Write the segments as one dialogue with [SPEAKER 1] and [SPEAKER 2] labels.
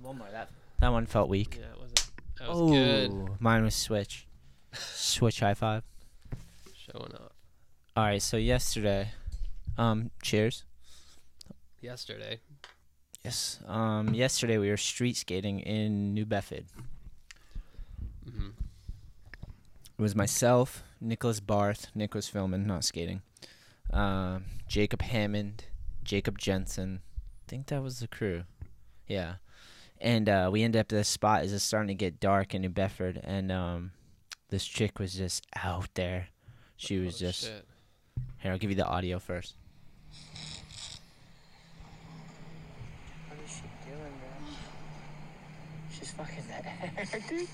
[SPEAKER 1] One more. That that one felt weak.
[SPEAKER 2] Yeah, it wasn't. That was
[SPEAKER 1] oh,
[SPEAKER 2] good.
[SPEAKER 1] mine was Switch. Switch high five. Oh.
[SPEAKER 2] Showing up.
[SPEAKER 1] All right. So yesterday, um, cheers.
[SPEAKER 2] Yesterday.
[SPEAKER 1] Yes. Um, yesterday we were street skating in New Bedford.
[SPEAKER 2] Mm-hmm.
[SPEAKER 1] It was myself, Nicholas Barth, Nicholas Philman, not skating, um, Jacob Hammond, Jacob Jensen. I think that was the crew. Yeah. And uh, we ended up at this spot as it's starting to get dark in New Bedford. And um, this chick was just out there. She was
[SPEAKER 2] Oh,
[SPEAKER 1] just.
[SPEAKER 2] shit.
[SPEAKER 1] Here, I'll give you the audio first.
[SPEAKER 3] What is she doing, bro? She's fucking that hair, dude.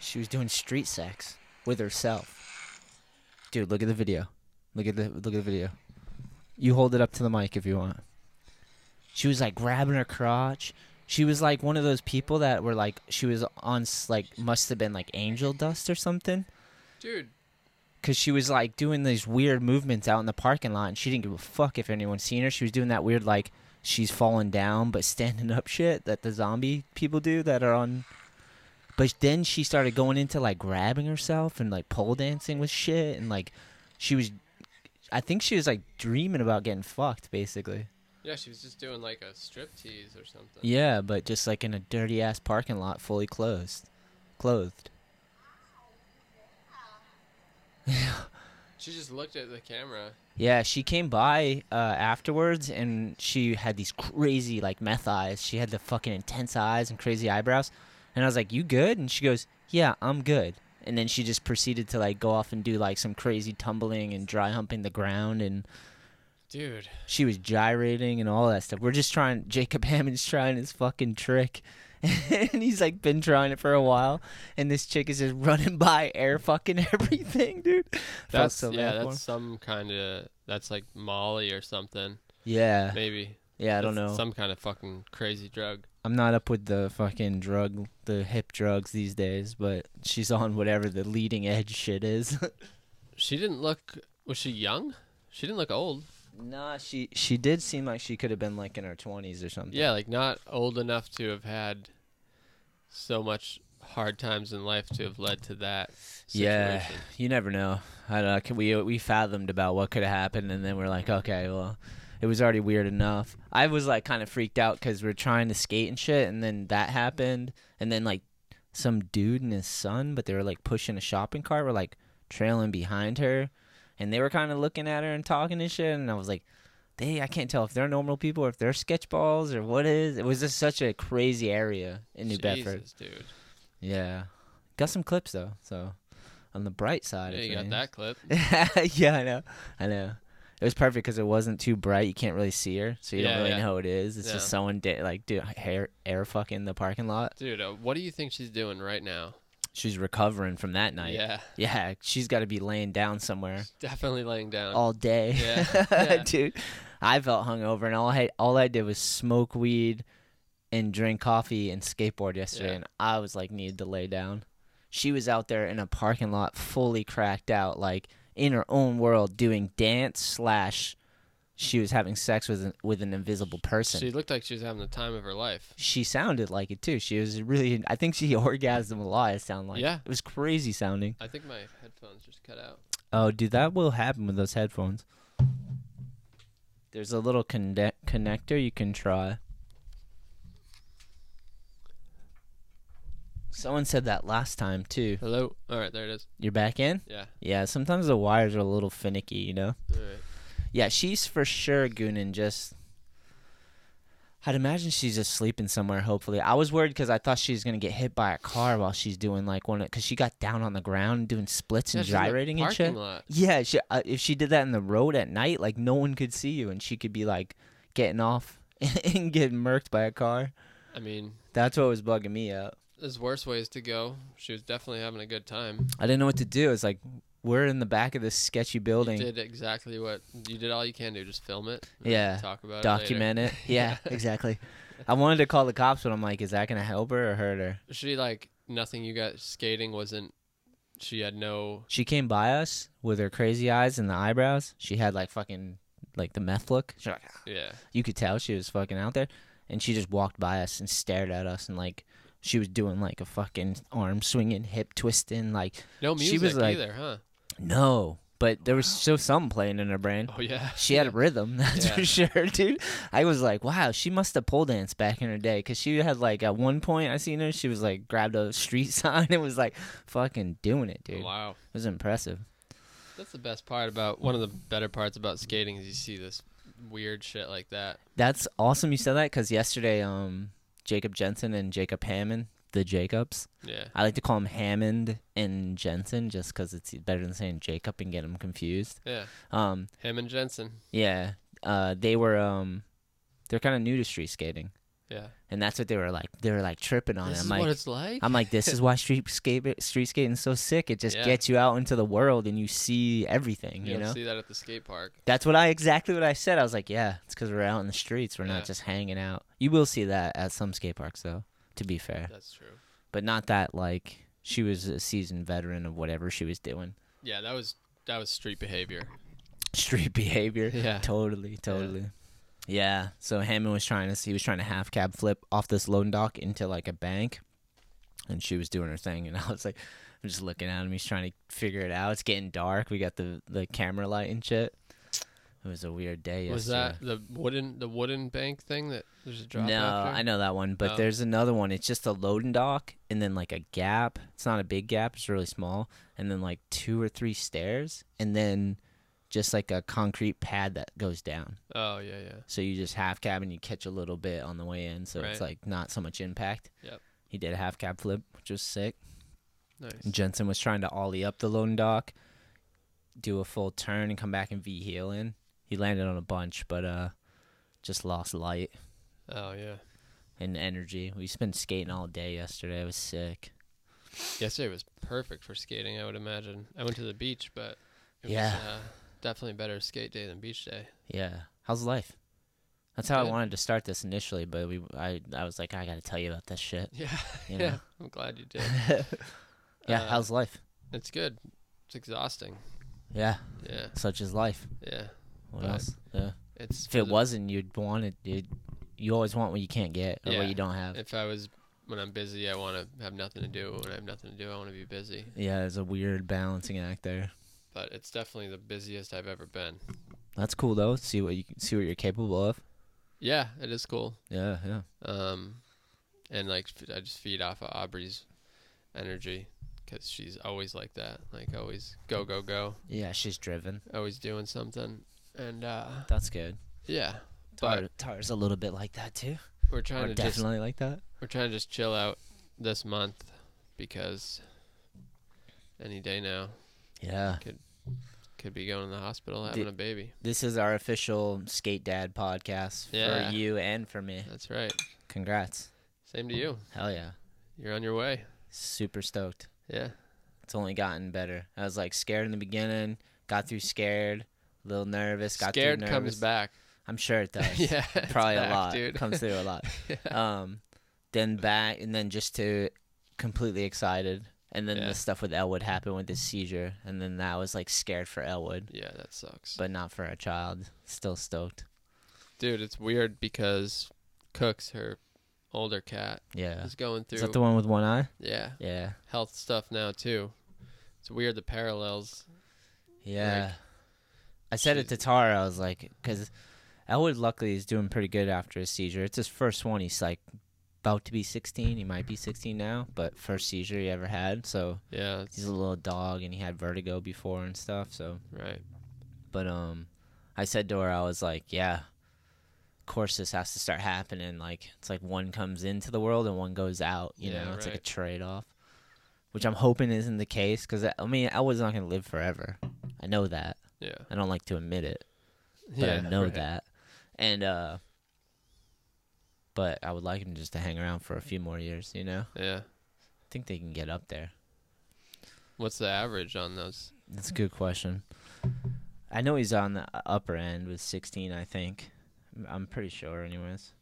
[SPEAKER 1] She was doing street sex with herself. Dude, look at the video. Look at the look at the video. You hold it up to the mic if you want. She was like grabbing her crotch. She was like one of those people that were like she was on s- like must have been like angel dust or something
[SPEAKER 2] Dude,
[SPEAKER 1] cuz she was like doing these weird movements out in the parking lot and she didn't give a fuck if anyone seen her. She was doing that weird like she's falling down but standing up shit that the zombie people do that are on but then she started going into like grabbing herself and like pole dancing with shit and like she was I think she was like dreaming about getting fucked basically.
[SPEAKER 2] yeah, she was just doing like a strip tease or something.
[SPEAKER 1] Yeah, but just like in a dirty ass parking lot fully closed. Clothed.
[SPEAKER 2] She just looked at the camera.
[SPEAKER 1] Yeah, she came by uh, afterwards, and she had these crazy like meth eyes. She had the fucking intense eyes and crazy eyebrows, and I was like, "You good?" And she goes, "Yeah, I'm good." And then she just proceeded to like go off and do like some crazy tumbling and dry humping the ground, and
[SPEAKER 2] Dude,
[SPEAKER 1] she was gyrating and all that stuff. We're just trying. Jacob Hammond's trying his fucking trick, and he's like been trying it for a while. And this chick is just running by air fucking everything, dude. Felt
[SPEAKER 2] that's
[SPEAKER 1] so
[SPEAKER 2] yeah,
[SPEAKER 1] bad for him.
[SPEAKER 2] that's some kind of that's like Molly or something,
[SPEAKER 1] yeah,
[SPEAKER 2] maybe.
[SPEAKER 1] yeah. I don't
[SPEAKER 2] That's
[SPEAKER 1] know.
[SPEAKER 2] Some kind of fucking crazy drug.
[SPEAKER 1] I'm not up with the fucking drug, the hip drugs these days, but she's on whatever the leading edge shit is.
[SPEAKER 2] She didn't look. Was she young? She didn't look old.
[SPEAKER 1] nah, she she did seem like she could have been like in her 20s or something.
[SPEAKER 2] Yeah, like not old enough to have had so much hard times in life to have led to that. Situation.
[SPEAKER 1] Yeah, you never know. I don't know. Can we we fathomed about what could have happened, and then we're like, okay, well, it was already weird enough. I was like kind of freaked out because we're trying to skate and shit, and then that happened, and then like some dude and his son, but they were like pushing a shopping cart, were like trailing behind her, and they were kind of looking at her and talking and shit, and I was like. They, I can't tell if they're normal people or if they're sketchballs or what is. It was just such a crazy area in New Bedford.
[SPEAKER 2] Jesus, dude.
[SPEAKER 1] Yeah. Got some clips though, so on the bright side
[SPEAKER 2] Yeah,
[SPEAKER 1] of
[SPEAKER 2] you got
[SPEAKER 1] things.
[SPEAKER 2] that clip.
[SPEAKER 1] yeah, I know. I know. It was perfect because it wasn't too bright. You can't really see her, so you
[SPEAKER 2] Yeah,
[SPEAKER 1] don't really
[SPEAKER 2] yeah.
[SPEAKER 1] know who it is. It's
[SPEAKER 2] Yeah.
[SPEAKER 1] just someone did like dude hair air fucking in the parking lot.
[SPEAKER 2] Dude, uh, what do you think she's doing right now?
[SPEAKER 1] She's recovering from that night.
[SPEAKER 2] Yeah,
[SPEAKER 1] Yeah, she's got to be laying down somewhere
[SPEAKER 2] definitely laying down.
[SPEAKER 1] all day.
[SPEAKER 2] Yeah, yeah.
[SPEAKER 1] dude. I felt hungover, and all I all I did was smoke weed and drink coffee and skateboard yesterday,
[SPEAKER 2] Yeah.
[SPEAKER 1] and I was like needed to lay down. She was out there in a parking lot, fully cracked out, like in her own world, doing dance slash. She was having sex with an, with an invisible person.
[SPEAKER 2] she
[SPEAKER 1] She,
[SPEAKER 2] looked like she was having the time of her life.
[SPEAKER 1] sounded like it too. She was really. I think she orgasmed a lot. It sounded like.
[SPEAKER 2] Yeah.
[SPEAKER 1] It was crazy sounding.
[SPEAKER 2] I think my headphones just cut out.
[SPEAKER 1] Oh, dude, that will happen with those headphones. There's a little conne- connector you can try. Someone said that last time too.
[SPEAKER 2] Hello. All right, there it is.
[SPEAKER 1] You're back in?
[SPEAKER 2] Yeah.
[SPEAKER 1] Yeah, sometimes the wires are a little finicky, you know?
[SPEAKER 2] All right.
[SPEAKER 1] Yeah, she's for sure gooning just. I'd imagine she's just sleeping somewhere, hopefully. I was worried because I thought she was going to get hit by a car while she's doing like one of. Because she got down on the ground doing splits
[SPEAKER 2] Yeah,
[SPEAKER 1] and
[SPEAKER 2] she's in the
[SPEAKER 1] gyrating and
[SPEAKER 2] parking
[SPEAKER 1] shit.
[SPEAKER 2] lot.
[SPEAKER 1] Yeah, she, uh, if she did that in the road at night, like no one could see you, and she could be like getting off and getting murked by a car.
[SPEAKER 2] I mean,
[SPEAKER 1] That's what was bugging me out.
[SPEAKER 2] there's worse ways to go. She was definitely having a good time.
[SPEAKER 1] I didn't know what to do. It's like we're in the back of this sketchy building.
[SPEAKER 2] You did exactly what you did. All you can do, just film it. and
[SPEAKER 1] Yeah.
[SPEAKER 2] Talk about
[SPEAKER 1] Document it. Yeah, exactly. I wanted to call the cops, but I'm like, is that gonna help her or hurt her?
[SPEAKER 2] it. Later. She like nothing. You got skating wasn't She had no.
[SPEAKER 1] She came by us with her crazy eyes and the eyebrows. She had like fucking like the meth look. She, like,
[SPEAKER 2] Yeah.
[SPEAKER 1] you could tell she was fucking out there, and she just walked by us and stared at us and like she was doing like a fucking arm swinging, hip twisting, like
[SPEAKER 2] No
[SPEAKER 1] She
[SPEAKER 2] music
[SPEAKER 1] was like-
[SPEAKER 2] either, huh?
[SPEAKER 1] no. But there was still something playing in her brain.
[SPEAKER 2] Oh yeah.
[SPEAKER 1] She had a rhythm, that's
[SPEAKER 2] Yeah.
[SPEAKER 1] for sure, dude. I was like, wow, she must have pole danced back in her day. Cause she had like, at one point I seen her, she was like, grabbed a street sign and was like, fucking doing it, dude. It
[SPEAKER 2] Wow.
[SPEAKER 1] was impressive.
[SPEAKER 2] That's the best part about one of the better parts about skating is you see this weird shit like that.
[SPEAKER 1] That's awesome you said that. Cause yesterday, um, Jacob Jensen and Jacob Hammond, the Jacobs,
[SPEAKER 2] Yeah.
[SPEAKER 1] I like to call him Hammond and Jensen just cause it's better than saying Jacob and get them confused.
[SPEAKER 2] Yeah.
[SPEAKER 1] Um,
[SPEAKER 2] Him and Jensen.
[SPEAKER 1] yeah, uh, they were, um, they're kind of new to street skating.
[SPEAKER 2] Yeah.
[SPEAKER 1] And that's what they were like. They were like tripping on
[SPEAKER 2] This
[SPEAKER 1] it.
[SPEAKER 2] is
[SPEAKER 1] I'm like,
[SPEAKER 2] what it's like.
[SPEAKER 1] I'm like, this is why street skate street skating's so sick. It just
[SPEAKER 2] Yeah.
[SPEAKER 1] gets you out into the world and you see everything. You
[SPEAKER 2] You'll
[SPEAKER 1] know,
[SPEAKER 2] see that at the skate park.
[SPEAKER 1] that's what I exactly what I said. I was like, yeah, it's because we're out in the streets. We're
[SPEAKER 2] Yeah.
[SPEAKER 1] not just hanging out. You will see that at some skate parks, though. To be fair,
[SPEAKER 2] That's true.
[SPEAKER 1] but not that like she was a seasoned veteran of whatever she was doing.
[SPEAKER 2] Yeah, that was that was street behavior.
[SPEAKER 1] Street behavior.
[SPEAKER 2] Yeah.
[SPEAKER 1] Totally. Totally. Yeah. So Hammond was trying to he was trying to half cab flip off this loan dock into like a bank, and she was doing her thing, and I was like, I'm just looking at him. He's trying to figure it out. It's getting dark. We got the the camera light and shit. It was a weird day.
[SPEAKER 2] Was
[SPEAKER 1] yesterday.
[SPEAKER 2] that the wooden the wooden bank thing that there's a drop
[SPEAKER 1] No,
[SPEAKER 2] after?
[SPEAKER 1] I know that one, but
[SPEAKER 2] Oh.
[SPEAKER 1] there's another one. It's just a loading dock and then like a gap. It's not a big gap, it's really small. And then like two or three stairs and then just like a concrete pad that goes down.
[SPEAKER 2] Oh yeah, yeah.
[SPEAKER 1] So you just half cab and you catch a little bit on the way in, so it's
[SPEAKER 2] Right.
[SPEAKER 1] like not so much impact.
[SPEAKER 2] Yep.
[SPEAKER 1] He did a half cab flip, which was sick.
[SPEAKER 2] Nice.
[SPEAKER 1] Jensen was trying to ollie up the loading dock, do a full turn and come back and V heel in. He landed on a bunch, but uh just lost light
[SPEAKER 2] Oh yeah.
[SPEAKER 1] and energy. We've been skating all day yesterday. I was sick.
[SPEAKER 2] Yesterday was perfect for skating, I would imagine. I went to the beach, but it
[SPEAKER 1] Yeah.
[SPEAKER 2] was uh, definitely a better skate day than beach day.
[SPEAKER 1] Yeah. How's life? That's how I
[SPEAKER 2] Good.
[SPEAKER 1] wanted to start this initially, but we I I was like I got to tell you about this shit.
[SPEAKER 2] Yeah.
[SPEAKER 1] You
[SPEAKER 2] yeah.
[SPEAKER 1] know?
[SPEAKER 2] I'm glad you did.
[SPEAKER 1] Yeah,
[SPEAKER 2] Uh,
[SPEAKER 1] how's life?
[SPEAKER 2] It's good. It's exhausting.
[SPEAKER 1] Yeah,
[SPEAKER 2] Yeah.
[SPEAKER 1] such is life.
[SPEAKER 2] Yeah.
[SPEAKER 1] What
[SPEAKER 2] But-
[SPEAKER 1] else? Yeah.
[SPEAKER 2] It's
[SPEAKER 1] If it
[SPEAKER 2] the-
[SPEAKER 1] wasn't, you'd want it. You'd, you always want what you can't get or
[SPEAKER 2] Yeah.
[SPEAKER 1] what you don't have.
[SPEAKER 2] if I was when I'm busy, I want to have nothing to do. When I have nothing to do, I want to be busy.
[SPEAKER 1] yeah, it's a weird balancing act there.
[SPEAKER 2] But it's definitely the busiest I've ever been.
[SPEAKER 1] That's cool though. See what you see what you're capable of.
[SPEAKER 2] Yeah, it is cool.
[SPEAKER 1] Yeah, yeah.
[SPEAKER 2] Um, and like f- I just feed off of Aubrey's energy because she's always like that. Like always go go go,
[SPEAKER 1] Yeah, she's driven.
[SPEAKER 2] always doing something. And uh,
[SPEAKER 1] That's good.
[SPEAKER 2] yeah,
[SPEAKER 1] Tar,
[SPEAKER 2] but
[SPEAKER 1] Tar's a little bit like that too.
[SPEAKER 2] we're
[SPEAKER 1] Or
[SPEAKER 2] trying to just
[SPEAKER 1] definitely like that.
[SPEAKER 2] we're trying to just chill out this month because any day now
[SPEAKER 1] Yeah.
[SPEAKER 2] could be going to the hospital having
[SPEAKER 1] Did-
[SPEAKER 2] a baby.
[SPEAKER 1] This is our official Skate Dad podcast
[SPEAKER 2] Yeah.
[SPEAKER 1] for you and for me.
[SPEAKER 2] That's right.
[SPEAKER 1] Congrats.
[SPEAKER 2] Same to you.
[SPEAKER 1] Hell yeah.
[SPEAKER 2] You're on your way.
[SPEAKER 1] Super stoked.
[SPEAKER 2] Yeah.
[SPEAKER 1] It's only gotten better. I was like scared in the beginning, got through scared, a little nervous, got
[SPEAKER 2] Scared
[SPEAKER 1] through nervous.
[SPEAKER 2] comes back.
[SPEAKER 1] I'm sure it does.
[SPEAKER 2] yeah. it's
[SPEAKER 1] probably
[SPEAKER 2] back,
[SPEAKER 1] a lot
[SPEAKER 2] dude.
[SPEAKER 1] comes through a lot um then back and then just to completely excited and then
[SPEAKER 2] Yeah.
[SPEAKER 1] the stuff with elwood happened with the seizure and then that was like scared for elwood
[SPEAKER 2] yeah, that sucks.
[SPEAKER 1] but not for a child still stoked
[SPEAKER 2] dude, it's weird because Cooks, her older cat,
[SPEAKER 1] yeah
[SPEAKER 2] is going through
[SPEAKER 1] is that the one with one eye
[SPEAKER 2] yeah,
[SPEAKER 1] yeah
[SPEAKER 2] health stuff now too. It's weird the parallels.
[SPEAKER 1] yeah i said it to tara i was like because elwood luckily is doing pretty good after his seizure it's his first one he's like about to be 16 he might be 16 now but first seizure he ever had so
[SPEAKER 2] Yeah, it's-
[SPEAKER 1] he's a little dog and he had vertigo before and stuff so
[SPEAKER 2] right.
[SPEAKER 1] but um i said to her i was like yeah of course this has to start happening like it's like one comes into the world and one goes out you
[SPEAKER 2] Yeah,
[SPEAKER 1] know it's like a
[SPEAKER 2] right.
[SPEAKER 1] trade-off which i'm hoping isn't the case because I, I mean i was not going to live forever i know that
[SPEAKER 2] Yeah.
[SPEAKER 1] i don't like to admit it but
[SPEAKER 2] yeah,
[SPEAKER 1] i know
[SPEAKER 2] right.
[SPEAKER 1] that and uh but i would like him just to hang around for a few more years you know
[SPEAKER 2] Yeah.
[SPEAKER 1] i think they can get up there
[SPEAKER 2] What's the average on those?
[SPEAKER 1] That's a good question. I know he's on the upper end with 16, I think. I'm- I'm pretty sure, anyways.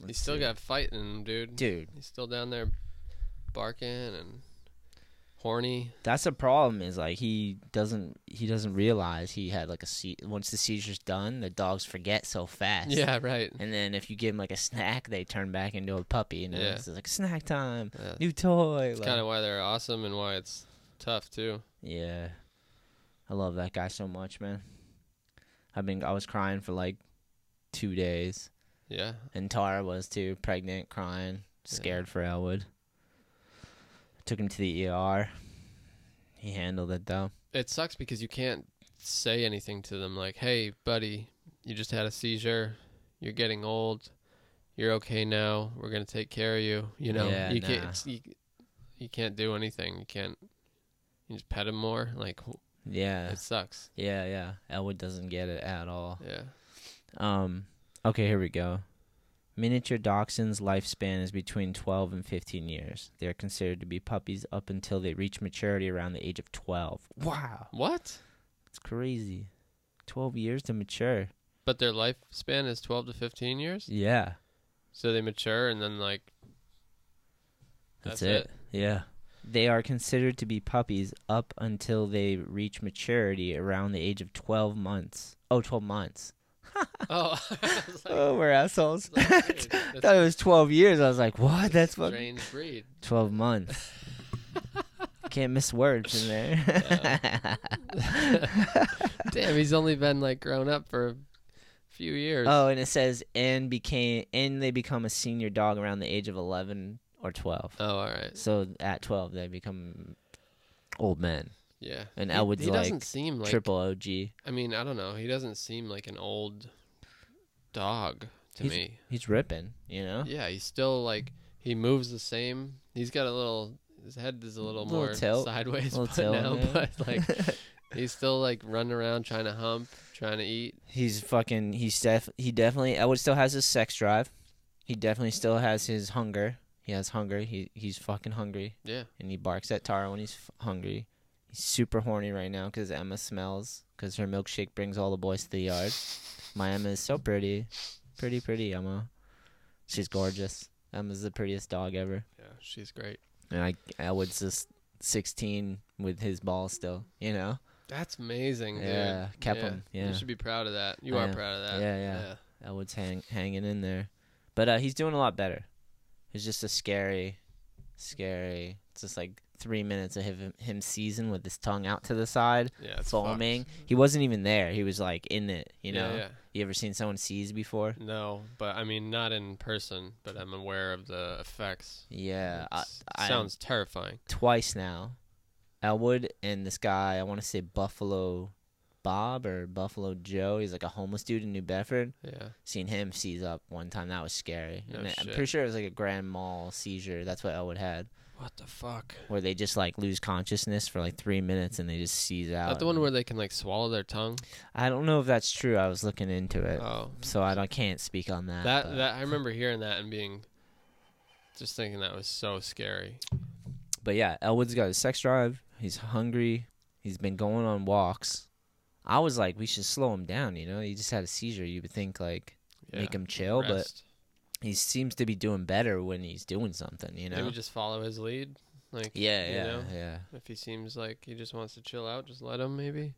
[SPEAKER 2] He's
[SPEAKER 1] Let's
[SPEAKER 2] still
[SPEAKER 1] see.
[SPEAKER 2] got fighting, dude.
[SPEAKER 1] Dude,
[SPEAKER 2] He's still down there barking and horny.
[SPEAKER 1] That's the problem. Is like he doesn't he doesn't realize he had like a se- once the seizure's done, the dogs forget so fast.
[SPEAKER 2] Yeah, right.
[SPEAKER 1] And then if you give them like a snack, they turn back into a puppy. You know,
[SPEAKER 2] Yeah.
[SPEAKER 1] it's like snack time,
[SPEAKER 2] Yeah.
[SPEAKER 1] new toy.
[SPEAKER 2] It's
[SPEAKER 1] like-
[SPEAKER 2] kind of why they're awesome and why it's tough too.
[SPEAKER 1] Yeah. I love that guy so much, man. I've been I was crying for like two days.
[SPEAKER 2] Yeah,
[SPEAKER 1] And Tara was too, pregnant, crying, scared for Elwood. Took him to the ER. He handled it though.
[SPEAKER 2] it sucks because you can't say anything to them like, "Hey, buddy, you just had a seizure. You're getting old. You're okay now. We're gonna take care of you." You know,
[SPEAKER 1] Yeah,
[SPEAKER 2] you
[SPEAKER 1] nah.
[SPEAKER 2] can't. it's- You, you can't do anything. You can't. You just pet him more. Like w-
[SPEAKER 1] Yeah.
[SPEAKER 2] it sucks.
[SPEAKER 1] Yeah, yeah. Elwood doesn't get it at all.
[SPEAKER 2] Yeah.
[SPEAKER 1] Um okay, here we go. Miniature dachshunds' lifespan is between 12 and 15 years. They are considered to be puppies up until they reach maturity around the age of 12. Wow.
[SPEAKER 2] What?
[SPEAKER 1] It's crazy. 12 years to mature.
[SPEAKER 2] But their lifespan is 12 to 15 years.
[SPEAKER 1] Yeah.
[SPEAKER 2] So they mature and then like
[SPEAKER 1] That's,
[SPEAKER 2] That's
[SPEAKER 1] it. Yeah. They are considered to be puppies up until they reach maturity around the age of 12 months. Oh, 12 months.
[SPEAKER 2] oh, I was like,
[SPEAKER 1] oh, we're assholes.
[SPEAKER 2] it's like, weird.
[SPEAKER 1] I
[SPEAKER 2] That's
[SPEAKER 1] thought it was 12 years. I was like, what? That's
[SPEAKER 2] a
[SPEAKER 1] fucking
[SPEAKER 2] strange breed.
[SPEAKER 1] 12 months. Can't miss words in there.
[SPEAKER 2] Damn, he's only been like grown up for a few years.
[SPEAKER 1] oh, and it says and became and they become a senior dog around the age of 11 or 12.
[SPEAKER 2] Oh, all right.
[SPEAKER 1] So at 12 they become old men.
[SPEAKER 2] Yeah.
[SPEAKER 1] And
[SPEAKER 2] He-
[SPEAKER 1] Elwood's
[SPEAKER 2] he
[SPEAKER 1] like
[SPEAKER 2] doesn't seem like
[SPEAKER 1] Triple OG.
[SPEAKER 2] I mean, I don't know. He doesn't seem like an old dog to
[SPEAKER 1] He's-
[SPEAKER 2] me.
[SPEAKER 1] He's ripping, you know?
[SPEAKER 2] Yeah, he's still like he moves the same. He's got a little his head is a little,
[SPEAKER 1] Little
[SPEAKER 2] more
[SPEAKER 1] tilt.
[SPEAKER 2] sideways
[SPEAKER 1] Little
[SPEAKER 2] but
[SPEAKER 1] tilt,
[SPEAKER 2] now,
[SPEAKER 1] yeah.
[SPEAKER 2] but like he's still like running around trying to hump, trying to eat.
[SPEAKER 1] He's fucking he's def he definitely Elwood still has his sex drive. He definitely still has his hunger. He has hunger. He he's fucking hungry
[SPEAKER 2] Yeah.
[SPEAKER 1] and he barks at Tara when he's f- hungry. He's super horny right now cuz Emma smells cuz her milkshake brings all the boys to the yard. My Emma is so pretty. Pretty pretty Emma. She's gorgeous. Emma's the prettiest dog ever.
[SPEAKER 2] Yeah, she's great.
[SPEAKER 1] And I Elwood's just 16 with his ball still, you know?
[SPEAKER 2] That's amazing, dude.
[SPEAKER 1] Yeah, kept
[SPEAKER 2] yeah.
[SPEAKER 1] him, yeah.
[SPEAKER 2] You should be proud of that. You
[SPEAKER 1] I
[SPEAKER 2] are
[SPEAKER 1] am.
[SPEAKER 2] proud of that.
[SPEAKER 1] Yeah, yeah. Elwood's hang, hanging in there. But uh, he's doing a lot better. It's just a scary, scary. It's just like three minutes of him, him season with his tongue out to the side,
[SPEAKER 2] Yeah, it's
[SPEAKER 1] foaming. He wasn't even there. He was like in it, you know?
[SPEAKER 2] Yeah, yeah.
[SPEAKER 1] You ever seen someone seize before?
[SPEAKER 2] No, but I mean not in person, but I'm aware of the effects.
[SPEAKER 1] Yeah. I,
[SPEAKER 2] It's-
[SPEAKER 1] I,
[SPEAKER 2] sounds terrifying.
[SPEAKER 1] twice now. Elwood and this guy, I want to say Buffalo Bob or Buffalo Joe. He's like a homeless dude in New Bedford.
[SPEAKER 2] Yeah.
[SPEAKER 1] Seen him seize up one time. That was scary.
[SPEAKER 2] No
[SPEAKER 1] And I'm
[SPEAKER 2] shit.
[SPEAKER 1] pretty sure it was like a grand mal seizure. That's what Elwood had,
[SPEAKER 2] What the fuck?
[SPEAKER 1] where they just like lose consciousness for like three minutes and they just seize out.
[SPEAKER 2] Not the one where they can like swallow their tongue.
[SPEAKER 1] I don't know if that's true. I was looking into it,
[SPEAKER 2] Oh,
[SPEAKER 1] so I, don't- I can't speak on that.
[SPEAKER 2] that
[SPEAKER 1] but,
[SPEAKER 2] that I remember hearing that and being just thinking that was so scary.
[SPEAKER 1] but yeah, Elwood's got his sex drive. He's hungry. He's been going on walks. I was like, we should slow him down. You know, he just had a seizure. You would think like
[SPEAKER 2] Yeah.
[SPEAKER 1] make him chill,
[SPEAKER 2] Rest.
[SPEAKER 1] but he seems to be doing better when he's doing something. You know.
[SPEAKER 2] maybe just follow his lead. Like
[SPEAKER 1] yeah,
[SPEAKER 2] you
[SPEAKER 1] yeah,
[SPEAKER 2] know?
[SPEAKER 1] yeah.
[SPEAKER 2] if he seems like he just wants to chill out, just let him maybe.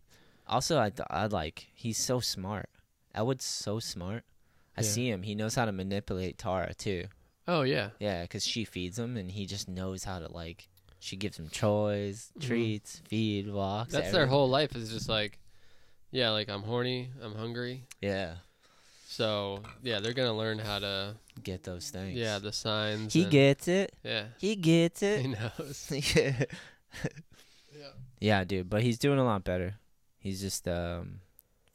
[SPEAKER 1] Also, I th- I like he's so smart. Elwood's so smart. I
[SPEAKER 2] Yeah.
[SPEAKER 1] see him. He knows how to manipulate Tara too.
[SPEAKER 2] Oh yeah,
[SPEAKER 1] Yeah, because she feeds him, and he just knows how to like. She gives him toys, treats, feed, walks.
[SPEAKER 2] that's their
[SPEAKER 1] everything.
[SPEAKER 2] whole life is just like, yeah, like I'm horny, I'm hungry.
[SPEAKER 1] Yeah,
[SPEAKER 2] So yeah, they're gonna learn how to
[SPEAKER 1] get those things.
[SPEAKER 2] yeah the signs.
[SPEAKER 1] he
[SPEAKER 2] and-
[SPEAKER 1] gets it.
[SPEAKER 2] yeah
[SPEAKER 1] He gets
[SPEAKER 2] he
[SPEAKER 1] it.
[SPEAKER 2] knows.
[SPEAKER 1] yeah.
[SPEAKER 2] Yeah.
[SPEAKER 1] dude, but he's doing a lot better. He's just um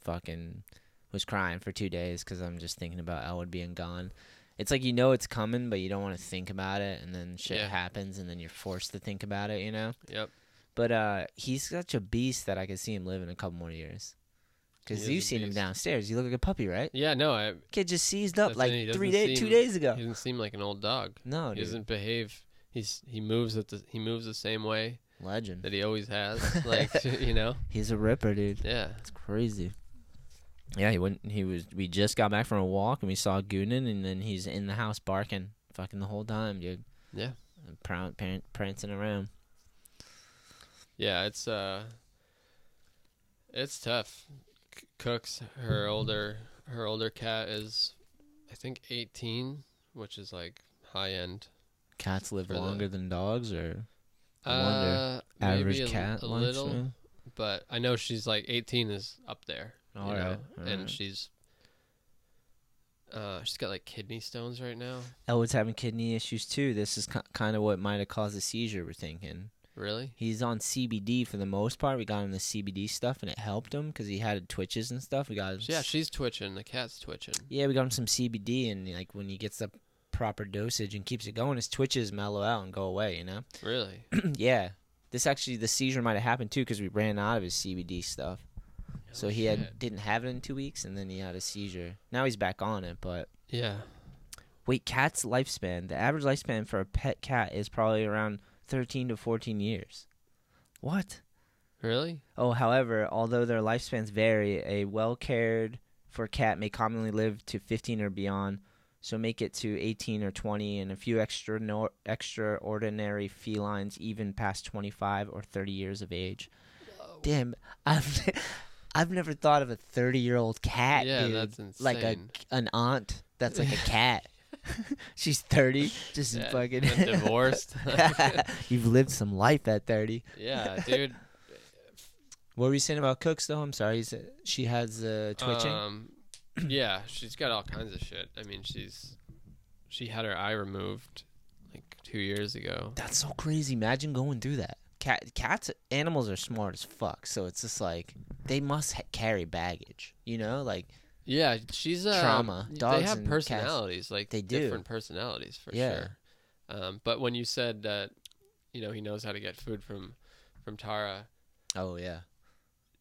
[SPEAKER 1] fucking was crying for 2 days cuz I'm just thinking about Elwood being gone. It's like you know it's coming but you don't want to think about it and then shit
[SPEAKER 2] Yeah.
[SPEAKER 1] happens and then you're forced to think about it, you know?
[SPEAKER 2] Yep.
[SPEAKER 1] But uh he's such a beast that I could see him living a couple more years.
[SPEAKER 2] He
[SPEAKER 1] Cuz
[SPEAKER 2] is a
[SPEAKER 1] you've seen him
[SPEAKER 2] beast.
[SPEAKER 1] downstairs. You look like a puppy, right?
[SPEAKER 2] Yeah. No, I,
[SPEAKER 1] Kid just seized
[SPEAKER 2] That's
[SPEAKER 1] up
[SPEAKER 2] it, he
[SPEAKER 1] like
[SPEAKER 2] doesn't
[SPEAKER 1] 3 days 2
[SPEAKER 2] seem-
[SPEAKER 1] days
[SPEAKER 2] he
[SPEAKER 1] ago.
[SPEAKER 2] doesn't seem like an old dog.
[SPEAKER 1] No,
[SPEAKER 2] he
[SPEAKER 1] Oh, dude.
[SPEAKER 2] doesn't behave. He's he moves at the he moves the same way
[SPEAKER 1] Legend.
[SPEAKER 2] that he always has. Like you know,
[SPEAKER 1] He's a ripper, dude.
[SPEAKER 2] yeah,
[SPEAKER 1] It's crazy. Yeah, he went. He was. We just got back from a walk and we saw Goonan, and then he's in the house barking, fucking the whole time, dude.
[SPEAKER 2] Yeah.
[SPEAKER 1] And pran- pran- prancing around.
[SPEAKER 2] yeah, it's uh, it's tough. C- Cooks, her older her older cat is, I think, eighteen, which is like high end.
[SPEAKER 1] Cats live
[SPEAKER 2] For the-
[SPEAKER 1] longer than dogs, or I wonder.
[SPEAKER 2] Uh,
[SPEAKER 1] average
[SPEAKER 2] maybe a,
[SPEAKER 1] cat
[SPEAKER 2] a
[SPEAKER 1] life,
[SPEAKER 2] little,
[SPEAKER 1] so-
[SPEAKER 2] but I know she's like eighteen is up there. you
[SPEAKER 1] All
[SPEAKER 2] know,
[SPEAKER 1] right, all
[SPEAKER 2] and
[SPEAKER 1] right.
[SPEAKER 2] she's. Uh, she's got like kidney stones right now.
[SPEAKER 1] Elwood's having kidney issues too. This is ki- kind of what might have caused the seizure. We're thinking
[SPEAKER 2] Really?
[SPEAKER 1] he's on CBD for the most part. We got him the CBD stuff, and it helped him because he had twitches and stuff. We got him
[SPEAKER 2] Yeah,
[SPEAKER 1] s-
[SPEAKER 2] she's twitching. The cat's twitching.
[SPEAKER 1] yeah, we got him some CBD, and like when he gets the proper dosage and keeps it going, his twitches mellow out and go away. You know,
[SPEAKER 2] Really?
[SPEAKER 1] yeah. This actually, the seizure might have happened too because we ran out of his CBD stuff. So
[SPEAKER 2] Oh,
[SPEAKER 1] he had
[SPEAKER 2] shit.
[SPEAKER 1] didn't have it in two weeks, and then he had a seizure. Now he's back on it, but
[SPEAKER 2] Yeah.
[SPEAKER 1] Wait, cat's lifespan. The average lifespan for a pet cat is probably around 13 to 14 years. What?
[SPEAKER 2] Really?
[SPEAKER 1] Oh, however, although their lifespans vary, a well cared for cat may commonly live to 15 or beyond. So make it to 18 or 20, and a few extra extraordinary felines even past 25 or 30 years of age. Damn, I've I've never thought of a 30 year old cat.
[SPEAKER 2] yeah,
[SPEAKER 1] dude
[SPEAKER 2] that's insane.
[SPEAKER 1] like a an aunt that's like a cat. She's thirty, just
[SPEAKER 2] Yeah,
[SPEAKER 1] fucking
[SPEAKER 2] been divorced.
[SPEAKER 1] You've lived some life at thirty.
[SPEAKER 2] yeah, dude.
[SPEAKER 1] What were you saying about Cooks though? I'm sorry, you said she has uh, twitching.
[SPEAKER 2] Um, yeah, she's got all kinds of shit. I mean, she's she had her eye removed like two years ago.
[SPEAKER 1] that's so crazy. Imagine going through that. Cat, cats, animals are smart as fuck. So it's just like they must ha- carry baggage. You know, like
[SPEAKER 2] Yeah, she's uh,
[SPEAKER 1] Trauma. Dogs
[SPEAKER 2] they have
[SPEAKER 1] and cats-
[SPEAKER 2] personalities, like
[SPEAKER 1] They do.
[SPEAKER 2] different personalities for
[SPEAKER 1] Yeah.
[SPEAKER 2] sure. Um, but when you said that, you know, he knows how to get food from from Tara.
[SPEAKER 1] oh yeah,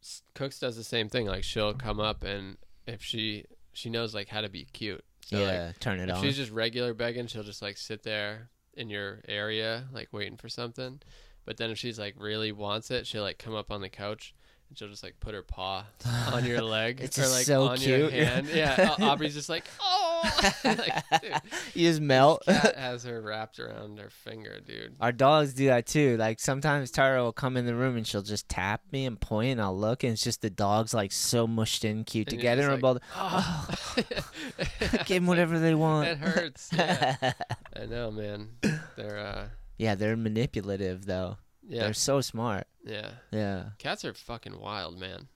[SPEAKER 2] S- Cooks does the same thing. Like she'll come up and if she she knows like how to be cute. So like,
[SPEAKER 1] yeah, turn it
[SPEAKER 2] If
[SPEAKER 1] on.
[SPEAKER 2] she's just regular begging, she'll just like sit there in your area, like waiting for something. But then if she's like really wants it, she'll like come up on the couch and she'll just like put her paw on your leg
[SPEAKER 1] It's
[SPEAKER 2] or
[SPEAKER 1] just
[SPEAKER 2] like
[SPEAKER 1] so
[SPEAKER 2] on your
[SPEAKER 1] cute.
[SPEAKER 2] hand. yeah, Au- Aubrey's just like, oh, like, dude,
[SPEAKER 1] you just melt.
[SPEAKER 2] this cat has her wrapped around her finger, dude.
[SPEAKER 1] Our dogs do that too. Like sometimes Tara will come in the room and she'll just tap me and point, and I'll look, and it's just the dogs like so mushed in, cute
[SPEAKER 2] And you're
[SPEAKER 1] together,
[SPEAKER 2] just
[SPEAKER 1] and we're both
[SPEAKER 2] Oh.
[SPEAKER 1] give them whatever they want.
[SPEAKER 2] It hurts. Yeah. I know, man. They're uh,
[SPEAKER 1] Yeah, they're manipulative though.
[SPEAKER 2] yeah,
[SPEAKER 1] They're so smart.
[SPEAKER 2] yeah.
[SPEAKER 1] Yeah,
[SPEAKER 2] Cats are fucking wild, man.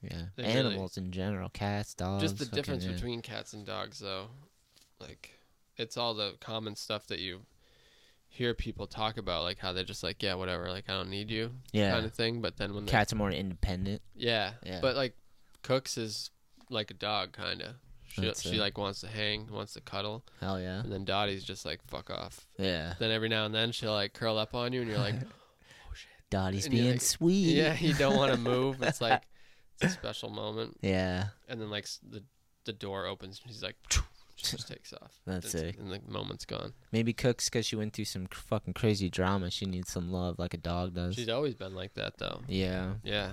[SPEAKER 1] yeah.
[SPEAKER 2] They really-
[SPEAKER 1] Animals in general, cats, dogs.
[SPEAKER 2] just the
[SPEAKER 1] Oh, fucking,
[SPEAKER 2] difference
[SPEAKER 1] yeah.
[SPEAKER 2] between cats and dogs though like it's all the common stuff that you hear people talk about like how they're just like yeah whatever like i don't need you
[SPEAKER 1] yeah.
[SPEAKER 2] kind of thing but then when they
[SPEAKER 1] Cats are more independent.
[SPEAKER 2] yeah,
[SPEAKER 1] Yeah.
[SPEAKER 2] but like cooks is like a dog kind of she,
[SPEAKER 1] That's
[SPEAKER 2] she
[SPEAKER 1] it.
[SPEAKER 2] like wants to hang wants to cuddle
[SPEAKER 1] Hell yeah.
[SPEAKER 2] and then dottie's just like fuck off
[SPEAKER 1] Yeah.
[SPEAKER 2] then every now and then she'll like curl up on you and you're like
[SPEAKER 1] Dottie's
[SPEAKER 2] And you're
[SPEAKER 1] being
[SPEAKER 2] like-
[SPEAKER 1] sweet.
[SPEAKER 2] yeah you don't want to move it's like it's a special moment
[SPEAKER 1] Yeah.
[SPEAKER 2] and then like s- the the door opens and she's like she just takes off
[SPEAKER 1] That's
[SPEAKER 2] It's-
[SPEAKER 1] sick.
[SPEAKER 2] and the moment's gone
[SPEAKER 1] Maybe Cooks, because she went through some c- fucking crazy drama, she needs some love like a dog does.
[SPEAKER 2] She's always been like that, though.
[SPEAKER 1] yeah,
[SPEAKER 2] Yeah,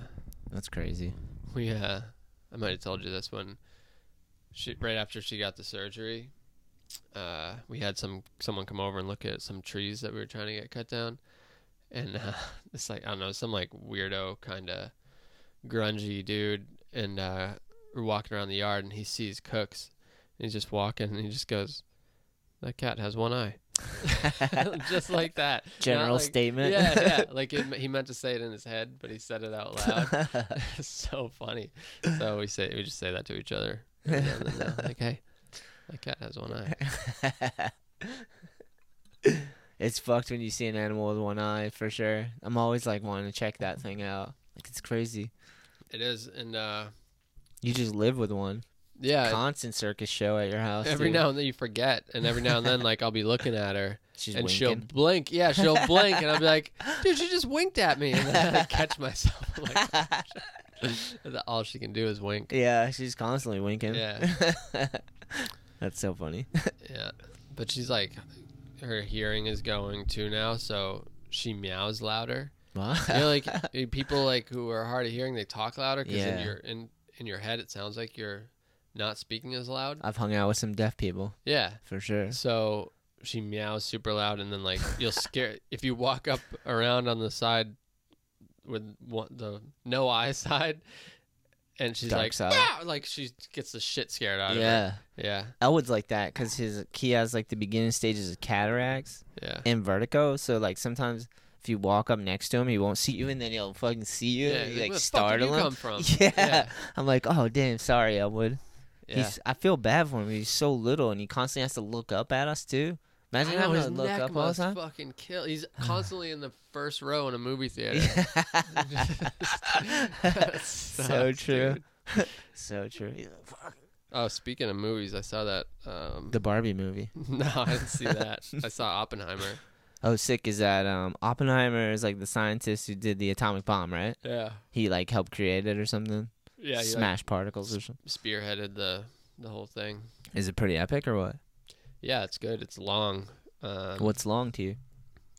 [SPEAKER 1] that's crazy.
[SPEAKER 2] we. Uh, I might have told you this when she right after she got the surgery. Uh, we had some someone come over and look at some trees that we were trying to get cut down, and uh, it's like I don't know some like weirdo kind of grungy dude, and uh, we're walking around the yard and he sees Cooks, and he's just walking and he just goes, "That cat has one eye," just like that. Not
[SPEAKER 1] General
[SPEAKER 2] like-
[SPEAKER 1] statement.
[SPEAKER 2] Yeah, yeah. Like it, he meant to say it in his head, but he said it out loud. it's so funny. So we say we just say that to each other. every now and then now. Like, hey, that cat has one eye.
[SPEAKER 1] it's fucked when you see an animal with one eye for sure. I'm always like wanting to check that thing out. Like it's crazy.
[SPEAKER 2] It is, and uh,
[SPEAKER 1] You just live with one.
[SPEAKER 2] yeah.
[SPEAKER 1] Constant circus show at your house.
[SPEAKER 2] Every
[SPEAKER 1] dude.
[SPEAKER 2] now and then you forget, and every now and then, like I'll be looking at her,
[SPEAKER 1] she's
[SPEAKER 2] and
[SPEAKER 1] winking.
[SPEAKER 2] she'll blink. Yeah, she'll blink, and I'll be like, "Dude, she just winked at me." And then I catch myself. I'm Like, "Oh, shit." all she can do is wink.
[SPEAKER 1] Yeah, she's constantly winking.
[SPEAKER 2] Yeah.
[SPEAKER 1] That's so funny.
[SPEAKER 2] Yeah, but she's like, her hearing is going too now, so she meows louder.
[SPEAKER 1] What?
[SPEAKER 2] you know, like eh, people like who are hard of hearing, they talk louder because
[SPEAKER 1] Yeah.
[SPEAKER 2] in your in in your head it sounds like you're not speaking as loud.
[SPEAKER 1] I've hung out with some deaf people
[SPEAKER 2] Yeah.
[SPEAKER 1] for sure.
[SPEAKER 2] So she meows super loud, and then like you'll scare if you walk up around on the side with one, the no eye side, and she's
[SPEAKER 1] Dark
[SPEAKER 2] like,
[SPEAKER 1] side.
[SPEAKER 2] "Ah!" like she gets the shit scared out of
[SPEAKER 1] yeah.
[SPEAKER 2] her. Yeah,
[SPEAKER 1] Elwood's like that because his he has like the beginning stages of cataracts
[SPEAKER 2] yeah,
[SPEAKER 1] and vertigo. So like sometimes if you walk up next to him, he won't see you, and then he'll fucking see you.
[SPEAKER 2] yeah.
[SPEAKER 1] and
[SPEAKER 2] he's
[SPEAKER 1] you, like
[SPEAKER 2] "Where the fuck did
[SPEAKER 1] startle
[SPEAKER 2] you
[SPEAKER 1] him.
[SPEAKER 2] come from?
[SPEAKER 1] Yeah.
[SPEAKER 2] yeah,
[SPEAKER 1] I'm like, oh damn, sorry, Elwood.
[SPEAKER 2] yeah.
[SPEAKER 1] He's I feel bad for him. He's so little, and he constantly has to look up at us too. Imagine
[SPEAKER 2] I know,
[SPEAKER 1] having
[SPEAKER 2] his
[SPEAKER 1] to look
[SPEAKER 2] neck
[SPEAKER 1] up all the
[SPEAKER 2] must
[SPEAKER 1] time.
[SPEAKER 2] fucking kill. He's constantly in the first row in a movie theater.
[SPEAKER 1] Yeah.
[SPEAKER 2] That
[SPEAKER 1] so
[SPEAKER 2] sucks,
[SPEAKER 1] true.
[SPEAKER 2] dude.
[SPEAKER 1] so true. Fuck.
[SPEAKER 2] Oh, speaking of movies, I saw that. Um,
[SPEAKER 1] The Barbie movie.
[SPEAKER 2] no, I didn't see that. I saw Oppenheimer.
[SPEAKER 1] Oh, sick is that um, Oppenheimer is like the scientist who did the atomic bomb, right?
[SPEAKER 2] Yeah,
[SPEAKER 1] He like helped create it or something.
[SPEAKER 2] yeah. He like,
[SPEAKER 1] Smash particles or something.
[SPEAKER 2] spearheaded the the whole thing.
[SPEAKER 1] Is it pretty epic or what?
[SPEAKER 2] Yeah, it's good. It's long. Um,
[SPEAKER 1] Uh, What's long to you?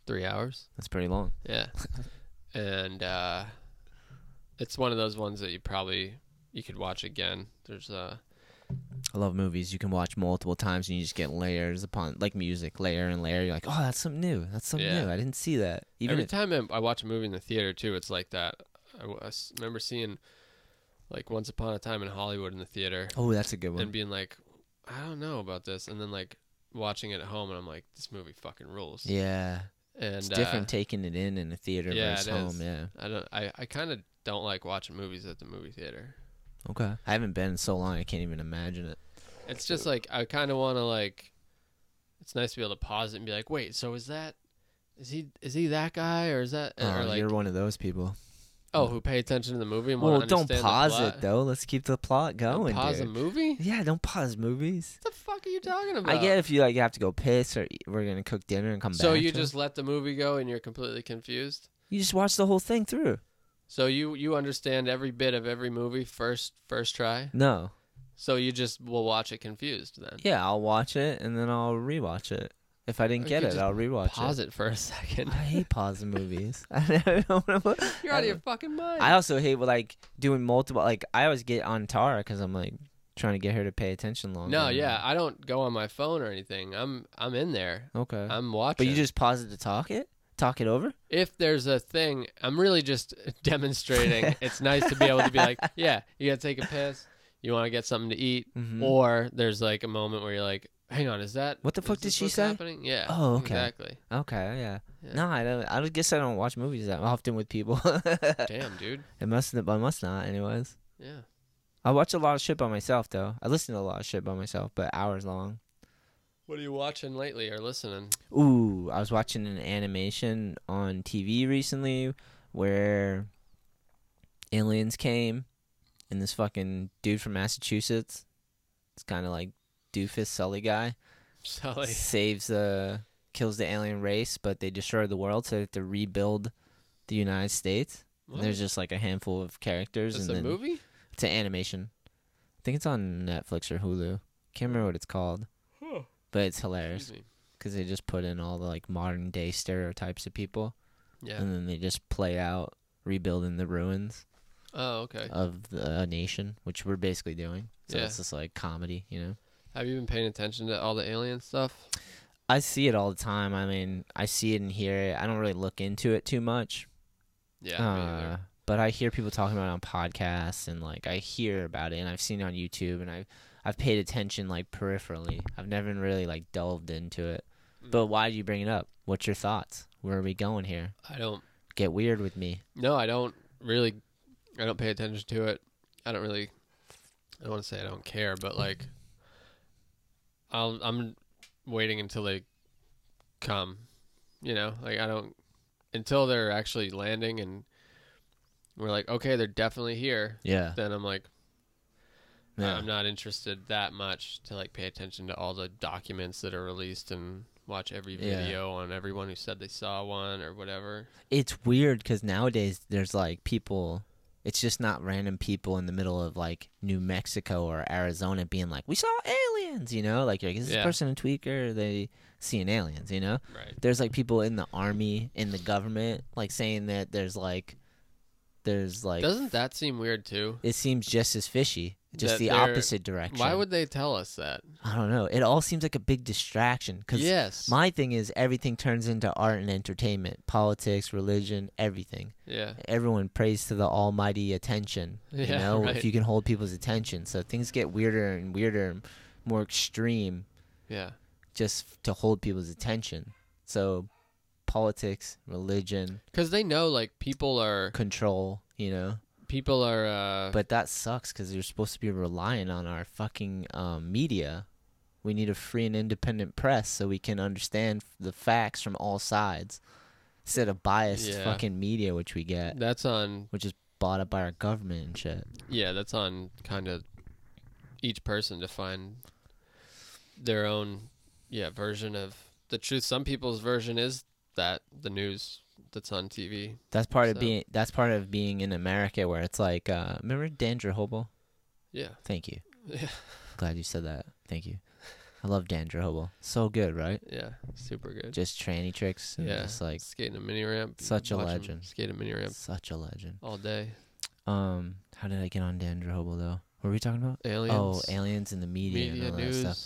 [SPEAKER 2] three hours?
[SPEAKER 1] That's pretty long.
[SPEAKER 2] Yeah, and uh, it's one of those ones that you probably you could watch again. There's uh,
[SPEAKER 1] I love movies you can watch multiple times and you just get layers upon like music layer and layer. You're like, oh, that's something new. That's something
[SPEAKER 2] Yeah.
[SPEAKER 1] new. I didn't see that. Even
[SPEAKER 2] every
[SPEAKER 1] if,
[SPEAKER 2] time I, I watch a movie in the theater too, it's like that. I, w- I s- remember seeing like Once Upon a Time in Hollywood in the theater
[SPEAKER 1] oh, that's a good one.
[SPEAKER 2] and being like, I don't know about this, and then like watching it at home and I'm like, this movie fucking rules.
[SPEAKER 1] yeah,
[SPEAKER 2] and
[SPEAKER 1] it's
[SPEAKER 2] uh,
[SPEAKER 1] different taking it in in a theater
[SPEAKER 2] yeah,
[SPEAKER 1] versus
[SPEAKER 2] it
[SPEAKER 1] home.
[SPEAKER 2] is.
[SPEAKER 1] Yeah.
[SPEAKER 2] I don't. I, I kind of don't like watching movies at the movie theater.
[SPEAKER 1] Okay. I haven't been in so long. I can't even imagine it.
[SPEAKER 2] It's just like I kind of want to like. It's nice to be able to pause it and be like, wait, so is that, is he is he that guy or is that Uh, or
[SPEAKER 1] oh,
[SPEAKER 2] like
[SPEAKER 1] you're one of those people.
[SPEAKER 2] oh who pay attention to the movie and
[SPEAKER 1] Well,
[SPEAKER 2] want to
[SPEAKER 1] don't pause it though. Let's keep the plot going.
[SPEAKER 2] pause
[SPEAKER 1] dude.
[SPEAKER 2] a movie.
[SPEAKER 1] Yeah, don't pause movies.
[SPEAKER 2] What the fuck are you talking about?
[SPEAKER 1] I get if you like have to go piss or eat- we're gonna cook dinner and come back.
[SPEAKER 2] So you
[SPEAKER 1] to it.
[SPEAKER 2] just let the movie go and you're completely confused.
[SPEAKER 1] you just watch the whole thing through.
[SPEAKER 2] So you you understand every bit of every movie first first try.
[SPEAKER 1] No.
[SPEAKER 2] So you just will watch it confused then.
[SPEAKER 1] Yeah, I'll watch it and then I'll rewatch it. If I didn't
[SPEAKER 2] Or you
[SPEAKER 1] get
[SPEAKER 2] could
[SPEAKER 1] it,
[SPEAKER 2] just
[SPEAKER 1] I'll rewatch
[SPEAKER 2] Pause
[SPEAKER 1] it.
[SPEAKER 2] it for a second.
[SPEAKER 1] I hate pausing movies. I don't know.
[SPEAKER 2] You're out of your fucking mind.
[SPEAKER 1] I also hate like doing multiple. Like I always get on Tara because I'm like trying to get her to pay attention longer.
[SPEAKER 2] No, yeah, I don't go on my phone or anything. I'm I'm in there.
[SPEAKER 1] Okay.
[SPEAKER 2] I'm watching.
[SPEAKER 1] but you just pause it to talk it, talk it over.
[SPEAKER 2] if there's a thing, I'm really just demonstrating. it's nice to be able to be like, yeah, you gotta take a piss. You want to get something to eat,
[SPEAKER 1] Mhm.
[SPEAKER 2] or there's like a moment where you're like, hang on, is that
[SPEAKER 1] What the
[SPEAKER 2] is
[SPEAKER 1] fuck did
[SPEAKER 2] this
[SPEAKER 1] she
[SPEAKER 2] what's
[SPEAKER 1] say?
[SPEAKER 2] Happening? Yeah.
[SPEAKER 1] Oh, okay.
[SPEAKER 2] Exactly.
[SPEAKER 1] Okay, yeah.
[SPEAKER 2] Yeah.
[SPEAKER 1] No, I don't. I don't guess I don't watch movies that often with people. Uh,
[SPEAKER 2] Damn, dude.
[SPEAKER 1] it must. I must not. Anyways,
[SPEAKER 2] Yeah.
[SPEAKER 1] I watch a lot of shit by myself though. I listen to a lot of shit by myself, but hours long.
[SPEAKER 2] What are you watching lately or listening?
[SPEAKER 1] Ooh, I was watching an animation on TV recently where aliens came and this fucking dude from Massachusetts, it's kind of like doofus Sully guy,
[SPEAKER 2] Sully.
[SPEAKER 1] saves the kills the alien race, but they destroy the world, so they have to rebuild the United States. And
[SPEAKER 2] What?
[SPEAKER 1] there's just like a handful of characters,
[SPEAKER 2] That's
[SPEAKER 1] and
[SPEAKER 2] a
[SPEAKER 1] then
[SPEAKER 2] movie.
[SPEAKER 1] it's an animation. I think it's on Netflix or Hulu. Can't remember what it's called,
[SPEAKER 2] Huh.
[SPEAKER 1] but it's hilarious
[SPEAKER 2] Excuse me.
[SPEAKER 1] because they just put in all the like modern day stereotypes of people,
[SPEAKER 2] Yeah.
[SPEAKER 1] and then they just play out rebuilding the ruins
[SPEAKER 2] Oh, okay.
[SPEAKER 1] of the uh, nation, which we're basically doing. So
[SPEAKER 2] Yeah.
[SPEAKER 1] it's just like comedy, you know.
[SPEAKER 2] Have you been paying attention to all the alien stuff?
[SPEAKER 1] I see it all the time. I mean, I see it and hear it. I don't really look into it too much,
[SPEAKER 2] Yeah. me either.
[SPEAKER 1] uh, but I hear people talking about it on podcasts and like I hear about it, and I've seen it on YouTube, and I've I've paid attention like peripherally. I've never really like delved into it.
[SPEAKER 2] Mm.
[SPEAKER 1] But why do you bring it up? What's your thoughts? Where are we going here?
[SPEAKER 2] I don't.
[SPEAKER 1] Get weird with me.
[SPEAKER 2] No, I don't really. I don't pay attention to it. I don't really. I don't want to say I don't care, but like, I'll, I'm waiting until they come. You know, like I don't until they're actually landing and we're like, okay, they're definitely here.
[SPEAKER 1] Yeah.
[SPEAKER 2] Then I'm like,
[SPEAKER 1] Yeah.
[SPEAKER 2] I'm not interested that much to like pay attention to all the documents that are released and watch every
[SPEAKER 1] Yeah.
[SPEAKER 2] video on everyone who said they saw one or whatever.
[SPEAKER 1] it's weird because nowadays there's like people it's just not random people in the middle of like New Mexico or Arizona being like, "We saw aliens," you know. Like, you're like is this
[SPEAKER 2] Yeah.
[SPEAKER 1] person a tweaker? Are they seeing aliens? You know.
[SPEAKER 2] Right.
[SPEAKER 1] There's like people in the army, in the government, like saying that there's like there's like
[SPEAKER 2] Doesn't that seem weird too?
[SPEAKER 1] it seems just as fishy, just
[SPEAKER 2] That
[SPEAKER 1] the
[SPEAKER 2] they're-
[SPEAKER 1] opposite direction.
[SPEAKER 2] Why would they tell us that?
[SPEAKER 1] I don't know? It all seems like a big distraction because
[SPEAKER 2] Yes.
[SPEAKER 1] my thing is everything turns into art and entertainment, politics, religion, everything.
[SPEAKER 2] yeah.
[SPEAKER 1] Everyone prays to the almighty attention. you
[SPEAKER 2] Yeah,
[SPEAKER 1] know,
[SPEAKER 2] right.
[SPEAKER 1] if you can hold people's attention, so things get weirder and weirder, and more extreme.
[SPEAKER 2] Yeah.
[SPEAKER 1] just f- to hold people's attention. So politics, religion,
[SPEAKER 2] Cuz they know like people are
[SPEAKER 1] control, you know.
[SPEAKER 2] people are uh
[SPEAKER 1] But that sucks cuz you're supposed to be relying on our fucking um, media. We need a free and independent press so we can understand f- the facts from all sides instead of biased
[SPEAKER 2] Yeah.
[SPEAKER 1] fucking media which we get,
[SPEAKER 2] that's on
[SPEAKER 1] which is bought up by our government and shit.
[SPEAKER 2] yeah, that's on kind of each person to find their own yeah, version of the truth. Some people's version is that the news that's on TV.
[SPEAKER 1] That's part of
[SPEAKER 2] So-
[SPEAKER 1] being that's part of being in America where it's like uh remember Dandra Hobel?
[SPEAKER 2] Yeah.
[SPEAKER 1] Thank you.
[SPEAKER 2] Yeah.
[SPEAKER 1] Glad you said that. Thank you. I love Dandra Hobel. So good, right?
[SPEAKER 2] Yeah. Super good.
[SPEAKER 1] Just tranny tricks. And
[SPEAKER 2] yeah.
[SPEAKER 1] Just like
[SPEAKER 2] skating a mini ramp.
[SPEAKER 1] such a
[SPEAKER 2] watch 'em
[SPEAKER 1] legend.
[SPEAKER 2] Skate a mini ramp
[SPEAKER 1] such a legend.
[SPEAKER 2] all day.
[SPEAKER 1] Um, how did I get on Dandra Hobel though? What were we talking about?
[SPEAKER 2] Aliens.
[SPEAKER 1] Oh, aliens in the media,
[SPEAKER 2] media
[SPEAKER 1] and all that
[SPEAKER 2] news.
[SPEAKER 1] stuff.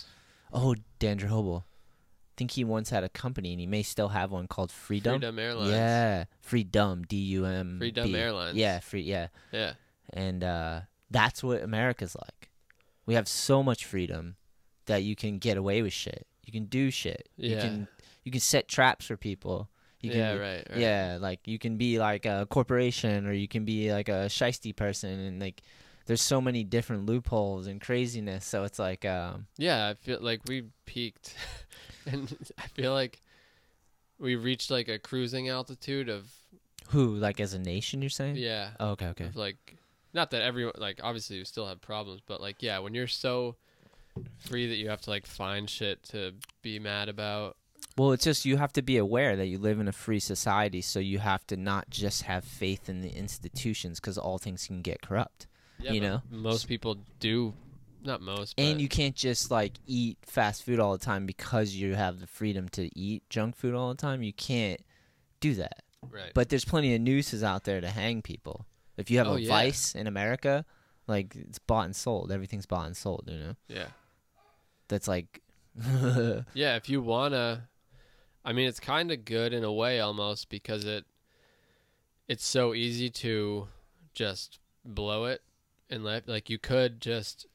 [SPEAKER 1] Oh, Dandra Hobel. I think he once had a company and he may still have one called Freedom.
[SPEAKER 2] Freedom Airlines.
[SPEAKER 1] Yeah. Freedom. D U M.
[SPEAKER 2] Freedom
[SPEAKER 1] B.
[SPEAKER 2] Airlines.
[SPEAKER 1] Yeah, free yeah.
[SPEAKER 2] Yeah.
[SPEAKER 1] And uh that's what America's like. We have so much freedom that you can get away with shit. You can do shit. You
[SPEAKER 2] Yeah.
[SPEAKER 1] can you can set traps for people. You can
[SPEAKER 2] yeah, right, right.
[SPEAKER 1] Yeah, like you can be like a corporation or you can be like a shisty person and like there's so many different loopholes and craziness. So it's like um
[SPEAKER 2] Yeah, I feel like we peaked. and I feel like we reached like a cruising altitude of
[SPEAKER 1] who like as a nation you're saying?
[SPEAKER 2] yeah,
[SPEAKER 1] Oh, okay, okay.
[SPEAKER 2] of like not that everyone like obviously you still have problems, but like yeah, when you're so free that you have to like find shit to be mad about.
[SPEAKER 1] Well, it's just you have to be aware that you live in a free society, so you have to not just have faith in the institutions cuz all things can get corrupt.
[SPEAKER 2] Yeah,
[SPEAKER 1] You
[SPEAKER 2] but
[SPEAKER 1] know?
[SPEAKER 2] most people do not most but
[SPEAKER 1] And you can't just like eat fast food all the time because you have the freedom to eat junk food all the time. You can't do that.
[SPEAKER 2] right.
[SPEAKER 1] But there's plenty of nooses out there to hang people. If you have
[SPEAKER 2] Oh,
[SPEAKER 1] a
[SPEAKER 2] yeah.
[SPEAKER 1] vice in America, like it's bought and sold. Everything's bought and sold, you know?
[SPEAKER 2] yeah.
[SPEAKER 1] That's like Yeah,
[SPEAKER 2] Yeah, if you wanna, I mean, it's kind of good in a way almost because it, it's so easy to just blow it and let like you could just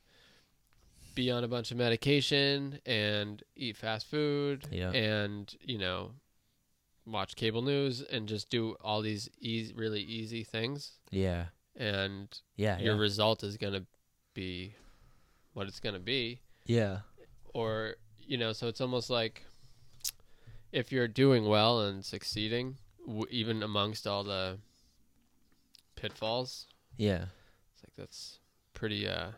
[SPEAKER 2] be on a bunch of medication and eat fast food
[SPEAKER 1] Yeah.
[SPEAKER 2] and you know watch cable news and just do all these easy, really easy things
[SPEAKER 1] yeah.
[SPEAKER 2] and
[SPEAKER 1] Yeah.
[SPEAKER 2] your result is gonna be what it's gonna be
[SPEAKER 1] yeah.
[SPEAKER 2] or you know so it's almost like if you're doing well and succeeding w- even amongst all the pitfalls
[SPEAKER 1] Yeah.
[SPEAKER 2] it's like that's pretty uh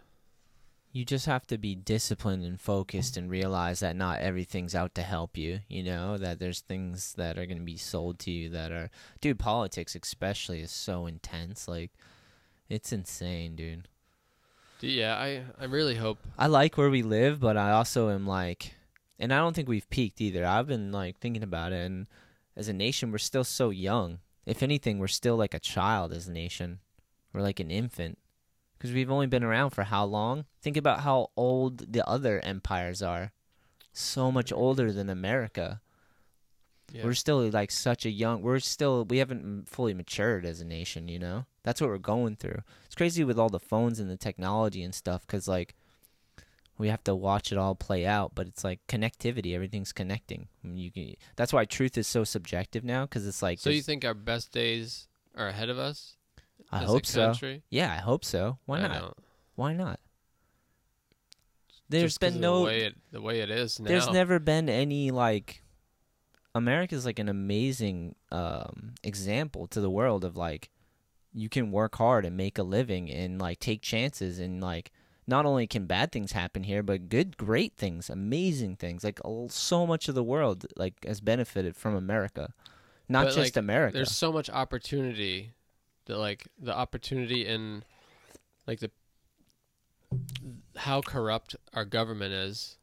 [SPEAKER 1] You just have to be disciplined and focused and realize that not everything's out to help you, you know, that there's things that are going to be sold to you that are dude, politics especially is so intense. Like it's insane, dude.
[SPEAKER 2] d- yeah i i really hope
[SPEAKER 1] I like where we live, but I also am like, and I don't think we've peaked either. I've been like thinking about it, and as a nation, we're still so young. If anything, we're still like a child as a nation. We're like an infant because we've only been around for how long? Think about how old the other empires are. So much older than America.
[SPEAKER 2] yeah,
[SPEAKER 1] We're still like such a young. We're still we haven't m- fully matured as a nation. You know, that's what we're going through. It's crazy with all the phones and the technology and stuff. Cause like, we have to watch it all play out. But it's like connectivity. Everything's connecting. I mean, you can. That's why truth is so subjective now. Cause it's like.
[SPEAKER 2] so you
[SPEAKER 1] there's-
[SPEAKER 2] think our best days are ahead of us
[SPEAKER 1] I
[SPEAKER 2] as
[SPEAKER 1] hope
[SPEAKER 2] a
[SPEAKER 1] so.
[SPEAKER 2] country?
[SPEAKER 1] Yeah, I hope so. Why
[SPEAKER 2] I
[SPEAKER 1] not?
[SPEAKER 2] don't.
[SPEAKER 1] Why not? There's
[SPEAKER 2] Just 'cause
[SPEAKER 1] been
[SPEAKER 2] of
[SPEAKER 1] no.
[SPEAKER 2] the way it, the way it is now
[SPEAKER 1] There's never been any like America's like an amazing um example to the world of like you can work hard and make a living and like take chances and like not only can bad things happen here but good great things amazing things like a- so much of the world like has benefited from America not
[SPEAKER 2] But,
[SPEAKER 1] just
[SPEAKER 2] like,
[SPEAKER 1] America
[SPEAKER 2] there's so much opportunity that like the opportunity in like the how corrupt our government is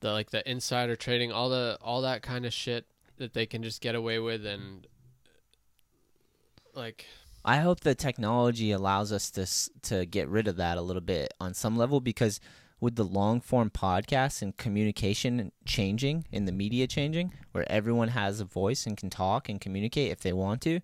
[SPEAKER 2] the like the insider trading all the all that kind of shit that they can just get away with and like
[SPEAKER 1] I hope the technology allows us to s- to get rid of that a little bit on some level because with the long form podcasts and communication changing and the media changing, where everyone has a voice and can talk and communicate if they want to,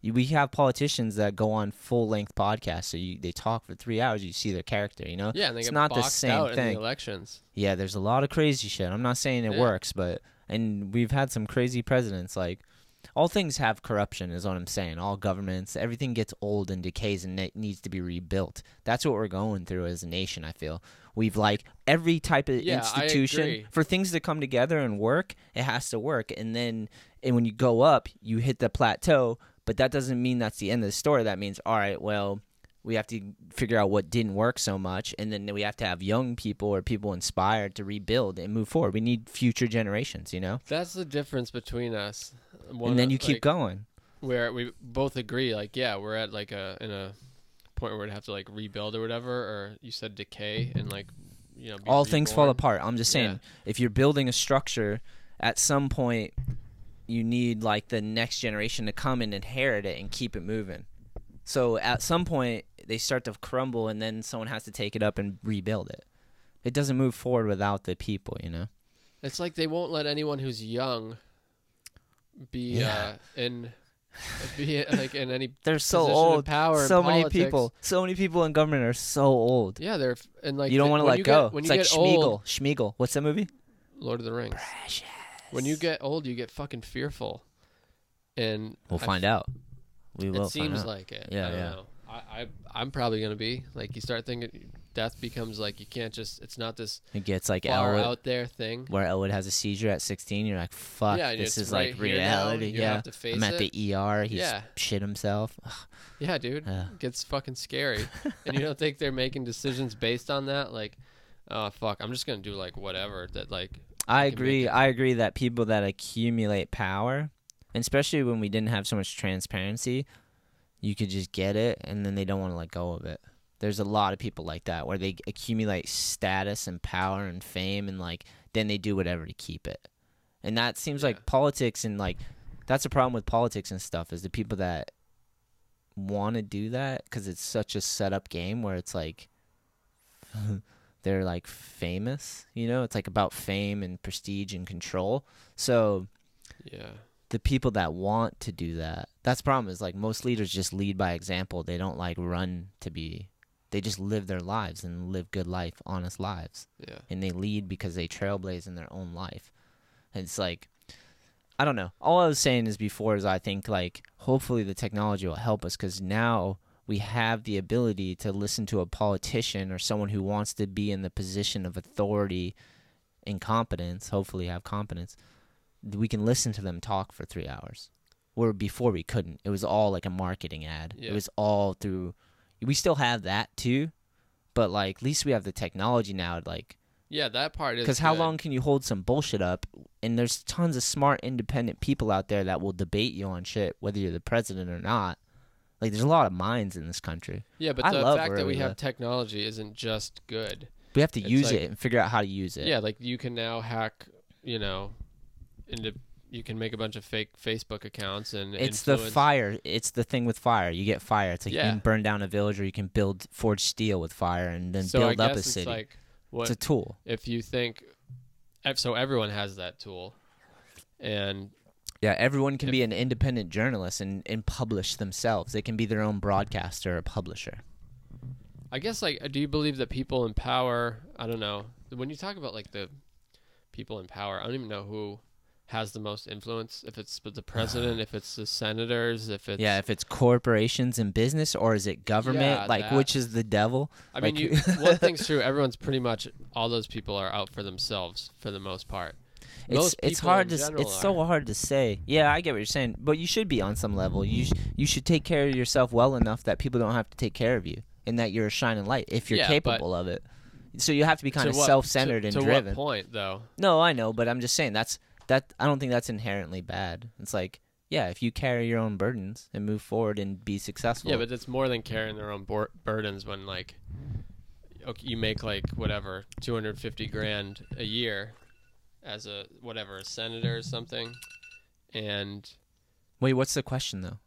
[SPEAKER 1] you- we have politicians that go on full length podcasts. So you, they talk for three hours. You see their character. You know,
[SPEAKER 2] Yeah, and they
[SPEAKER 1] it's
[SPEAKER 2] get
[SPEAKER 1] not the
[SPEAKER 2] boxed
[SPEAKER 1] same
[SPEAKER 2] out in
[SPEAKER 1] thing.
[SPEAKER 2] the elections.
[SPEAKER 1] Yeah, there's a lot of crazy shit. I'm not saying it
[SPEAKER 2] Yeah.
[SPEAKER 1] works, but and we've had some crazy presidents. Like all things have corruption, is what I'm saying. All governments, everything gets old and decays and it needs to be rebuilt. That's what we're going through as a nation. I feel we've like every type of
[SPEAKER 2] Yeah, I
[SPEAKER 1] institution
[SPEAKER 2] agree.
[SPEAKER 1] for things to come together and work. It has to work, and then and when you go up, you hit the plateau. But that doesn't mean that's the end of the story. That means all right, well we have to figure out what didn't work so much and then we have to have young people or people inspired to rebuild and move forward we need future generations you know
[SPEAKER 2] That's the difference between us. One
[SPEAKER 1] and then
[SPEAKER 2] of-
[SPEAKER 1] you keep
[SPEAKER 2] like,
[SPEAKER 1] going
[SPEAKER 2] Where we both agree, like, yeah, we're at like a in a point where we'd have to like rebuild or whatever, or you said decay and like, you know, be
[SPEAKER 1] all things fall
[SPEAKER 2] reborn.
[SPEAKER 1] apart i'm just saying
[SPEAKER 2] Yeah.
[SPEAKER 1] if you're building a structure at some point you need like the next generation to come and inherit it and keep it moving so at some point they start to crumble and then someone has to take it up and rebuild it it doesn't move forward without the people you know
[SPEAKER 2] It's like they won't let anyone who's young be
[SPEAKER 1] Yeah.
[SPEAKER 2] uh, in be like in any
[SPEAKER 1] they're so
[SPEAKER 2] position of
[SPEAKER 1] old
[SPEAKER 2] power. in
[SPEAKER 1] so many
[SPEAKER 2] politics.
[SPEAKER 1] people so many people in government are so old
[SPEAKER 2] Yeah, they're f- and like
[SPEAKER 1] you don't want
[SPEAKER 2] the-
[SPEAKER 1] to
[SPEAKER 2] when
[SPEAKER 1] let
[SPEAKER 2] you get-
[SPEAKER 1] go
[SPEAKER 2] when
[SPEAKER 1] it's
[SPEAKER 2] you
[SPEAKER 1] like
[SPEAKER 2] get
[SPEAKER 1] Schmiegel.
[SPEAKER 2] old,
[SPEAKER 1] Schmiegel. what's that movie
[SPEAKER 2] Lord of the Rings. When you get old, you get fucking fearful, and
[SPEAKER 1] we'll
[SPEAKER 2] I
[SPEAKER 1] find out we will
[SPEAKER 2] It seems like it.
[SPEAKER 1] Yeah,
[SPEAKER 2] I don't
[SPEAKER 1] yeah.
[SPEAKER 2] Know. I, I I'm probably gonna be like you start thinking death becomes like you can't just it's not this
[SPEAKER 1] it gets like
[SPEAKER 2] far
[SPEAKER 1] elwood
[SPEAKER 2] out there thing.
[SPEAKER 1] where elwood has a seizure at 16 you're like fuck
[SPEAKER 2] Yeah, and
[SPEAKER 1] this
[SPEAKER 2] it's
[SPEAKER 1] is
[SPEAKER 2] right
[SPEAKER 1] like
[SPEAKER 2] here now,
[SPEAKER 1] reality
[SPEAKER 2] you
[SPEAKER 1] yeah
[SPEAKER 2] have to face
[SPEAKER 1] i'm at
[SPEAKER 2] it.
[SPEAKER 1] the er he's
[SPEAKER 2] Yeah.
[SPEAKER 1] shit himself
[SPEAKER 2] Yeah, dude,
[SPEAKER 1] Yeah.
[SPEAKER 2] it gets fucking scary, and you don't think they're making decisions based on that? Like, oh fuck, I'm just gonna do like whatever that like.
[SPEAKER 1] i
[SPEAKER 2] can make
[SPEAKER 1] agree
[SPEAKER 2] it.
[SPEAKER 1] i agree that people that accumulate power and especially when we didn't have so much transparency you could just get it and then they don't want to let go of it there's a lot of people like that where they accumulate status and power and fame and like then they do whatever to keep it and that seems
[SPEAKER 2] Yeah.
[SPEAKER 1] like politics and like that's a problem with politics and stuff is the people that want to do that because it's such a set up game where it's like they're like famous you know it's like about fame and prestige and control so
[SPEAKER 2] Yeah,
[SPEAKER 1] the people that want to do that. That's the problem is like most leaders just lead by example. They don't like run to be they just live their lives and live good life, honest lives.
[SPEAKER 2] yeah.
[SPEAKER 1] And they lead because they trailblaze in their own life. And it's like I don't know. All I was saying is before is I think like hopefully the technology will help us cuz now we have the ability to listen to a politician or someone who wants to be in the position of authority and competence, hopefully have competence we can listen to them talk for three hours. Where before we couldn't. It was all like a marketing ad.
[SPEAKER 2] Yeah.
[SPEAKER 1] It was all through. We still have that too, but like at least we have the technology now. to, Like,
[SPEAKER 2] Yeah, that part is
[SPEAKER 1] because how
[SPEAKER 2] good.
[SPEAKER 1] long can you hold some bullshit up? And there's tons of smart, independent people out there that will debate you on shit, whether you're the president or not. Like, there's a lot of minds in this country.
[SPEAKER 2] Yeah, but
[SPEAKER 1] I
[SPEAKER 2] the
[SPEAKER 1] love
[SPEAKER 2] fact
[SPEAKER 1] where
[SPEAKER 2] that we
[SPEAKER 1] we
[SPEAKER 2] have
[SPEAKER 1] live.
[SPEAKER 2] technology isn't just good.
[SPEAKER 1] We have to
[SPEAKER 2] It's
[SPEAKER 1] use
[SPEAKER 2] like-
[SPEAKER 1] it and figure out how to use it.
[SPEAKER 2] Yeah, like you can now hack, you know, into you can make a bunch of fake Facebook accounts and
[SPEAKER 1] It's the
[SPEAKER 2] influence-
[SPEAKER 1] fire. It's the thing with fire. You get fire. It's like you
[SPEAKER 2] Yeah.
[SPEAKER 1] can burn down a village, or you can build forge steel with fire, and then
[SPEAKER 2] so I
[SPEAKER 1] build
[SPEAKER 2] guess
[SPEAKER 1] up a
[SPEAKER 2] it's
[SPEAKER 1] city.
[SPEAKER 2] like what
[SPEAKER 1] it's a tool.
[SPEAKER 2] if you think ev- so everyone has that tool and
[SPEAKER 1] Yeah, everyone can be an independent journalist and, and publish themselves. They can be their own broadcaster or publisher.
[SPEAKER 2] i guess like do you believe that people in power i don't know when you talk about like the people in power i don't even know who has the most influence if it's the president if it's the senators if it's
[SPEAKER 1] yeah, if it's corporations and business or is it government?
[SPEAKER 2] Yeah,
[SPEAKER 1] like
[SPEAKER 2] that.
[SPEAKER 1] which is the devil?
[SPEAKER 2] i mean
[SPEAKER 1] like-
[SPEAKER 2] you one thing's true everyone's pretty much all those people are out for themselves for the most part
[SPEAKER 1] It's
[SPEAKER 2] Most
[SPEAKER 1] it's
[SPEAKER 2] people
[SPEAKER 1] hard to
[SPEAKER 2] in
[SPEAKER 1] s-
[SPEAKER 2] general
[SPEAKER 1] it's so
[SPEAKER 2] are.
[SPEAKER 1] hard to say. Yeah, I get what you're saying, but you should be on some level. You sh- you should take care of yourself well enough that people don't have to take care of you and that you're a shining light if you're
[SPEAKER 2] Yeah, but-
[SPEAKER 1] capable of it. So you have to be kind
[SPEAKER 2] To
[SPEAKER 1] of
[SPEAKER 2] what-
[SPEAKER 1] self-centered
[SPEAKER 2] to,
[SPEAKER 1] and
[SPEAKER 2] to
[SPEAKER 1] driven.
[SPEAKER 2] what point though
[SPEAKER 1] No, I know, but I'm just saying that's that. I don't think that's inherently bad. It's like, yeah, if you carry your own burdens and move forward and be successful.
[SPEAKER 2] Yeah, but it's more than carrying their own bur- burdens when like okay, you make like whatever 250 grand a year as a whatever a senator or something and
[SPEAKER 1] wait, what's the question though?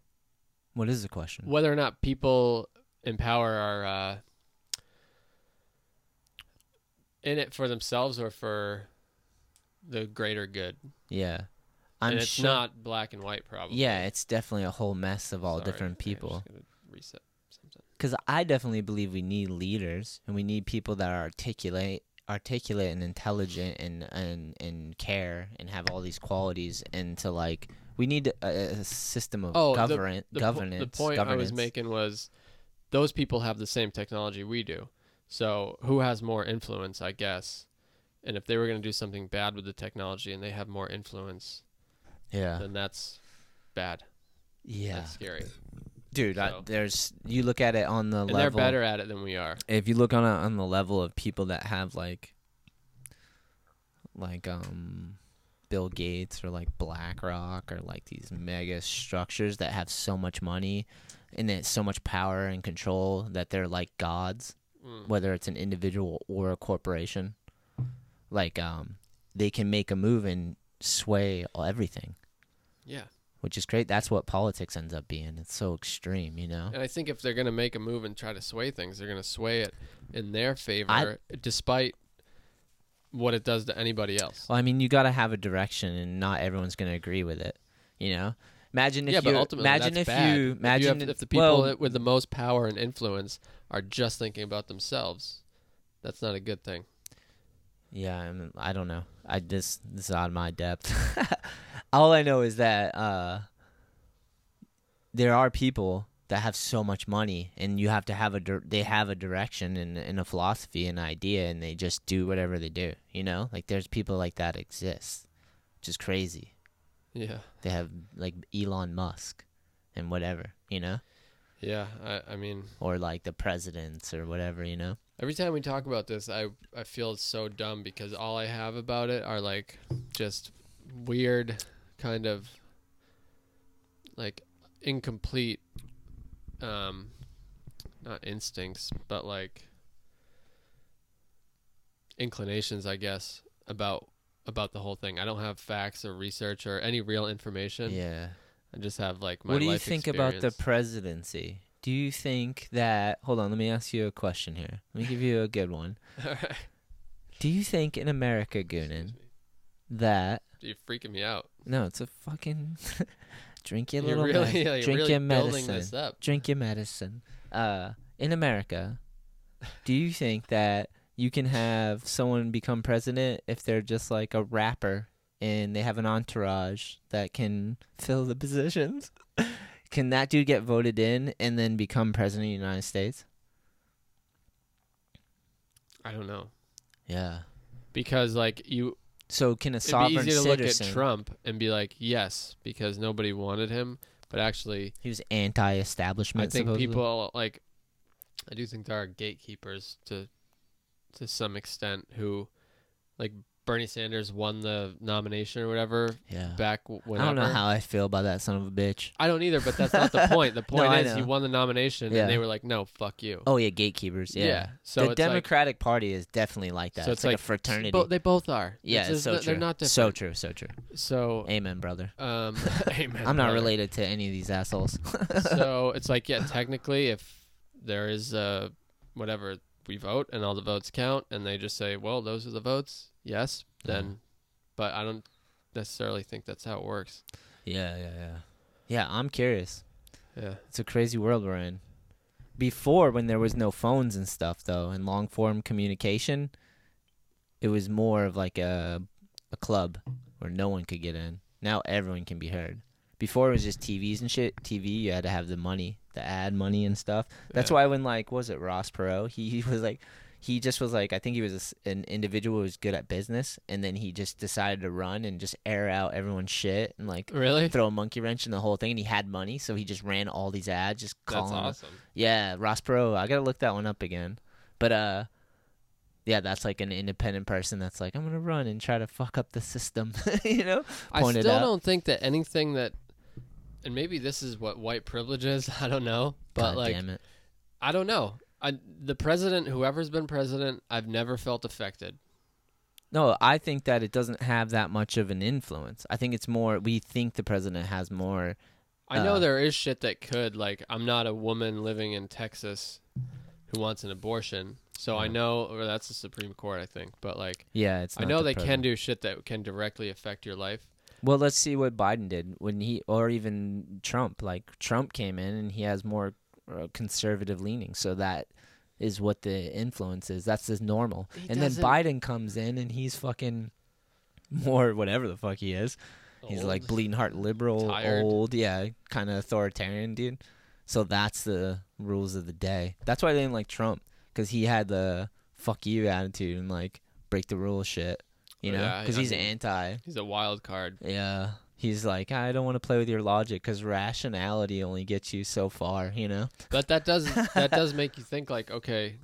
[SPEAKER 1] What is the question?
[SPEAKER 2] whether or not people in power are uh, in it for themselves or for the greater good.
[SPEAKER 1] Yeah, I'm
[SPEAKER 2] and it's
[SPEAKER 1] sure.
[SPEAKER 2] not black and white, probably.
[SPEAKER 1] yeah, it's definitely a whole mess of all
[SPEAKER 2] Sorry,
[SPEAKER 1] different
[SPEAKER 2] I think I'm
[SPEAKER 1] people.
[SPEAKER 2] just gonna reset something.
[SPEAKER 1] Because I definitely believe we need leaders and we need people that are articulate, articulate and intelligent and and and care and have all these qualities and to like we need a, a system of
[SPEAKER 2] Oh, the-
[SPEAKER 1] govern-
[SPEAKER 2] The, po-
[SPEAKER 1] governance.
[SPEAKER 2] the point
[SPEAKER 1] governance.
[SPEAKER 2] I was making was those people have the same technology we do. So who has more influence, I guess? And if they were going to do something bad with the technology and they have more influence,
[SPEAKER 1] Yeah,
[SPEAKER 2] then that's bad.
[SPEAKER 1] yeah,
[SPEAKER 2] That's scary.
[SPEAKER 1] dude. I,
[SPEAKER 2] so-
[SPEAKER 1] there's you look at it on the
[SPEAKER 2] And
[SPEAKER 1] level.
[SPEAKER 2] they're better at it than we are.
[SPEAKER 1] if you look on a, on the level of people that have like like um Bill Gates or like BlackRock or like these mega structures that have so much money and it's so much power and control that they're like gods,
[SPEAKER 2] Mm.
[SPEAKER 1] whether it's an individual or a corporation. Like um they can make a move and sway everything,
[SPEAKER 2] Yeah.
[SPEAKER 1] which is great. That's what politics ends up being. It's so extreme, you know.
[SPEAKER 2] And I think if they're going to make a move and try to sway things, they're going to sway it in their favor, despite what it does to anybody else.
[SPEAKER 1] Well, I mean, you got to have a direction, and not everyone's going to agree with it. You know, imagine if
[SPEAKER 2] yeah,
[SPEAKER 1] you
[SPEAKER 2] but ultimately,
[SPEAKER 1] imagine
[SPEAKER 2] that's
[SPEAKER 1] if
[SPEAKER 2] bad.
[SPEAKER 1] you imagine
[SPEAKER 2] if,
[SPEAKER 1] if,
[SPEAKER 2] if the people
[SPEAKER 1] well,
[SPEAKER 2] that- with the most power and influence are just thinking about themselves. That's not a good thing.
[SPEAKER 1] yeah, I'm, I don't know. I just this is out of my depth. All I know is that uh, there are people that have so much money, and you have to have a dir- they have a direction and, and a philosophy and idea, and they just do whatever they do. You know, like there's people like that exist, which is crazy.
[SPEAKER 2] Yeah,
[SPEAKER 1] They have like Elon Musk and whatever. You know.
[SPEAKER 2] yeah. I, I mean,
[SPEAKER 1] or like the presidents or whatever, you know?
[SPEAKER 2] every time we talk about this, I I feel so dumb because all I have about it are like just weird kind of like incomplete um not instincts, but like inclinations, I guess, about about the whole thing. I don't have facts or research or any real information.
[SPEAKER 1] Yeah.
[SPEAKER 2] I just have like my
[SPEAKER 1] what do you
[SPEAKER 2] life
[SPEAKER 1] think about
[SPEAKER 2] experience.
[SPEAKER 1] the presidency? Do you think that hold on, let me ask you a question here. Let me give you a good one.
[SPEAKER 2] Alright.
[SPEAKER 1] Do you think in America,
[SPEAKER 2] Excuse
[SPEAKER 1] Goonin,
[SPEAKER 2] me.
[SPEAKER 1] that
[SPEAKER 2] You're freaking me out.
[SPEAKER 1] no, it's a fucking drink your
[SPEAKER 2] You're
[SPEAKER 1] little med-
[SPEAKER 2] really, you're
[SPEAKER 1] drink
[SPEAKER 2] really
[SPEAKER 1] your
[SPEAKER 2] building
[SPEAKER 1] medicine.
[SPEAKER 2] this up.
[SPEAKER 1] drink your medicine. Uh, in America, do you think that you can have someone become president if they're just like a rapper and they have an entourage that can fill the positions? can that dude get voted in and then become president of the United States?
[SPEAKER 2] I don't know.
[SPEAKER 1] Yeah.
[SPEAKER 2] because like you
[SPEAKER 1] So can a
[SPEAKER 2] it'd be
[SPEAKER 1] sovereign
[SPEAKER 2] easy to look at
[SPEAKER 1] citizen?
[SPEAKER 2] Trump and be like yes because nobody wanted him but actually
[SPEAKER 1] he was anti-establishment.
[SPEAKER 2] I think
[SPEAKER 1] supposedly.
[SPEAKER 2] people like I do think there are gatekeepers to to some extent who like Bernie Sanders won the nomination or whatever
[SPEAKER 1] Yeah.
[SPEAKER 2] back w-
[SPEAKER 1] I
[SPEAKER 2] whenever
[SPEAKER 1] don't know how I feel about that son of a bitch.
[SPEAKER 2] I don't either but that's not the point the
[SPEAKER 1] No,
[SPEAKER 2] point
[SPEAKER 1] I
[SPEAKER 2] is he
[SPEAKER 1] know.
[SPEAKER 2] won the nomination
[SPEAKER 1] Yeah.
[SPEAKER 2] and they were like no fuck you
[SPEAKER 1] Oh yeah, gatekeepers.
[SPEAKER 2] so
[SPEAKER 1] the
[SPEAKER 2] it's like-
[SPEAKER 1] Democratic Party is definitely like that.
[SPEAKER 2] so
[SPEAKER 1] it's, like, a fraternity.
[SPEAKER 2] bo- they both are
[SPEAKER 1] yeah,
[SPEAKER 2] It's
[SPEAKER 1] it's
[SPEAKER 2] just
[SPEAKER 1] so
[SPEAKER 2] that
[SPEAKER 1] true.
[SPEAKER 2] they're not
[SPEAKER 1] So
[SPEAKER 2] different
[SPEAKER 1] true, so true.
[SPEAKER 2] so
[SPEAKER 1] Amen, brother.
[SPEAKER 2] um amen,
[SPEAKER 1] I'm not
[SPEAKER 2] brother.
[SPEAKER 1] related to any of these assholes.
[SPEAKER 2] so it's like yeah technically if there is uh whatever we vote and all the votes count and they just say well those are the votes yes then but i don't necessarily think that's how it works
[SPEAKER 1] yeah, yeah, yeah. Yeah, I'm curious.
[SPEAKER 2] yeah
[SPEAKER 1] It's a crazy world we're in. Before, when there was no phones and stuff, though, and long form communication, it was more of like a a club where no one could get in. Now everyone can be heard. Before it was just TVs and shit. TV, you had to have the money, the ad money and stuff. That's
[SPEAKER 2] Yeah.
[SPEAKER 1] why when like was it Ross Perot? He, he was like, he just was like, I think he was a s an individual who was good at business, and then he just decided to run and just air out everyone's shit and like
[SPEAKER 2] really
[SPEAKER 1] throw a monkey wrench in the whole thing. And he had money, so he just ran all these ads, just
[SPEAKER 2] that's
[SPEAKER 1] calling. them.
[SPEAKER 2] awesome
[SPEAKER 1] Yeah, Ross Perot. I gotta look that one up again. But uh, yeah, that's like an independent person that's like, I'm gonna run and try to fuck up the system, you know?
[SPEAKER 2] i
[SPEAKER 1] Point it
[SPEAKER 2] still
[SPEAKER 1] out.
[SPEAKER 2] don't think that anything that and maybe this is what white privilege is i don't know but
[SPEAKER 1] God
[SPEAKER 2] like
[SPEAKER 1] damn it.
[SPEAKER 2] i don't know I, the president whoever's been president i've never felt affected
[SPEAKER 1] No, I think that it doesn't have that much of an influence. I think it's more we think the president has more
[SPEAKER 2] I know
[SPEAKER 1] Uh,
[SPEAKER 2] there is shit that could like I'm not a woman living in Texas who wants an abortion. So I know or that's the Supreme Court I think, but like
[SPEAKER 1] Yeah, it's.
[SPEAKER 2] I
[SPEAKER 1] not
[SPEAKER 2] know
[SPEAKER 1] the
[SPEAKER 2] they can
[SPEAKER 1] president.
[SPEAKER 2] do shit that can directly affect your life.
[SPEAKER 1] Well, let's see what Biden did when he, or even Trump. Like Trump came in and he has more uh, conservative leaning, so that is what the influence is. That's his normal.
[SPEAKER 2] He
[SPEAKER 1] and then
[SPEAKER 2] doesn't-
[SPEAKER 1] Biden comes in and he's fucking more whatever the fuck he is.
[SPEAKER 2] Oh,
[SPEAKER 1] He's like
[SPEAKER 2] Old.
[SPEAKER 1] bleeding heart liberal,
[SPEAKER 2] Tired.
[SPEAKER 1] old, yeah, kind of authoritarian dude. So that's the rules of the day. That's why I didn't like Trump because he had the fuck you attitude and like break the rules shit. You know,
[SPEAKER 2] Oh, Yeah,
[SPEAKER 1] because
[SPEAKER 2] I
[SPEAKER 1] he's
[SPEAKER 2] mean-
[SPEAKER 1] anti.
[SPEAKER 2] He's a wild card.
[SPEAKER 1] Yeah. He's like, I don't want to play with your logic because rationality only gets you so far, you know?
[SPEAKER 2] But that does that does make you think like okay,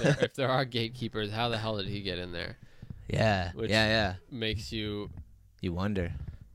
[SPEAKER 2] there, if there are gatekeepers, how the hell did he get in there?
[SPEAKER 1] Yeah.
[SPEAKER 2] Which-
[SPEAKER 1] yeah, yeah.
[SPEAKER 2] Makes you
[SPEAKER 1] You wonder.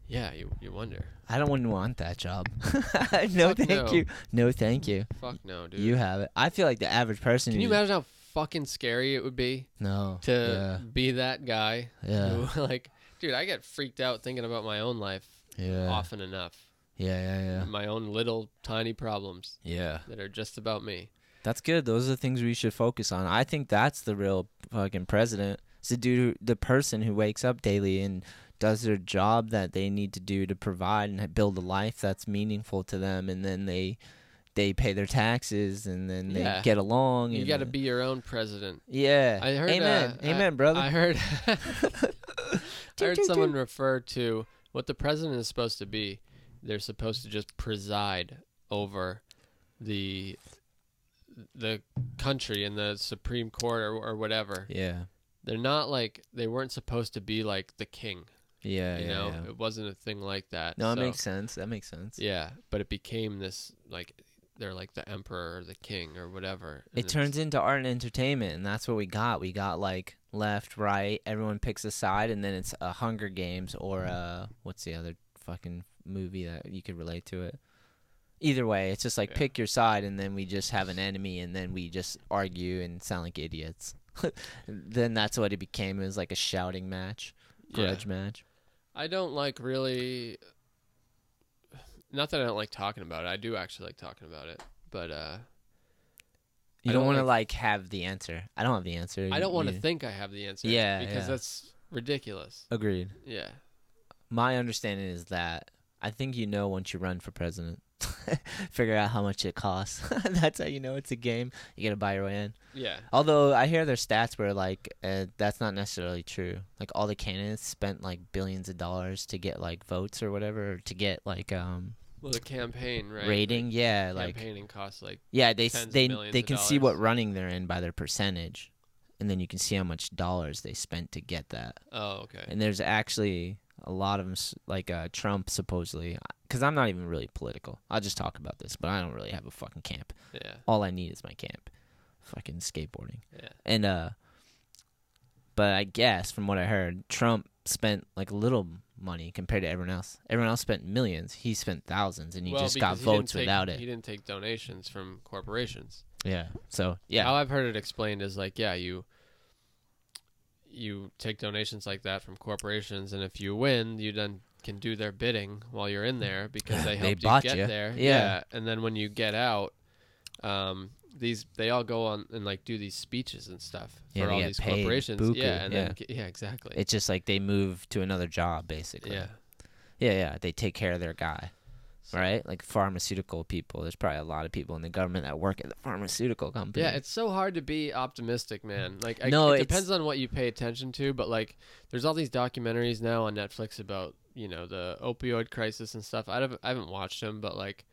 [SPEAKER 2] yeah, you you wonder.
[SPEAKER 1] I don't want to want that job. no,
[SPEAKER 2] Fuck
[SPEAKER 1] thank
[SPEAKER 2] no.
[SPEAKER 1] you. No, thank you.
[SPEAKER 2] Fuck no, dude.
[SPEAKER 1] You have it. I feel like the average person.
[SPEAKER 2] Can you
[SPEAKER 1] is-
[SPEAKER 2] imagine how fucking scary it would be
[SPEAKER 1] No.
[SPEAKER 2] to be that guy?
[SPEAKER 1] Yeah.
[SPEAKER 2] who, like, dude, I get freaked out thinking about my own life
[SPEAKER 1] Yeah. Yeah.
[SPEAKER 2] often enough.
[SPEAKER 1] Yeah. Yeah. Yeah.
[SPEAKER 2] My own little tiny problems
[SPEAKER 1] Yeah.
[SPEAKER 2] that are just about me.
[SPEAKER 1] That's good. Those are the things we should focus on. I think that's the real fucking president. It's the dude, who, the person who wakes up daily and does their job that they need to do to provide and ha- build a life that's meaningful to them, and then they they pay their taxes and then they
[SPEAKER 2] Yeah.
[SPEAKER 1] get along.
[SPEAKER 2] You
[SPEAKER 1] and-
[SPEAKER 2] got to be your own president.
[SPEAKER 1] Yeah.
[SPEAKER 2] I heard.
[SPEAKER 1] Amen.
[SPEAKER 2] uh, I-
[SPEAKER 1] Amen, brother.
[SPEAKER 2] I heard. I heard
[SPEAKER 1] doo,
[SPEAKER 2] someone refer to what the president is supposed to be. They're supposed to just preside over the the country and the Supreme Court or, or whatever.
[SPEAKER 1] yeah.
[SPEAKER 2] They're not like they weren't supposed to be like the king.
[SPEAKER 1] Yeah.
[SPEAKER 2] You
[SPEAKER 1] yeah,
[SPEAKER 2] know,
[SPEAKER 1] yeah.
[SPEAKER 2] it wasn't a thing like that.
[SPEAKER 1] No, that
[SPEAKER 2] so-
[SPEAKER 1] makes sense. That makes sense.
[SPEAKER 2] Yeah, but it became this like they're like the emperor or the king or whatever. and
[SPEAKER 1] It
[SPEAKER 2] it's-
[SPEAKER 1] turns into art and entertainment, and that's what we got. We got like left, right. Everyone picks a side, and then it's a Hunger Games or a what's the other fucking movie that you could relate to it. Either way, it's just like
[SPEAKER 2] Yeah.
[SPEAKER 1] pick your side, and then we just have an enemy, and then we just argue and sound like idiots. then that's what it became. It was like a shouting match,
[SPEAKER 2] yeah.
[SPEAKER 1] grudge match.
[SPEAKER 2] I don't like really. Not that I don't like talking about it. I do actually like talking about it, but uh,
[SPEAKER 1] You don't,
[SPEAKER 2] I don't
[SPEAKER 1] want to like have the answer. I don't have the answer.
[SPEAKER 2] I don't want to
[SPEAKER 1] You-
[SPEAKER 2] think I have the answer.
[SPEAKER 1] Yeah,
[SPEAKER 2] because
[SPEAKER 1] yeah.
[SPEAKER 2] that's ridiculous.
[SPEAKER 1] Agreed.
[SPEAKER 2] Yeah,
[SPEAKER 1] My understanding is that I think you know once you run for president. Figure out how much it costs. that's how you know it's a game. You gotta buy your way in.
[SPEAKER 2] yeah.
[SPEAKER 1] Although I hear their stats were like, uh, that's not necessarily true. Like all the candidates spent like billions of dollars to get like votes or whatever, or to get like um
[SPEAKER 2] Well, the campaign, right?
[SPEAKER 1] rating. Yeah, like
[SPEAKER 2] campaigning costs like
[SPEAKER 1] yeah, they s-
[SPEAKER 2] tens of
[SPEAKER 1] they
[SPEAKER 2] millions
[SPEAKER 1] they
[SPEAKER 2] of
[SPEAKER 1] can see what
[SPEAKER 2] dollars.
[SPEAKER 1] running they're in by their percentage, and then you can see how much dollars they spent to get that.
[SPEAKER 2] oh okay.
[SPEAKER 1] and there's actually a lot of them like uh, Trump supposedly because I'm not even really political. I'll just talk about this, but I don't really have a fucking camp.
[SPEAKER 2] Yeah,
[SPEAKER 1] All I need is my camp, fucking skateboarding.
[SPEAKER 2] yeah.
[SPEAKER 1] And uh, but I guess from what I heard, Trump spent like little money compared to everyone else. Everyone else spent millions. He spent thousands, and he
[SPEAKER 2] well,
[SPEAKER 1] just got
[SPEAKER 2] because he didn't
[SPEAKER 1] votes
[SPEAKER 2] take-
[SPEAKER 1] without
[SPEAKER 2] He
[SPEAKER 1] it.
[SPEAKER 2] didn't take donations from corporations.
[SPEAKER 1] Yeah. So yeah,
[SPEAKER 2] How I've heard it explained is like, yeah, you you take donations like that from corporations, and if you win, you then can do their bidding while you're in there because they
[SPEAKER 1] They
[SPEAKER 2] helped you
[SPEAKER 1] bought
[SPEAKER 2] get
[SPEAKER 1] ya.
[SPEAKER 2] there.
[SPEAKER 1] Yeah.
[SPEAKER 2] and then when you get out, um, these they all go on and like do these speeches and stuff
[SPEAKER 1] Yeah,
[SPEAKER 2] for
[SPEAKER 1] they
[SPEAKER 2] all
[SPEAKER 1] get
[SPEAKER 2] these
[SPEAKER 1] paid
[SPEAKER 2] corporations.
[SPEAKER 1] buku,
[SPEAKER 2] yeah, and
[SPEAKER 1] yeah.
[SPEAKER 2] then yeah, exactly.
[SPEAKER 1] it's just like they move to another job basically.
[SPEAKER 2] yeah,
[SPEAKER 1] Yeah, yeah. They take care of their guy,
[SPEAKER 2] So-
[SPEAKER 1] right? Like pharmaceutical people. There's probably a lot of people in the government that work at the pharmaceutical company.
[SPEAKER 2] yeah. It's so hard to be optimistic, man. Like, I,
[SPEAKER 1] No,
[SPEAKER 2] it
[SPEAKER 1] it's-
[SPEAKER 2] depends on what you pay attention to, but like, there's all these documentaries now on Netflix about you know the opioid crisis and stuff. I haven't, I haven't watched them, but like,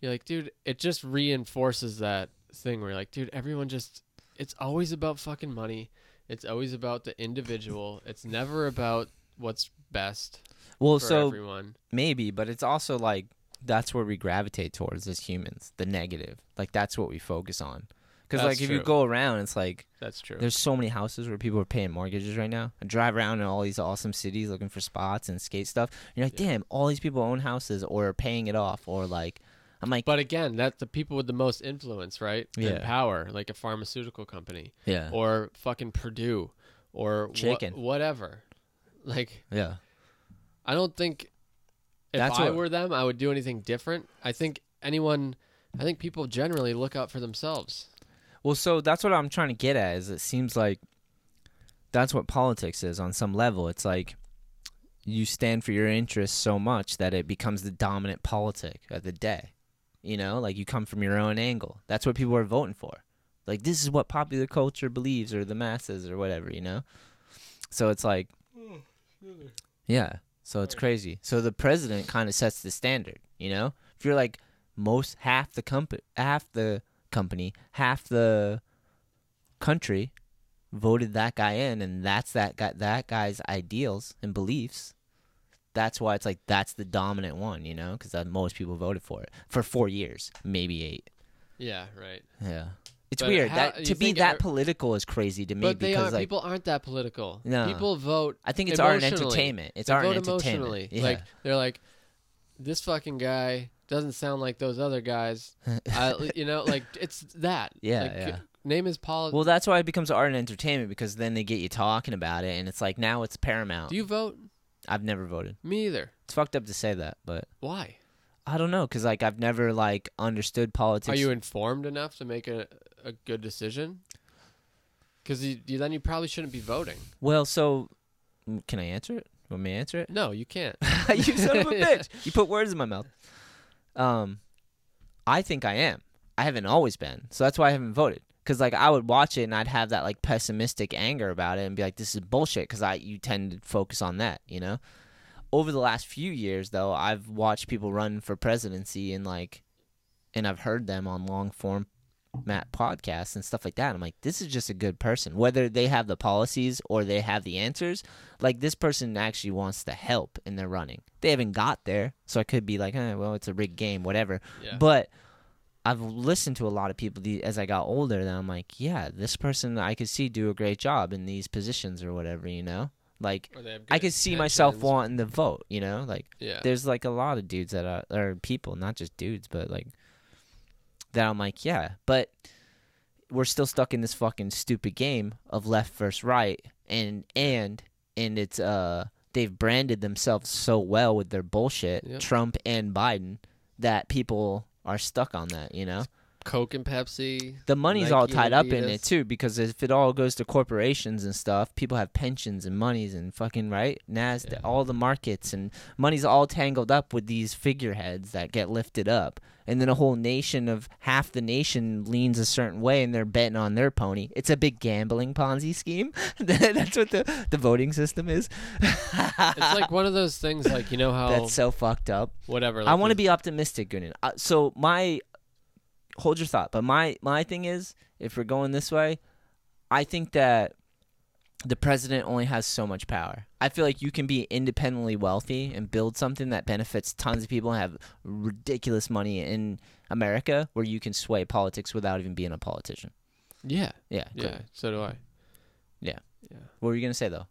[SPEAKER 2] you're like, dude, it just reinforces that thing where you're like, dude, everyone just, it's always about fucking money. It's always about the individual. It's never about what's best
[SPEAKER 1] well,
[SPEAKER 2] for
[SPEAKER 1] so
[SPEAKER 2] everyone.
[SPEAKER 1] maybe, but it's also like that's where we gravitate towards as humans, the negative. Like that's what we focus on. Because
[SPEAKER 2] That's
[SPEAKER 1] like if you
[SPEAKER 2] true.
[SPEAKER 1] go around, it's like
[SPEAKER 2] That's true.
[SPEAKER 1] there's so many houses where people are paying mortgages right now. I drive around in all these awesome cities looking for spots and skate stuff. And you're like,
[SPEAKER 2] Yeah.
[SPEAKER 1] damn, all these people own houses or are paying it off or like, I'm like,
[SPEAKER 2] but again, that's the people with the most influence, right?
[SPEAKER 1] Yeah.
[SPEAKER 2] And power, like a pharmaceutical company.
[SPEAKER 1] yeah,
[SPEAKER 2] or fucking Purdue or wha-
[SPEAKER 1] Chicken.
[SPEAKER 2] whatever. Like
[SPEAKER 1] yeah,
[SPEAKER 2] I don't think If
[SPEAKER 1] That's
[SPEAKER 2] I
[SPEAKER 1] what-
[SPEAKER 2] were them, I would do anything different. I think anyone, I think people generally look out for themselves.
[SPEAKER 1] Well, so that's what I'm trying to get at. Is it seems like that's what politics is on some level. It's like you stand for your interests so much that it becomes the dominant politic of the day. You know, like you come from your own angle. That's what people are voting for. Like this is what popular culture believes, or the masses, or whatever. You know, so it's like, yeah. So it's crazy. So the president kind of sets the standard. You know, if you're like most half the company, half the company, half the country voted that guy in, and that's that guy, that guy's ideals and beliefs. That's why it's like that's the dominant one, you know, because most people voted for it for four years, maybe eight.
[SPEAKER 2] Yeah, right.
[SPEAKER 1] Yeah, it's
[SPEAKER 2] But
[SPEAKER 1] weird
[SPEAKER 2] how-
[SPEAKER 1] that to
[SPEAKER 2] you
[SPEAKER 1] be
[SPEAKER 2] think
[SPEAKER 1] that
[SPEAKER 2] ev-
[SPEAKER 1] political is crazy to me
[SPEAKER 2] but they
[SPEAKER 1] because
[SPEAKER 2] aren't.
[SPEAKER 1] like
[SPEAKER 2] people aren't that political.
[SPEAKER 1] No.
[SPEAKER 2] People vote.
[SPEAKER 1] I think it's art and
[SPEAKER 2] emotionally.
[SPEAKER 1] entertainment. It's
[SPEAKER 2] They
[SPEAKER 1] art and
[SPEAKER 2] vote emotionally.
[SPEAKER 1] entertainment. Yeah.
[SPEAKER 2] Like they're like, this fucking guy doesn't sound like those other guys. I, you know, like it's that.
[SPEAKER 1] Yeah,
[SPEAKER 2] Like,
[SPEAKER 1] yeah.
[SPEAKER 2] Name is politics.
[SPEAKER 1] well, that's why it becomes art and entertainment because then they get you talking about it, and it's like now it's paramount.
[SPEAKER 2] Do you vote?
[SPEAKER 1] I've never voted.
[SPEAKER 2] Me either.
[SPEAKER 1] It's fucked up to say that, but
[SPEAKER 2] Why?
[SPEAKER 1] I don't know because like I've never like understood politics.
[SPEAKER 2] Are you informed enough to make a, a good decision? Because you, you, then you probably shouldn't be voting.
[SPEAKER 1] Well, so mm, can I answer it? Want me to answer it?
[SPEAKER 2] No, you can't.
[SPEAKER 1] you son of a
[SPEAKER 2] Yeah.
[SPEAKER 1] bitch! You put words in my mouth. Um, I think I am. I haven't always been, so that's why I haven't voted. Cause like I would watch it and I'd have that like pessimistic anger about it and be like, "This is bullshit." Cause I you tend to focus on that, you know. Over the last few years, though, I've watched people run for presidency and like, and I've heard them on long form Matt podcasts and stuff like that. I'm like, this is just a good person. Whether they have the policies or they have the answers, like this person actually wants to help in their running. They haven't got there, so I could be like, eh, well, it's a rigged game, whatever.
[SPEAKER 2] Yeah.
[SPEAKER 1] But I've listened to a lot of people the- as I got older that I'm like, yeah, this person I could see do a great job in these positions or whatever, you know? Like,
[SPEAKER 2] Or they have
[SPEAKER 1] I
[SPEAKER 2] good
[SPEAKER 1] could see myself
[SPEAKER 2] intentions.
[SPEAKER 1] wanting to vote, you know? Like,
[SPEAKER 2] Yeah.
[SPEAKER 1] there's like a lot of dudes that are or people, not just dudes, but like that I'm like, yeah, but we're still stuck in this fucking stupid game of left versus right and and and it's uh they've branded themselves so well with their bullshit,
[SPEAKER 2] Yep.
[SPEAKER 1] Trump and Biden, that people are stuck on that, you know?
[SPEAKER 2] Coke and Pepsi.
[SPEAKER 1] the money's all
[SPEAKER 2] Nike,
[SPEAKER 1] tied up in
[SPEAKER 2] Adidas.
[SPEAKER 1] it too because if it all goes to corporations and stuff people have pensions and monies and fucking right nasdaq
[SPEAKER 2] Yeah.
[SPEAKER 1] all the markets and money's all tangled up with these figureheads that get lifted up and then a whole nation of half the nation leans a certain way and they're betting on their pony it's a big gambling ponzi scheme that's what the, the voting system is
[SPEAKER 2] It's like one of those things, like you know how
[SPEAKER 1] that's so fucked up
[SPEAKER 2] whatever.
[SPEAKER 1] I
[SPEAKER 2] like
[SPEAKER 1] want to
[SPEAKER 2] these-
[SPEAKER 1] be optimistic, Gunan. Uh, so my hold your thought, but my my thing is, if we're going this way, I think that the president only has so much power. I feel like you can be independently wealthy and build something that benefits tons of people and have ridiculous money in America, where you can sway politics without even being a politician.
[SPEAKER 2] Yeah,
[SPEAKER 1] Yeah, cool.
[SPEAKER 2] yeah. So do I.
[SPEAKER 1] What were you gonna say though?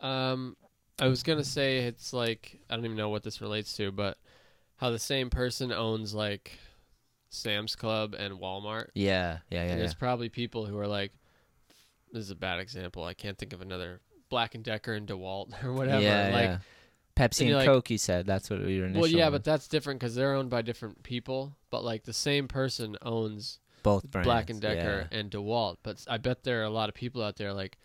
[SPEAKER 2] Um, I was gonna say it's like I don't even know what this relates to, but how the same person owns like Sam's Club and Walmart.
[SPEAKER 1] Yeah, yeah, yeah,
[SPEAKER 2] And
[SPEAKER 1] yeah.
[SPEAKER 2] there's probably people who are like, this is a bad example. I can't think of another Black and Decker and Dewalt or whatever.
[SPEAKER 1] Yeah,
[SPEAKER 2] like,
[SPEAKER 1] yeah. Pepsi
[SPEAKER 2] and
[SPEAKER 1] and
[SPEAKER 2] you're like-
[SPEAKER 1] Coke. You said that's what your initial.
[SPEAKER 2] well, yeah,
[SPEAKER 1] one-
[SPEAKER 2] but that's different because they're owned by different people. But like the same person owns
[SPEAKER 1] both brands.
[SPEAKER 2] Black and
[SPEAKER 1] yeah.
[SPEAKER 2] Decker and Dewalt. But s- I bet there are a lot of people out there like,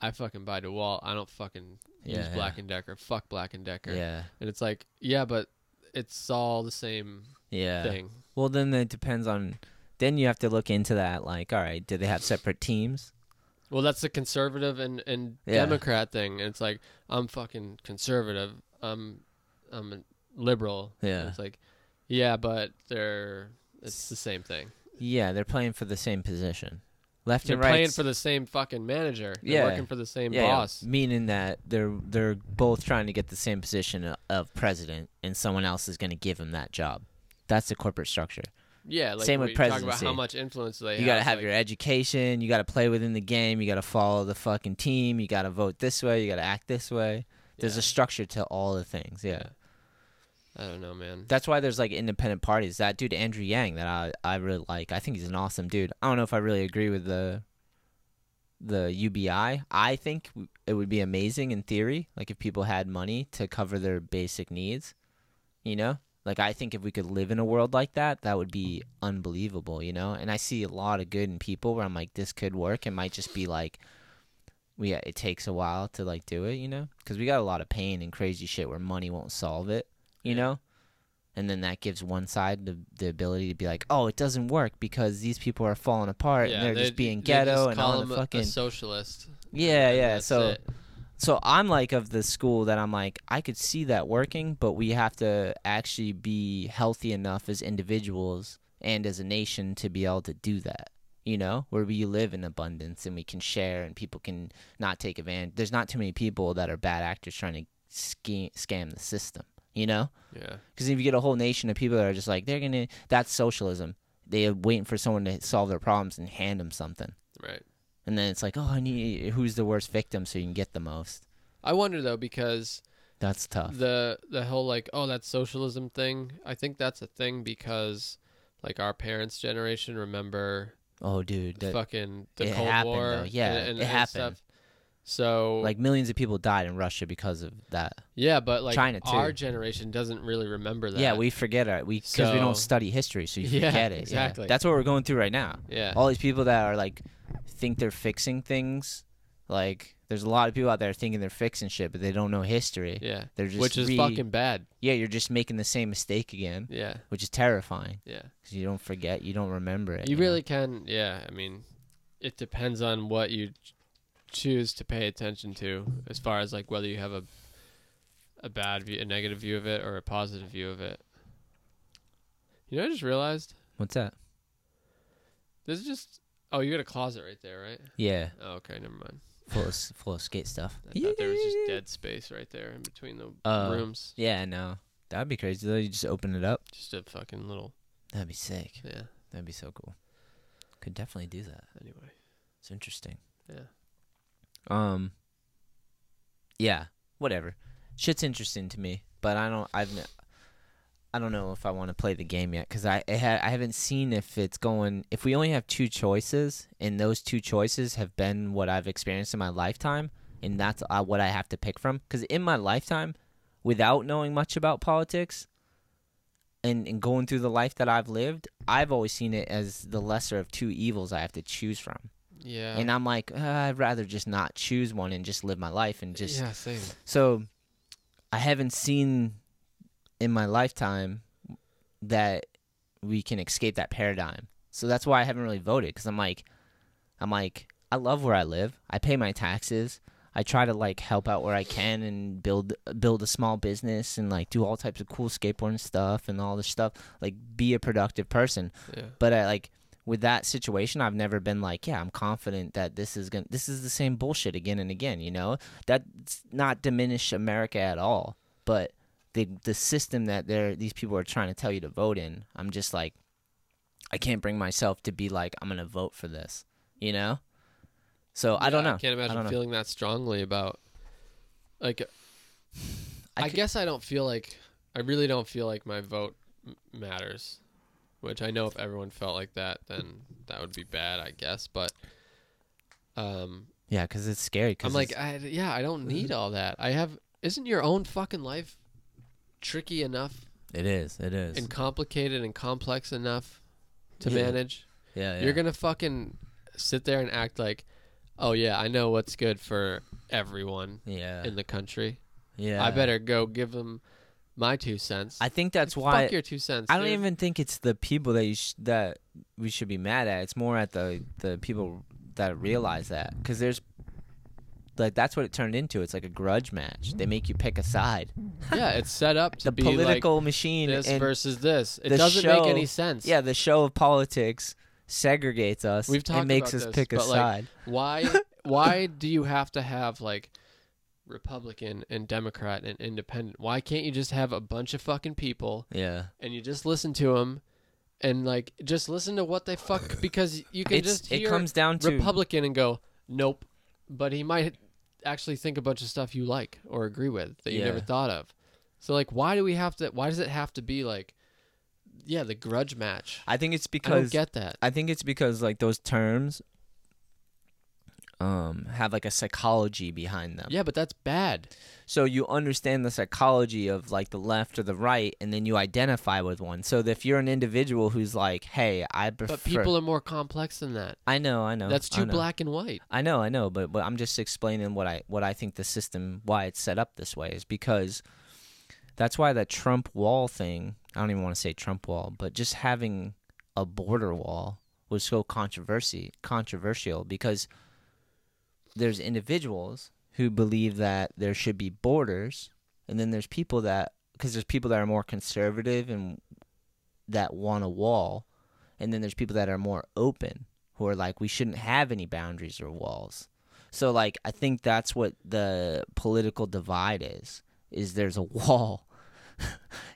[SPEAKER 2] I fucking buy Dewalt. I don't fucking use
[SPEAKER 1] Yeah, yeah.
[SPEAKER 2] Black and Decker. Fuck Black and Decker.
[SPEAKER 1] Yeah,
[SPEAKER 2] And it's like, yeah, but it's all the same
[SPEAKER 1] yeah.
[SPEAKER 2] thing.
[SPEAKER 1] Well, then it depends on. Then you have to look into that. Like, all right, do they have separate teams?
[SPEAKER 2] Well, that's the conservative and and
[SPEAKER 1] Yeah.
[SPEAKER 2] Democrat thing. And it's like I'm fucking conservative. I'm I'm a liberal. And
[SPEAKER 1] Yeah.
[SPEAKER 2] it's like, yeah, but they're it's the same thing.
[SPEAKER 1] Yeah, they're playing for the same position, left
[SPEAKER 2] They're
[SPEAKER 1] and right.
[SPEAKER 2] playing for the same fucking manager. They're
[SPEAKER 1] Yeah.
[SPEAKER 2] working for the same
[SPEAKER 1] yeah, yeah,
[SPEAKER 2] boss.
[SPEAKER 1] meaning that they're they're both trying to get the same position o- of president, and someone else is going to give him that job. That's the corporate structure.
[SPEAKER 2] Yeah, like
[SPEAKER 1] Same
[SPEAKER 2] we
[SPEAKER 1] with
[SPEAKER 2] talk about how
[SPEAKER 1] presidency.
[SPEAKER 2] much influence they have.
[SPEAKER 1] you got to have
[SPEAKER 2] like,
[SPEAKER 1] your education. You got to play within the game. You got to follow the fucking team. You got to vote this way. You got to act this way. There's
[SPEAKER 2] Yeah.
[SPEAKER 1] a structure to all the things. yeah.
[SPEAKER 2] Yeah. I don't know, man.
[SPEAKER 1] Um, That's why there's like independent parties. That dude Andrew Yang that I I really like. I think he's an awesome dude. I don't know if I really agree with the the UBI, I think w- it would be amazing in theory, like if people had money to cover their basic needs, you know? Like I think if we could live in a world like that, that would be unbelievable, you know? And I see a lot of good in people where I'm like this could work. It might just be like we uh, it takes a while to like do it, you know? Cuz we got a lot of pain and crazy shit where money won't solve it, you know? And then that gives one side the, the ability to be like, "Oh, it doesn't work because these people are falling apart and they're just
[SPEAKER 2] they'd-
[SPEAKER 1] being
[SPEAKER 2] they'd
[SPEAKER 1] ghetto
[SPEAKER 2] just
[SPEAKER 1] and
[SPEAKER 2] call
[SPEAKER 1] on
[SPEAKER 2] him
[SPEAKER 1] the
[SPEAKER 2] a-
[SPEAKER 1] fucking
[SPEAKER 2] a socialist.
[SPEAKER 1] yeah,
[SPEAKER 2] and
[SPEAKER 1] yeah.
[SPEAKER 2] that's
[SPEAKER 1] So,
[SPEAKER 2] it.
[SPEAKER 1] so I'm like of the school that I'm like, I could see that working, but we have to actually be healthy enough as individuals and as a nation to be able to do that. You know, where we live in abundance and we can share and people can not take advantage. There's not too many people that are bad actors trying to ski- scam the system. You know.
[SPEAKER 2] yeah,
[SPEAKER 1] Because if you get a whole nation of people that are just like they're gonna, that's socialism. They're waiting for someone to solve their problems and hand them something,
[SPEAKER 2] right.
[SPEAKER 1] and then it's like, oh, I need who's the worst victim so you can get the most.
[SPEAKER 2] I wonder though because
[SPEAKER 1] That's tough.
[SPEAKER 2] the the whole like oh that's socialism thing. I think that's a thing because like our parents' generation remember
[SPEAKER 1] Oh, dude, that-
[SPEAKER 2] fucking the
[SPEAKER 1] it
[SPEAKER 2] Cold
[SPEAKER 1] happened,
[SPEAKER 2] War.
[SPEAKER 1] though. Yeah,
[SPEAKER 2] and, and,
[SPEAKER 1] it
[SPEAKER 2] and
[SPEAKER 1] happened.
[SPEAKER 2] Stuff. So
[SPEAKER 1] like millions of people died in Russia because of that.
[SPEAKER 2] yeah, but like
[SPEAKER 1] China,
[SPEAKER 2] our
[SPEAKER 1] too.
[SPEAKER 2] generation doesn't really remember that.
[SPEAKER 1] Yeah, we forget it. We because we don't
[SPEAKER 2] So-
[SPEAKER 1] study history, so you
[SPEAKER 2] Yeah,
[SPEAKER 1] forget it.
[SPEAKER 2] exactly.
[SPEAKER 1] Yeah. That's what we're going through right now.
[SPEAKER 2] yeah
[SPEAKER 1] All these people that are like think they're fixing things. Like, there's a lot of people out there thinking they're fixing shit, but they don't know history.
[SPEAKER 2] yeah,
[SPEAKER 1] They're just
[SPEAKER 2] which is
[SPEAKER 1] re-
[SPEAKER 2] fucking bad.
[SPEAKER 1] yeah. You're just making the same mistake again,
[SPEAKER 2] Yeah,
[SPEAKER 1] which is terrifying
[SPEAKER 2] yeah.
[SPEAKER 1] because you don't forget, you don't remember it.
[SPEAKER 2] You
[SPEAKER 1] know?
[SPEAKER 2] really can. Yeah, I mean, it depends on what you ch- choose to pay attention to, as far as like whether you have a a bad view, a negative view of it, or a positive view of it. You know, what I just realized
[SPEAKER 1] what's that?
[SPEAKER 2] there's just oh, you got a closet right there, right?
[SPEAKER 1] Yeah,
[SPEAKER 2] Oh, okay, never mind.
[SPEAKER 1] full of, s- full of skate stuff.
[SPEAKER 2] I thought there was just dead space right there in between the
[SPEAKER 1] Uh,
[SPEAKER 2] rooms.
[SPEAKER 1] Yeah, no, that'd be crazy though. You just open it up.
[SPEAKER 2] Just a fucking little
[SPEAKER 1] That'd be sick.
[SPEAKER 2] yeah.
[SPEAKER 1] That'd be so cool. Could definitely do that.
[SPEAKER 2] Anyway,
[SPEAKER 1] It's interesting.
[SPEAKER 2] yeah,
[SPEAKER 1] Um. Yeah. Whatever. Shit's interesting to me, but I don't. I've. n- I don't know if I want to play the game yet because I it ha- I haven't seen if it's going. If we only have two choices, and those two choices have been what I've experienced in my lifetime, and that's uh, what I have to pick from. Because in my lifetime, without knowing much about politics, and, and going through the life that I've lived, I've always seen it as the lesser of two evils I have to choose from.
[SPEAKER 2] yeah.
[SPEAKER 1] And I'm like, "Ah, I'd rather just not choose one and just live my life and just.
[SPEAKER 2] yeah, same.
[SPEAKER 1] So I haven't seen in my lifetime that we can escape that paradigm. So that's why I haven't really voted because I'm like, I'm like, I love where I live. I pay my taxes. I try to like help out where I can and build build a small business and like do all types of cool skateboarding stuff and all this stuff. Like be a productive person
[SPEAKER 2] Yeah,
[SPEAKER 1] but I like with that situation I've never been like yeah I'm confident that this is going to this is the same bullshit again and again you know that's not diminish America at all but the the system that they're these people are trying to tell you to vote in I'm just like I can't bring myself to be like I'm going to vote for this you know so I don't
[SPEAKER 2] Yeah,
[SPEAKER 1] know
[SPEAKER 2] I can't imagine
[SPEAKER 1] don't know.
[SPEAKER 2] feeling that strongly about like I,
[SPEAKER 1] I could-
[SPEAKER 2] guess I don't feel like I really don't feel like my vote m- matters, which I know if everyone felt like that, then that would be bad, I guess. But um,
[SPEAKER 1] yeah cuz it's Mm-hmm. scary cuz
[SPEAKER 2] I'm like, I, yeah, I don't need all that. I have. Isn't your own fucking life tricky enough
[SPEAKER 1] it is it is
[SPEAKER 2] and complicated and complex enough to
[SPEAKER 1] Yeah.
[SPEAKER 2] manage?
[SPEAKER 1] yeah, yeah
[SPEAKER 2] You're gonna fucking sit there and act like, oh yeah, I know what's good for everyone
[SPEAKER 1] yeah
[SPEAKER 2] in the country.
[SPEAKER 1] yeah
[SPEAKER 2] I better go give them my two cents.
[SPEAKER 1] I think that's why
[SPEAKER 2] Fuck your two cents.
[SPEAKER 1] I don't
[SPEAKER 2] dude.
[SPEAKER 1] even think it's the people that you sh- that we should be mad at. It's more at the the people that realize that because there's like that's what it turned into. It's like a grudge match. They make you pick a side.
[SPEAKER 2] Yeah, it's set up to
[SPEAKER 1] The
[SPEAKER 2] be
[SPEAKER 1] political
[SPEAKER 2] like
[SPEAKER 1] machine
[SPEAKER 2] this
[SPEAKER 1] and
[SPEAKER 2] versus this. It
[SPEAKER 1] the
[SPEAKER 2] doesn't
[SPEAKER 1] show-
[SPEAKER 2] make any sense.
[SPEAKER 1] yeah, the show of politics segregates us.
[SPEAKER 2] We've talked
[SPEAKER 1] and makes
[SPEAKER 2] about
[SPEAKER 1] us
[SPEAKER 2] this,
[SPEAKER 1] pick a
[SPEAKER 2] but, like,
[SPEAKER 1] side.
[SPEAKER 2] Why? Why do you have to have like Republican and Democrat and Independent? Why can't you just have a bunch of fucking people
[SPEAKER 1] yeah,
[SPEAKER 2] and you just listen to them and like just listen to what they fuck because you can
[SPEAKER 1] it's,
[SPEAKER 2] just
[SPEAKER 1] it
[SPEAKER 2] hear
[SPEAKER 1] comes down to
[SPEAKER 2] Republican and go nope, but he might actually think a bunch of stuff you like or agree with that you never
[SPEAKER 1] Yeah.
[SPEAKER 2] thought of. So like, why do we have to? Why does it have to be like? Yeah, the grudge match.
[SPEAKER 1] I think it's
[SPEAKER 2] I don't
[SPEAKER 1] because
[SPEAKER 2] get that.
[SPEAKER 1] I think it's because like those terms um, have like a psychology behind them.
[SPEAKER 2] Yeah, but that's bad.
[SPEAKER 1] So you understand the psychology of like the left or the right, and then you identify with one. So that if you're an individual who's like, "Hey, I prefer,"
[SPEAKER 2] But people are more complex than that.
[SPEAKER 1] I know, I know,
[SPEAKER 2] That's
[SPEAKER 1] I
[SPEAKER 2] too
[SPEAKER 1] know.
[SPEAKER 2] black and white.
[SPEAKER 1] I know, I know, but but I'm just explaining what I what I think the system why it's set up this way is because that's why that Trump wall thing. I don't even want to say Trump wall, but just having a border wall was so controversy controversial because there's individuals who believe that there should be borders, and then there's people that because there's people that are more conservative and that want a wall, and then there's people that are more open who are like we shouldn't have any boundaries or walls. So like I think that's what the political divide is is there's a wall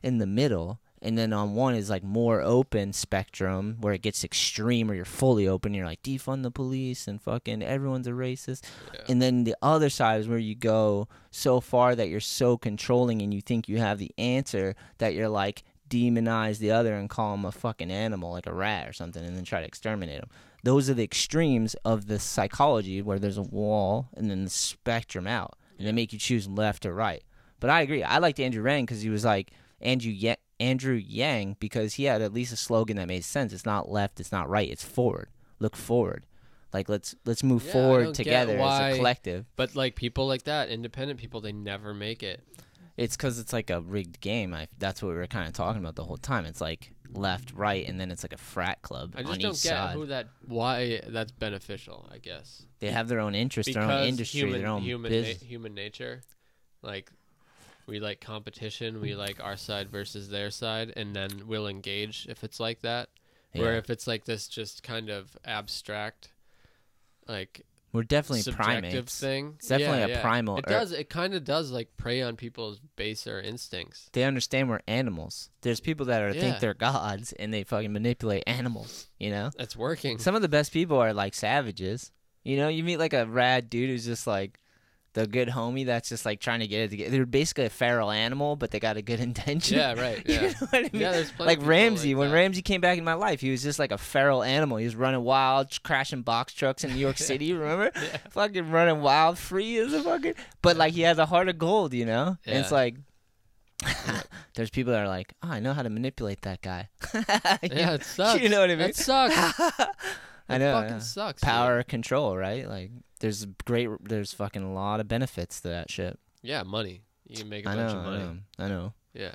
[SPEAKER 1] in the middle and then on one is like more open spectrum where it gets extreme or you're fully open you're like defund the police and fucking everyone's a racist
[SPEAKER 2] Yeah.
[SPEAKER 1] and then the other side is where you go so far that you're so controlling and you think you have the answer that you're like demonize the other and call him a fucking animal like a rat or something and then try to exterminate him those are the extremes of the psychology where there's a wall and then the spectrum out and they make you choose left or right but i agree i liked andrew Yang because he was like andrew Ye- andrew yang because he had at least a slogan that made sense it's not left it's not right it's forward look forward like let's let's move
[SPEAKER 2] Yeah, I
[SPEAKER 1] forward
[SPEAKER 2] don't get
[SPEAKER 1] together as
[SPEAKER 2] why-
[SPEAKER 1] a collective
[SPEAKER 2] But like people like that, independent people, they never make it.
[SPEAKER 1] It's because it's like a rigged game. I, that's what we were kind of talking about the whole time. It's like left, right, and then it's like a frat club
[SPEAKER 2] I
[SPEAKER 1] on
[SPEAKER 2] just
[SPEAKER 1] each
[SPEAKER 2] don't get
[SPEAKER 1] side.
[SPEAKER 2] who that why that's beneficial. I guess
[SPEAKER 1] they have their own interests, their own industry,
[SPEAKER 2] human
[SPEAKER 1] their own
[SPEAKER 2] human na-
[SPEAKER 1] business.
[SPEAKER 2] human nature, like we like competition.
[SPEAKER 1] Hmm.
[SPEAKER 2] We like our side versus their side, and then we'll engage if it's like that. Where
[SPEAKER 1] Yeah.
[SPEAKER 2] if it's like this, just kind of abstract, like
[SPEAKER 1] We're definitely
[SPEAKER 2] subjective
[SPEAKER 1] primates.
[SPEAKER 2] thing.
[SPEAKER 1] It's definitely
[SPEAKER 2] Yeah,
[SPEAKER 1] a
[SPEAKER 2] yeah.
[SPEAKER 1] primal er-
[SPEAKER 2] It
[SPEAKER 1] ur-
[SPEAKER 2] does. It kind of does like prey on people's baser instincts.
[SPEAKER 1] They understand we're animals. There's people that are
[SPEAKER 2] Yeah.
[SPEAKER 1] think they're gods and they fucking manipulate animals. You know,
[SPEAKER 2] That's working.
[SPEAKER 1] some of the best people are like savages. You know, you meet like a rad dude who's just like the good homie that's just like trying to get it together. They're basically a feral animal, but they got a good intention.
[SPEAKER 2] yeah, right.
[SPEAKER 1] You
[SPEAKER 2] Yeah.
[SPEAKER 1] know what I mean?
[SPEAKER 2] Yeah, there's plenty
[SPEAKER 1] like
[SPEAKER 2] of people
[SPEAKER 1] Ramsey,
[SPEAKER 2] like
[SPEAKER 1] when
[SPEAKER 2] that.
[SPEAKER 1] Ramsey came back in my life, he was just like a feral animal. He was running wild, tr- crashing box trucks in New York City. Remember,
[SPEAKER 2] Yeah.
[SPEAKER 1] fucking running wild, free as a fucking. But like he has a heart of gold, you know. And it's
[SPEAKER 2] Yeah.
[SPEAKER 1] like, there's people that are like, oh, I know how to manipulate that guy.
[SPEAKER 2] Yeah, it sucks.
[SPEAKER 1] You know what I mean?
[SPEAKER 2] That sucks.
[SPEAKER 1] I
[SPEAKER 2] It
[SPEAKER 1] know. I
[SPEAKER 2] fucking
[SPEAKER 1] know.
[SPEAKER 2] sucks. dude.
[SPEAKER 1] Power control, right? Like, there's great. There's fucking a lot of benefits to that shit.
[SPEAKER 2] Yeah, money. You can make a
[SPEAKER 1] I know.
[SPEAKER 2] bunch of
[SPEAKER 1] I
[SPEAKER 2] money.
[SPEAKER 1] know. I know.
[SPEAKER 2] Yeah,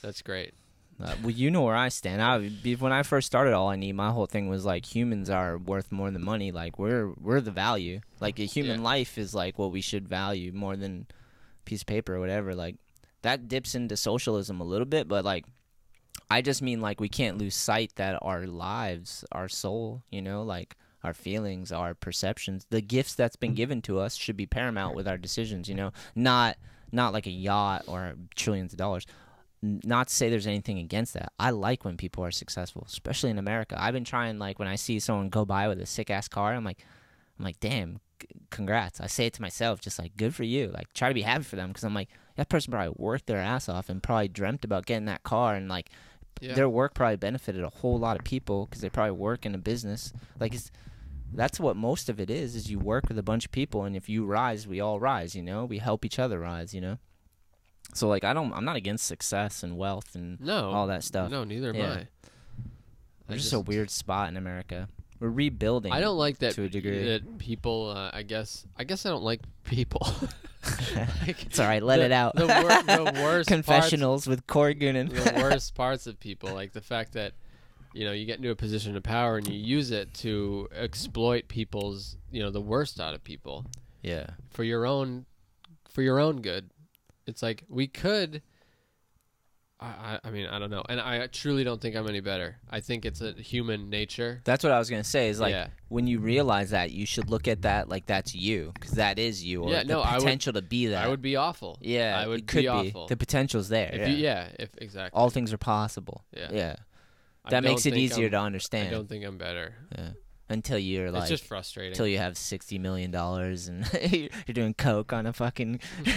[SPEAKER 2] that's great.
[SPEAKER 1] Uh, well, you know where I stand. I would be- when I first started, all I need. My whole thing was like humans are worth more than money. Like we're we're the value. Like a human
[SPEAKER 2] Yeah.
[SPEAKER 1] life is like what we should value more than a piece of paper or whatever. Like that dips into socialism a little bit, but like I just mean like we can't lose sight that our lives, our soul, you know, like our feelings, our perceptions, the gifts that's been given to us should be paramount with our decisions. You know, not not like a yacht or trillions of dollars n- not to say there's anything against that. I like when people are successful, especially in America. I've been trying like when I see someone go by with a sick ass car, I'm like, I'm like, damn, c- congrats. I say it to myself, just like, good for you. Like, try to be happy for them because I'm like, that person probably worked their ass off and probably dreamt about getting that car and like
[SPEAKER 2] Yeah.
[SPEAKER 1] their work probably benefited a whole lot of people because they probably work in a business. Like it's that's what most of it is is you work with a bunch of people and if you rise, we all rise, you know? We help each other rise, you know? So like I don't I'm not against success and wealth and
[SPEAKER 2] No.
[SPEAKER 1] all that stuff.
[SPEAKER 2] No, neither am
[SPEAKER 1] Yeah.
[SPEAKER 2] I. I
[SPEAKER 1] We're just, a weird spot in America. We're rebuilding.
[SPEAKER 2] I don't like that
[SPEAKER 1] to a degree.
[SPEAKER 2] that people. Uh, I guess. I guess I don't like people. Like,
[SPEAKER 1] It's all right, let
[SPEAKER 2] the-
[SPEAKER 1] it out.
[SPEAKER 2] The, wor- the worst
[SPEAKER 1] Confessionals with Corey Goonan.
[SPEAKER 2] Parts, the worst parts of people, like the fact that you know you get into a position of power and you use it to exploit people's you know the worst out of people.
[SPEAKER 1] yeah.
[SPEAKER 2] for your own for your own good. It's like we could. I, I I mean I don't know, and I truly don't think I'm any better. I think it's a human nature.
[SPEAKER 1] That's what I was gonna say. Is like
[SPEAKER 2] Yeah.
[SPEAKER 1] when you realize that, you should look at that like that's you, because that is you, or
[SPEAKER 2] Yeah,
[SPEAKER 1] the
[SPEAKER 2] no, I would-
[SPEAKER 1] potential to be that.
[SPEAKER 2] I would be awful.
[SPEAKER 1] yeah,
[SPEAKER 2] I would
[SPEAKER 1] it could
[SPEAKER 2] be awful.
[SPEAKER 1] The potential's there.
[SPEAKER 2] if
[SPEAKER 1] yeah.
[SPEAKER 2] you, yeah, if exactly.
[SPEAKER 1] all things are possible.
[SPEAKER 2] Yeah.
[SPEAKER 1] yeah.
[SPEAKER 2] I
[SPEAKER 1] that
[SPEAKER 2] don't
[SPEAKER 1] makes it
[SPEAKER 2] think
[SPEAKER 1] easier
[SPEAKER 2] I'm-
[SPEAKER 1] to
[SPEAKER 2] I
[SPEAKER 1] understand.
[SPEAKER 2] don't think I'm better.
[SPEAKER 1] Yeah. until you're like
[SPEAKER 2] it's just frustrating.
[SPEAKER 1] until you have sixty million dollars and you're doing coke on a fucking you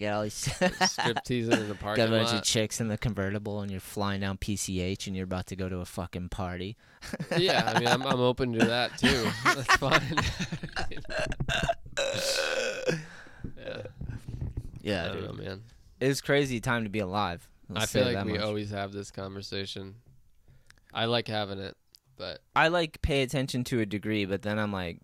[SPEAKER 1] got all these
[SPEAKER 2] Strip teasing in the
[SPEAKER 1] got
[SPEAKER 2] parking
[SPEAKER 1] a bunch of
[SPEAKER 2] lot.
[SPEAKER 1] chicks in the convertible and you're flying down PCH and you're about to go to a fucking party.
[SPEAKER 2] yeah, I mean, I'm, I'm open to that too. That's fine. yeah, I
[SPEAKER 1] Yeah,
[SPEAKER 2] don't
[SPEAKER 1] dude.
[SPEAKER 2] know, man.
[SPEAKER 1] it's crazy time to be alive. I'll
[SPEAKER 2] I
[SPEAKER 1] say
[SPEAKER 2] feel like
[SPEAKER 1] that
[SPEAKER 2] we
[SPEAKER 1] much.
[SPEAKER 2] always have this conversation. I like having it, but
[SPEAKER 1] I like pay attention to a degree, but then I'm like,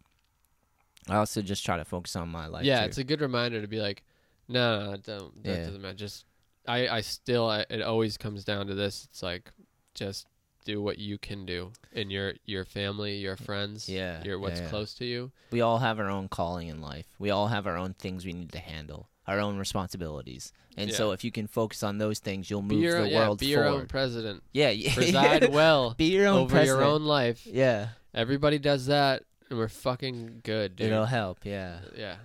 [SPEAKER 1] I also just try to focus on my life.
[SPEAKER 2] yeah,
[SPEAKER 1] too.
[SPEAKER 2] it's a good reminder to be like, no, no, no don't. That
[SPEAKER 1] Yeah.
[SPEAKER 2] doesn't matter. Just, I, I still, I, it always comes down to this. It's like, just do what you can do in your your family, your friends,
[SPEAKER 1] Yeah,
[SPEAKER 2] your what's
[SPEAKER 1] yeah, yeah.
[SPEAKER 2] close to you.
[SPEAKER 1] we all have our own calling in life. We all have our own things we need to handle, our own responsibilities. And so, if you can focus on those things, you'll
[SPEAKER 2] Be
[SPEAKER 1] move
[SPEAKER 2] your,
[SPEAKER 1] the
[SPEAKER 2] yeah,
[SPEAKER 1] world
[SPEAKER 2] be your
[SPEAKER 1] forward.
[SPEAKER 2] own president.
[SPEAKER 1] yeah, yeah.
[SPEAKER 2] Preside well
[SPEAKER 1] be your own
[SPEAKER 2] over
[SPEAKER 1] president.
[SPEAKER 2] your own life.
[SPEAKER 1] Yeah,
[SPEAKER 2] Everybody does that, and we're fucking good, dude.
[SPEAKER 1] it'll help. Yeah,
[SPEAKER 2] yeah,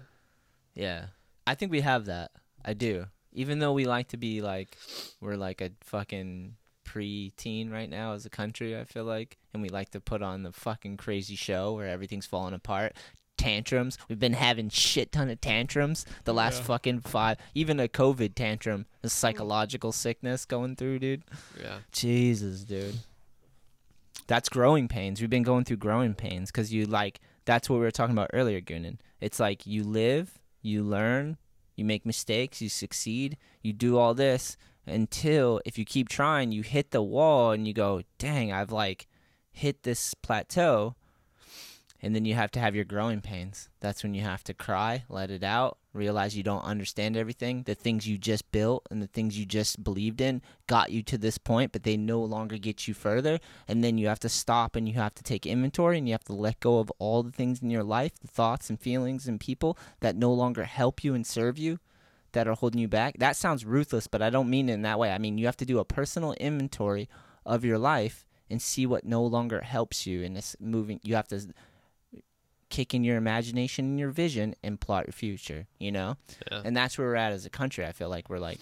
[SPEAKER 1] yeah. I think we have that. I do. Even though we like to be like, we're like a fucking pre-teen right now as a country. I feel like, and we like to put on the fucking crazy show where everything's falling apart. Tantrums. We've been having shit ton of tantrums the last
[SPEAKER 2] Yeah.
[SPEAKER 1] fucking five. Even a COVID tantrum, a psychological sickness going through, dude.
[SPEAKER 2] yeah.
[SPEAKER 1] Jesus, dude. That's growing pains. We've been going through growing pains because you like that's what we were talking about earlier, Gunan. It's like you live, you learn, you make mistakes, you succeed, you do all this until if you keep trying, you hit the wall and you go, "Dang, I've like hit this plateau." And then you have to have your growing pains. That's when you have to cry, let it out, realize you don't understand everything. The things you just built and the things you just believed in got you to this point, but they no longer get you further. And then you have to stop and you have to take inventory and you have to let go of all the things in your life, the thoughts and feelings and people that no longer help you and serve you, that are holding you back. That sounds ruthless, but I don't mean it in that way. I mean, you have to do a personal inventory of your life and see what no longer helps you. And it's moving, you have to kick in your imagination and your vision and plot your future, you know?
[SPEAKER 2] Yeah.
[SPEAKER 1] And that's where we're at as a country. I feel like we're like,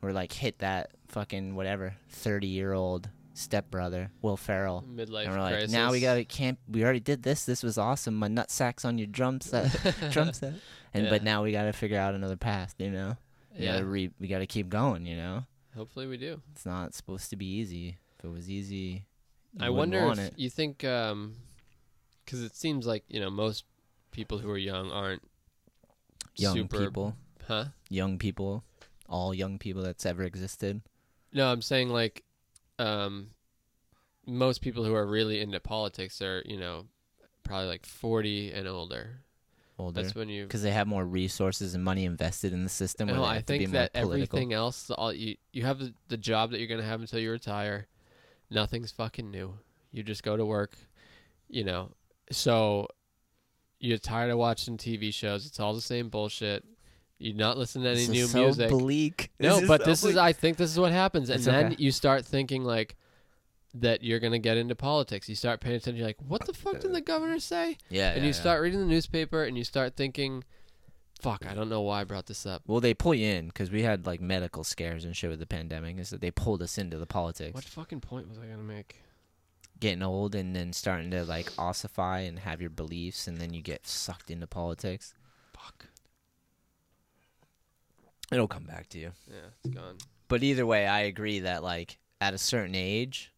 [SPEAKER 1] we're like hit that fucking whatever 30 year old stepbrother, Will Ferrell.
[SPEAKER 2] midlife
[SPEAKER 1] and we're like,
[SPEAKER 2] crisis.
[SPEAKER 1] now we gotta can't. We already did this. This was awesome. My nut sacks on your drum set, drum set. And but
[SPEAKER 2] Yeah.
[SPEAKER 1] now we gotta figure out another path. You know, we
[SPEAKER 2] Yeah,
[SPEAKER 1] gotta re, we gotta keep going. You know,
[SPEAKER 2] hopefully we do.
[SPEAKER 1] it's not supposed to be easy. If it was easy, you
[SPEAKER 2] I
[SPEAKER 1] wouldn't
[SPEAKER 2] wonder if
[SPEAKER 1] want it.
[SPEAKER 2] you think, because it seems like you know most people who are young aren't
[SPEAKER 1] young
[SPEAKER 2] super,
[SPEAKER 1] people,
[SPEAKER 2] huh?
[SPEAKER 1] young people, all young people that's ever existed.
[SPEAKER 2] No, I'm saying like, um, most people who are really into politics are you know probably like 40 and older.
[SPEAKER 1] Older.
[SPEAKER 2] That's when you.
[SPEAKER 1] Because they have more resources and money invested in the system. Where
[SPEAKER 2] No,
[SPEAKER 1] they have
[SPEAKER 2] I
[SPEAKER 1] to be
[SPEAKER 2] think
[SPEAKER 1] more
[SPEAKER 2] that
[SPEAKER 1] political.
[SPEAKER 2] everything else, all you you have the, the job that you're gonna have until you retire. Nothing's fucking new. You just go to work, you know. So you're tired of watching TV shows. It's all the same bullshit. You not listen to any
[SPEAKER 1] This is
[SPEAKER 2] new
[SPEAKER 1] so
[SPEAKER 2] music.
[SPEAKER 1] bleak.
[SPEAKER 2] no, but
[SPEAKER 1] so
[SPEAKER 2] this is
[SPEAKER 1] bleak.
[SPEAKER 2] I think this is what happens, and
[SPEAKER 1] It's
[SPEAKER 2] then
[SPEAKER 1] okay.
[SPEAKER 2] you start thinking like that you're gonna get into politics. You start paying attention. You're like, what the fuck did the governor say?
[SPEAKER 1] yeah.
[SPEAKER 2] and
[SPEAKER 1] yeah,
[SPEAKER 2] you
[SPEAKER 1] yeah.
[SPEAKER 2] start reading the newspaper, and you start thinking, fuck, I don't know why I brought this up.
[SPEAKER 1] Well, they pull you in because we had like medical scares and shit with the pandemic, and so they pulled us into the politics.
[SPEAKER 2] What fucking point was I gonna make?
[SPEAKER 1] Getting old and then starting to like ossify and have your beliefs, and then you get sucked into politics.
[SPEAKER 2] Fuck.
[SPEAKER 1] It'll come back to you.
[SPEAKER 2] Yeah, it's gone.
[SPEAKER 1] But either way, I agree that like at a certain age,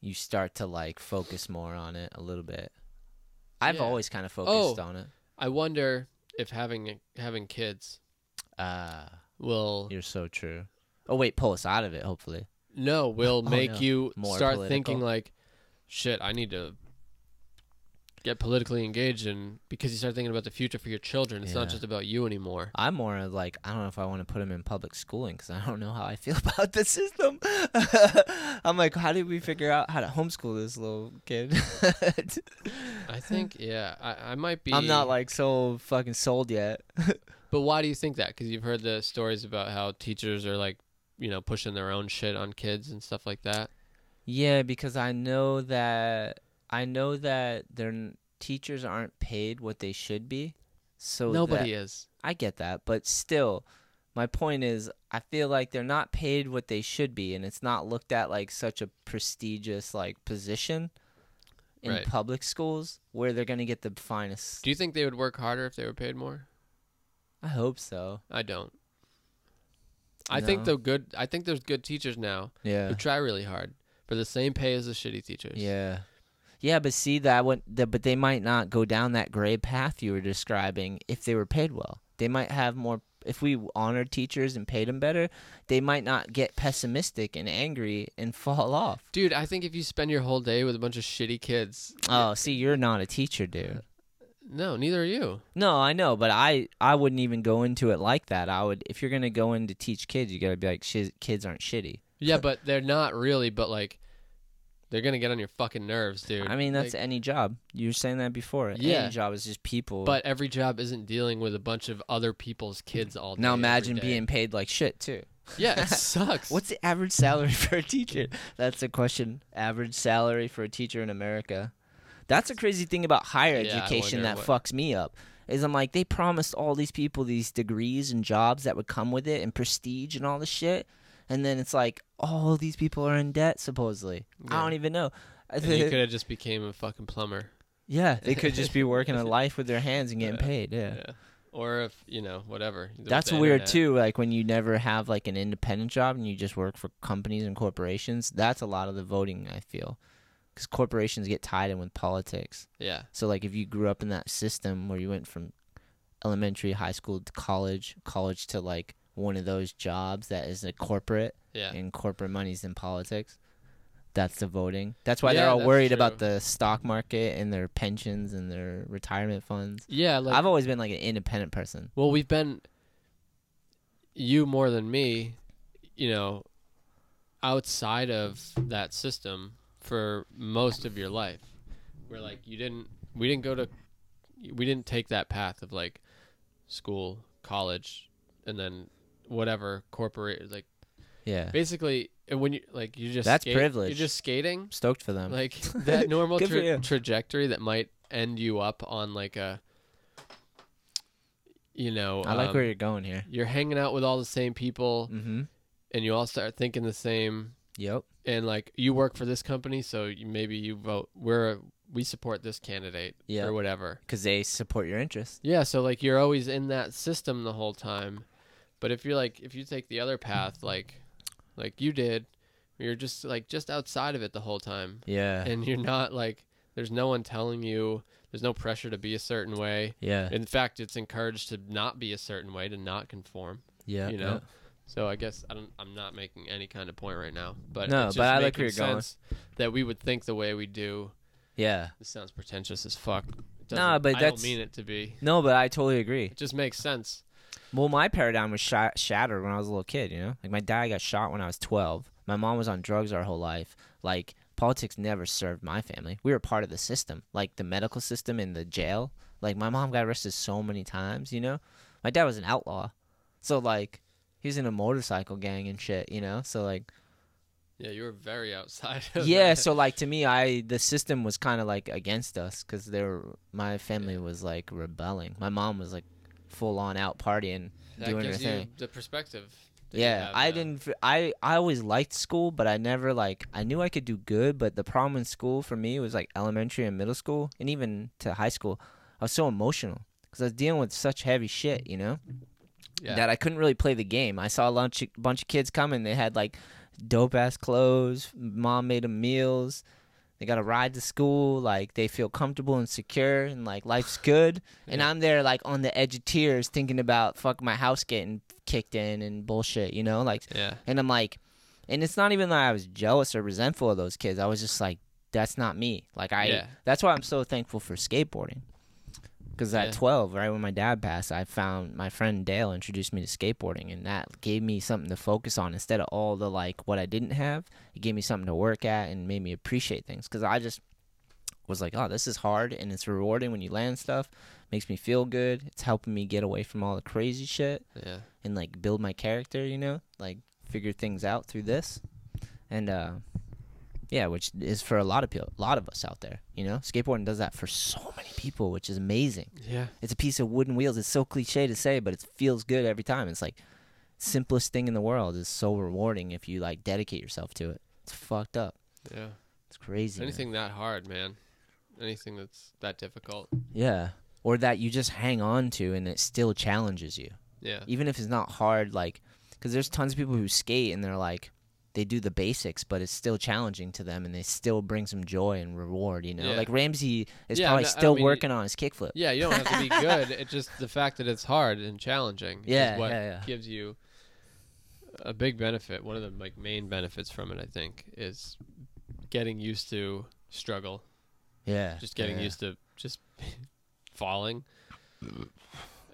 [SPEAKER 1] you start to like focus more on it a little bit. I've
[SPEAKER 2] Yeah.
[SPEAKER 1] always kind of focused
[SPEAKER 2] Oh.
[SPEAKER 1] on it.
[SPEAKER 2] I wonder if having having kids
[SPEAKER 1] Ah,
[SPEAKER 2] will
[SPEAKER 1] you're so true. Oh wait, pull us out of it. Hopefully,
[SPEAKER 2] no will
[SPEAKER 1] Oh,
[SPEAKER 2] make
[SPEAKER 1] no.
[SPEAKER 2] you
[SPEAKER 1] More
[SPEAKER 2] start
[SPEAKER 1] political.
[SPEAKER 2] thinking like, shit, I need to get politically engaged and because you start thinking about the future for your children. It's
[SPEAKER 1] Yeah.
[SPEAKER 2] not just about you anymore.
[SPEAKER 1] I'm more of like I don't know if I want to put him in public schooling because I don't know how I feel about the system. I'm like, how did we figure out how to homeschool this little kid?
[SPEAKER 2] I think yeah, I, I might be.
[SPEAKER 1] I'm not like so fucking sold yet.
[SPEAKER 2] But why do you think that? Because you've heard the stories about how teachers are like, you know, pushing their own shit on kids and stuff like that.
[SPEAKER 1] Yeah, because I know that I know that their n- teachers aren't paid what they should be. So
[SPEAKER 2] Nobody
[SPEAKER 1] that-
[SPEAKER 2] is.
[SPEAKER 1] I get that, but still, my point is, I feel like they're not paid what they should be, and it's not looked at like such a prestigious like position. in
[SPEAKER 2] Right.
[SPEAKER 1] public schools where they're gonna get the finest.
[SPEAKER 2] Do you think they would work harder if they were paid more?
[SPEAKER 1] I hope so.
[SPEAKER 2] I don't. I think
[SPEAKER 1] No.
[SPEAKER 2] the good. I think there's good teachers now
[SPEAKER 1] Yeah.
[SPEAKER 2] who try really hard for the same pay as the shitty teachers.
[SPEAKER 1] Yeah. Yeah, but see that went that but they might not go down that gray path you were describing if they were paid well. They might have more if we honored teachers and paid them better, they might not get pessimistic and angry and fall off.
[SPEAKER 2] Dude, I think if you spend your whole day with a bunch of shitty kids,
[SPEAKER 1] Oh, see, you're not a teacher, dude.
[SPEAKER 2] no, neither are you.
[SPEAKER 1] No, I know, but I I wouldn't even go into it like that. I would if you're going to go in to teach kids, you got to be like "Shiz- kids aren't shitty.
[SPEAKER 2] Yeah, but they're not really. But like, they're gonna get on your fucking nerves, dude.
[SPEAKER 1] I mean, that's
[SPEAKER 2] Like,
[SPEAKER 1] any job. You were saying that before.
[SPEAKER 2] Yeah.
[SPEAKER 1] Any job is just people.
[SPEAKER 2] but every job isn't dealing with a bunch of other people's kids all day.
[SPEAKER 1] now
[SPEAKER 2] every
[SPEAKER 1] imagine
[SPEAKER 2] day.
[SPEAKER 1] being paid like shit, too.
[SPEAKER 2] Yeah, it sucks.
[SPEAKER 1] What's the average salary for a teacher? That's a question. Average salary for a teacher in America. That's a crazy thing about higher
[SPEAKER 2] Yeah, I
[SPEAKER 1] education that
[SPEAKER 2] wonder what-
[SPEAKER 1] fucks me up. Is I'm like they promised all these people these degrees and jobs that would come with it and prestige and all this shit, and then it's like all these people are in debt supposedly.
[SPEAKER 2] Yeah.
[SPEAKER 1] I don't even know.
[SPEAKER 2] And you could have just became a fucking plumber.
[SPEAKER 1] yeah, they could just be working a life with their hands and getting
[SPEAKER 2] Yeah.
[SPEAKER 1] paid. Yeah.
[SPEAKER 2] Or if you know whatever. with
[SPEAKER 1] That's
[SPEAKER 2] the
[SPEAKER 1] weird
[SPEAKER 2] internet.
[SPEAKER 1] too. Like when you never have like an independent job and you just work for companies and corporations. That's a lot of the voting I feel, because corporations get tied in with politics.
[SPEAKER 2] Yeah.
[SPEAKER 1] So like if you grew up in that system where you went from elementary, high school to college, college to like one of those jobs that is a corporate
[SPEAKER 2] Yeah.
[SPEAKER 1] and corporate money's in politics. That's the voting. That's why they're
[SPEAKER 2] Yeah,
[SPEAKER 1] all
[SPEAKER 2] that's
[SPEAKER 1] worried about
[SPEAKER 2] true.
[SPEAKER 1] the stock market and their pensions and their retirement funds.
[SPEAKER 2] Yeah. Like,
[SPEAKER 1] I've always been like an independent person.
[SPEAKER 2] well, we've been you more than me, you know, outside of that system for most of your life. Where like you didn't, we didn't go to, we didn't take that path of like school, college, and then whatever corporate like
[SPEAKER 1] Yeah.
[SPEAKER 2] basically and when you like you just
[SPEAKER 1] That's
[SPEAKER 2] skate-
[SPEAKER 1] privilege.
[SPEAKER 2] You're just skating.
[SPEAKER 1] Stoked for them.
[SPEAKER 2] like that normal
[SPEAKER 1] Good for
[SPEAKER 2] tra-
[SPEAKER 1] you.
[SPEAKER 2] trajectory that might end you up on like a you know
[SPEAKER 1] I like
[SPEAKER 2] um,
[SPEAKER 1] where you're going here.
[SPEAKER 2] you're hanging out with all the same people
[SPEAKER 1] Mm-hmm.
[SPEAKER 2] and you all start thinking the same
[SPEAKER 1] Yep.
[SPEAKER 2] and like you work for this company so you, maybe you vote we're we support this candidate
[SPEAKER 1] Yeah.
[SPEAKER 2] or whatever
[SPEAKER 1] Because they support your interest.
[SPEAKER 2] yeah so like you're always in that system the whole time but if you're like if you take the other path like like you did you're just like just outside of it the whole time
[SPEAKER 1] Yeah.
[SPEAKER 2] and you're not like there's no one telling you there's no pressure to be a certain way
[SPEAKER 1] yeah.
[SPEAKER 2] in fact it's encouraged to not be a certain way to not conform
[SPEAKER 1] Yeah.
[SPEAKER 2] you know so i guess i don't i'm not making any kind of point right now but
[SPEAKER 1] No,
[SPEAKER 2] it's just
[SPEAKER 1] but I like
[SPEAKER 2] making
[SPEAKER 1] where you're going.
[SPEAKER 2] sense that we would think the way we do
[SPEAKER 1] Yeah.
[SPEAKER 2] this sounds pretentious as fuck It
[SPEAKER 1] Nah,
[SPEAKER 2] doesn't-
[SPEAKER 1] but
[SPEAKER 2] i
[SPEAKER 1] that's-
[SPEAKER 2] don't mean it to be
[SPEAKER 1] No, but I totally agree.
[SPEAKER 2] it just makes sense
[SPEAKER 1] Well, my paradigm was sh- shattered when I was a little kid, you know? Like, my dad got shot when I was 12. My mom was on drugs our whole life. Like, politics never served my family. We were part of the system, like the medical system and the jail. Like, my mom got arrested so many times, you know? My dad was an outlaw. So, like, he was in a motorcycle gang and shit, you know? So, like,
[SPEAKER 2] yeah you were very outside of
[SPEAKER 1] yeah
[SPEAKER 2] that.
[SPEAKER 1] so like to me i the system was kind of like against us because they were my family was like rebelling my mom was like full on out partying
[SPEAKER 2] that
[SPEAKER 1] doing her
[SPEAKER 2] gives you
[SPEAKER 1] thing
[SPEAKER 2] the perspective that you
[SPEAKER 1] yeah
[SPEAKER 2] have
[SPEAKER 1] i
[SPEAKER 2] now.
[SPEAKER 1] didn't f- i i always liked school but i never like i knew i could do good but the problem in school for me was like elementary and middle school and even to high school i was so emotional because i was dealing with such heavy shit you know
[SPEAKER 2] yeah.
[SPEAKER 1] that I couldn't really play the game. I saw a bunch of, bunch of kids coming. They had like dope ass clothes. Mom made them meals. They got a ride to school. Like they feel comfortable and secure, and like life's good. And
[SPEAKER 2] Yeah.
[SPEAKER 1] I'm there like on the edge of tears, thinking about fuck my house getting kicked in and bullshit. You know, like
[SPEAKER 2] yeah
[SPEAKER 1] and I'm like, and it's not even that I was jealous or resentful of those kids. I was just like, that's not me. Like I,
[SPEAKER 2] Yeah.
[SPEAKER 1] that's why I'm so thankful for skateboarding. Because at
[SPEAKER 2] Yeah.
[SPEAKER 1] 12, right when my dad passed, I found my friend Dale introduced me to skateboarding, and that gave me something to focus on instead of all the like what I didn't have. It gave me something to work at and made me appreciate things. Because I just was like, oh, this is hard and it's rewarding when you land stuff. Makes me feel good. It's helping me get away from all the crazy shit
[SPEAKER 2] yeah
[SPEAKER 1] and like build my character, you know, like figure things out through this. And uh yeah, which is for a lot of people, a lot of us out there, you know. Skateboarding does that for so many people, which is amazing.
[SPEAKER 2] yeah
[SPEAKER 1] It's a piece of wooden wheels. It's so cliché to say, but it feels good every time. It's like simplest thing in the world is so rewarding if you like dedicate yourself to it. It's fucked up.
[SPEAKER 2] yeah
[SPEAKER 1] It's crazy. man.
[SPEAKER 2] anything that hard man anything that's that difficult.
[SPEAKER 1] Yeah. Or that you just hang on to and it still challenges you.
[SPEAKER 2] Yeah.
[SPEAKER 1] Even if it's not hard, like, because there's tons of people who skate and they're like, they do the basics, but it's still challenging to them and they still bring some joy and reward, you know?
[SPEAKER 2] Yeah.
[SPEAKER 1] Like, Ramsey is
[SPEAKER 2] Yeah,
[SPEAKER 1] probably
[SPEAKER 2] no, I
[SPEAKER 1] still
[SPEAKER 2] mean-
[SPEAKER 1] working on his kickflip.
[SPEAKER 2] Yeah, you don't have to be good. It's just the fact that it's hard and challenging
[SPEAKER 1] Yeah,
[SPEAKER 2] is what
[SPEAKER 1] yeah, yeah.
[SPEAKER 2] gives you a big benefit. One of the like main benefits from it, I think, is getting used to struggle.
[SPEAKER 1] Yeah.
[SPEAKER 2] Just getting
[SPEAKER 1] yeah.
[SPEAKER 2] used to just falling.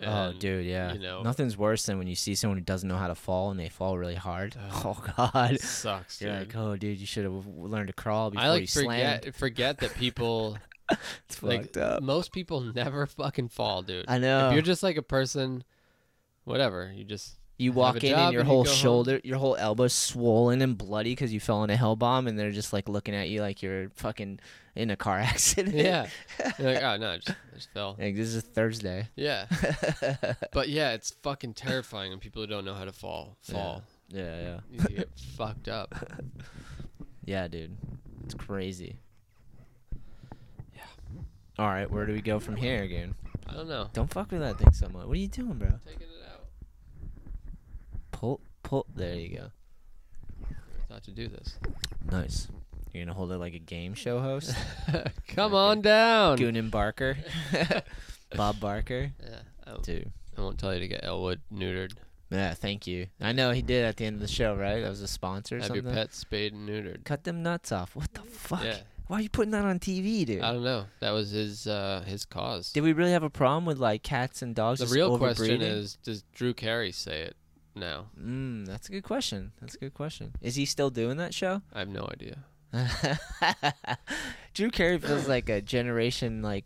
[SPEAKER 1] Oh, dude, yeah.
[SPEAKER 2] you know-
[SPEAKER 1] Nothing's worse than when you see someone who doesn't know how to fall and they fall really hard.
[SPEAKER 2] Oh.
[SPEAKER 1] Oh, God.
[SPEAKER 2] It sucks, dude.
[SPEAKER 1] You're like, oh, dude, you should have learned to crawl before
[SPEAKER 2] I
[SPEAKER 1] you
[SPEAKER 2] like
[SPEAKER 1] slammed.
[SPEAKER 2] forget forget that people
[SPEAKER 1] It's
[SPEAKER 2] like
[SPEAKER 1] fucked up.
[SPEAKER 2] most people never fucking fall, dude.
[SPEAKER 1] I know.
[SPEAKER 2] If you're just like a person, whatever, you just
[SPEAKER 1] You
[SPEAKER 2] have a
[SPEAKER 1] walk in
[SPEAKER 2] job
[SPEAKER 1] and your
[SPEAKER 2] and you
[SPEAKER 1] whole
[SPEAKER 2] go home.
[SPEAKER 1] shoulder, your whole elbow swollen and bloody because you fell in a hell bomb, and they're just like looking at you like you're fucking in a car accident.
[SPEAKER 2] yeah. You're like, oh no, I just, I just fell.
[SPEAKER 1] like this is Thursday.
[SPEAKER 2] Yeah.
[SPEAKER 1] yeah,
[SPEAKER 2] But yeah, it's fucking terrifying when people who don't know how to fall fall.
[SPEAKER 1] yeah,
[SPEAKER 2] You get fucked up.
[SPEAKER 1] yeah, dude, it's crazy. Yeah. All right, where do we go from here again?
[SPEAKER 2] I don't know.
[SPEAKER 1] Don't fuck with that thing so much. What are you doing, bro?
[SPEAKER 2] Taking it out.
[SPEAKER 1] Pull, pull. There you go.
[SPEAKER 2] Never thought to do this.
[SPEAKER 1] Nice. You're gonna hold it like a game show host.
[SPEAKER 2] Come on down.
[SPEAKER 1] Goonan Barker, Bob Barker,
[SPEAKER 2] Yeah, I, w-
[SPEAKER 1] dude.
[SPEAKER 2] I won't tell you to get Elwood neutered.
[SPEAKER 1] Yeah, thank you. I know he did at the end of the show, right? That was a sponsor or
[SPEAKER 2] Have
[SPEAKER 1] something.
[SPEAKER 2] your pet spayed and neutered.
[SPEAKER 1] Cut them nuts off. What the fuck?
[SPEAKER 2] Yeah.
[SPEAKER 1] Why are you putting that on TV, dude?
[SPEAKER 2] I don't know. That was his uh, his cause.
[SPEAKER 1] Did we really have a problem with like cats and dogs?
[SPEAKER 2] the
[SPEAKER 1] just
[SPEAKER 2] real question
[SPEAKER 1] overbreeding?
[SPEAKER 2] is, does Drew Carey say it now?
[SPEAKER 1] Mm, that's a good question. That's a good question. Is he still doing that show?
[SPEAKER 2] I have no idea.
[SPEAKER 1] Drew Carey feels like a generation like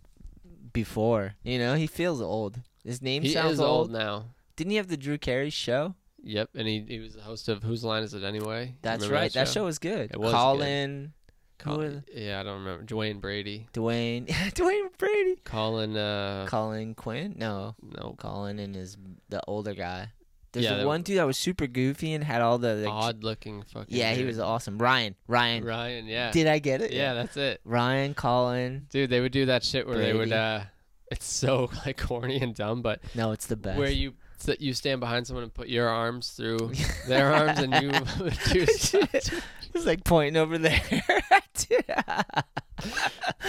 [SPEAKER 1] before. You know, he feels old. His name
[SPEAKER 2] he
[SPEAKER 1] sounds
[SPEAKER 2] is old now.
[SPEAKER 1] Didn't he have the Drew Carey show?
[SPEAKER 2] Yep, and he, he was the host of Whose Line Is It Anyway? You
[SPEAKER 1] That's
[SPEAKER 2] remember
[SPEAKER 1] right. That show? was good.
[SPEAKER 2] It was
[SPEAKER 1] Colin,
[SPEAKER 2] Col-
[SPEAKER 1] Who was-
[SPEAKER 2] yeah, I don't remember. Dwayne Brady.
[SPEAKER 1] Dwayne, Dwayne Brady,
[SPEAKER 2] Colin. Uh,
[SPEAKER 1] Colin Quinn. No,
[SPEAKER 2] no.
[SPEAKER 1] Colin and his the older guy. There's
[SPEAKER 2] Yeah,
[SPEAKER 1] the
[SPEAKER 2] that-
[SPEAKER 1] one dude that was super goofy and had all the like,
[SPEAKER 2] Odd looking fucking.
[SPEAKER 1] yeah, he
[SPEAKER 2] dude.
[SPEAKER 1] was awesome. Ryan, Ryan,
[SPEAKER 2] Ryan, yeah.
[SPEAKER 1] did I get it?
[SPEAKER 2] yeah, that's it.
[SPEAKER 1] Ryan, Colin.
[SPEAKER 2] Dude, they would do that shit where they would.
[SPEAKER 1] Brady.
[SPEAKER 2] uh It's so like corny and dumb, but
[SPEAKER 1] No, it's the best.
[SPEAKER 2] where you that you stand behind someone and put your arms through their arms and you do such
[SPEAKER 1] It's like pointing over there. Dude.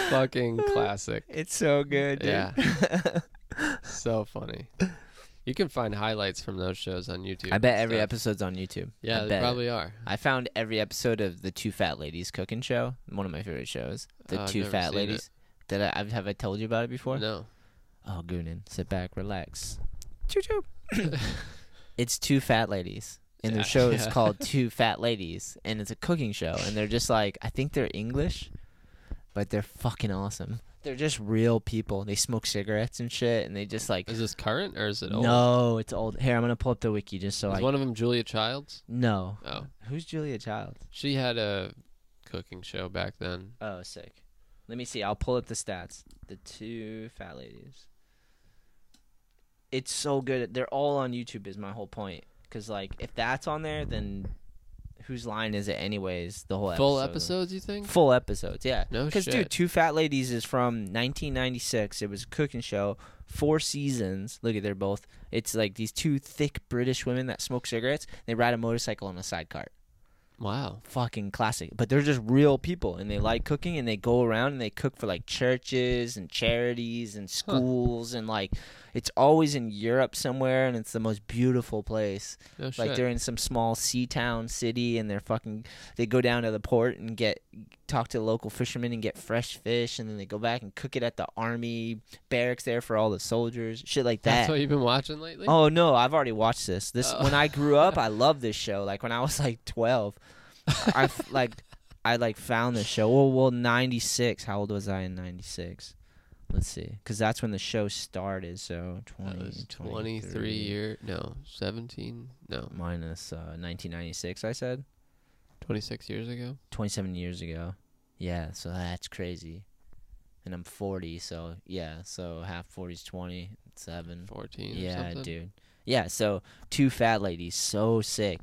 [SPEAKER 2] fucking classic.
[SPEAKER 1] it's so good. Dude.
[SPEAKER 2] Yeah. So funny. You can find highlights from those shows on YouTube.
[SPEAKER 1] I bet
[SPEAKER 2] and
[SPEAKER 1] every
[SPEAKER 2] stuff.
[SPEAKER 1] episode's on YouTube.
[SPEAKER 2] Yeah,
[SPEAKER 1] I
[SPEAKER 2] they
[SPEAKER 1] bet it.
[SPEAKER 2] probably are.
[SPEAKER 1] I found every episode of the Two Fat Ladies Cooking Show, one of my favorite shows. The
[SPEAKER 2] Oh, I've
[SPEAKER 1] Two
[SPEAKER 2] never
[SPEAKER 1] Fat
[SPEAKER 2] seen it.
[SPEAKER 1] Ladies. Did I I've- have I told you about it before?
[SPEAKER 2] No.
[SPEAKER 1] Oh, Goonin, sit back, relax. Choo choo. it's two fat ladies, and
[SPEAKER 2] Yeah,
[SPEAKER 1] their show is
[SPEAKER 2] yeah.
[SPEAKER 1] called Two Fat Ladies, and it's a cooking show, and they're just like I think they're English, but they're fucking awesome. They're just real people. They smoke cigarettes and shit, and they just like
[SPEAKER 2] Is this current or is it old?
[SPEAKER 1] no, it's old. Here, I'm gonna pull up the wiki just so
[SPEAKER 2] Is
[SPEAKER 1] I
[SPEAKER 2] one of them Julia Childs?
[SPEAKER 1] no.
[SPEAKER 2] Oh,
[SPEAKER 1] Who's Julia Child?
[SPEAKER 2] she had a cooking show back then.
[SPEAKER 1] Oh, sick. Let me see. I'll pull up the stats. The two fat ladies. It's so good. They're all on YouTube. Is my whole point. Because like, if that's on there, then whose line is it anyways? The whole
[SPEAKER 2] Full
[SPEAKER 1] episode.
[SPEAKER 2] episodes, you think?
[SPEAKER 1] Full episodes. Yeah.
[SPEAKER 2] No
[SPEAKER 1] Because dude,
[SPEAKER 2] shit.
[SPEAKER 1] Two Fat Ladies is from 1996. It was a cooking show, four seasons. Look at they're both. It's like these two thick British women that smoke cigarettes. They ride a motorcycle on a side cart
[SPEAKER 2] Wow.
[SPEAKER 1] fucking classic. But they're just real people
[SPEAKER 2] Mm-hmm.
[SPEAKER 1] and they like cooking and they go around and they cook for like churches and charities and schools and like it's always in Europe somewhere and it's the most beautiful place.
[SPEAKER 2] No
[SPEAKER 1] Like
[SPEAKER 2] shit.
[SPEAKER 1] they're in some small sea town city and they're fucking they go down to the port and get talk to the local fishermen and get fresh fish and then they go back and cook it at the army barracks there for all the soldiers. Shit like that.
[SPEAKER 2] That's what you've been watching lately?
[SPEAKER 1] Oh no, I've already watched this. This
[SPEAKER 2] Oh.
[SPEAKER 1] when I grew up, I loved this show. Like when I was like twelve, I f- like I like found this show. Well, well, ninety six. How old was I in ninety six? Let's see, because that's when the show started. So
[SPEAKER 2] that
[SPEAKER 1] 20,
[SPEAKER 2] was 23 year. No, 17. No,
[SPEAKER 1] minus uh, nineteen ninety six. I said
[SPEAKER 2] 26 years ago.
[SPEAKER 1] twenty seven years ago. Yeah, so that's crazy. And I'm forty, so yeah, so half forty's twenty seven.
[SPEAKER 2] 14 or
[SPEAKER 1] Yeah,
[SPEAKER 2] something.
[SPEAKER 1] dude. Yeah, so two fat ladies, so sick.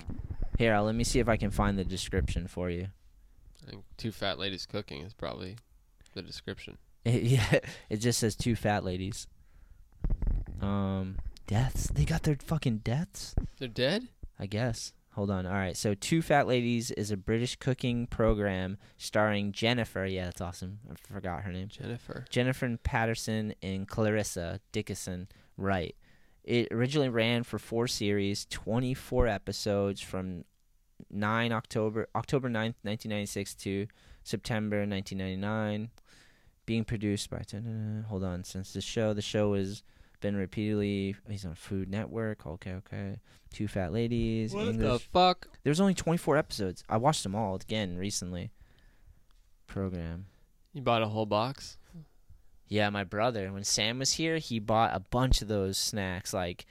[SPEAKER 1] Here, I'll- let me see if I can find the description for you.
[SPEAKER 2] I think two fat ladies cooking is probably the description.
[SPEAKER 1] It, yeah, it just says two fat ladies. Um, deaths. They got their fucking deaths.
[SPEAKER 2] They're dead?
[SPEAKER 1] I guess. Hold on. All right. So, Two Fat Ladies is a British cooking program starring Jennifer. Yeah, that's awesome. I forgot her name.
[SPEAKER 2] Jennifer.
[SPEAKER 1] Jennifer Patterson and Clarissa Dickinson Wright. It originally ran for four series, 24 episodes from 9 October October 9th, 1996 to September 1999, being produced by Hold on, since the show the show has been repeatedly he's on Food Network. Okay, okay. Two Fat Ladies,
[SPEAKER 2] What the
[SPEAKER 1] English.
[SPEAKER 2] fuck?
[SPEAKER 1] There's only 24 episodes. I watched them all again recently. Program.
[SPEAKER 2] You bought a whole box?
[SPEAKER 1] Yeah, my brother. When Sam was here, he bought a bunch of those snacks, like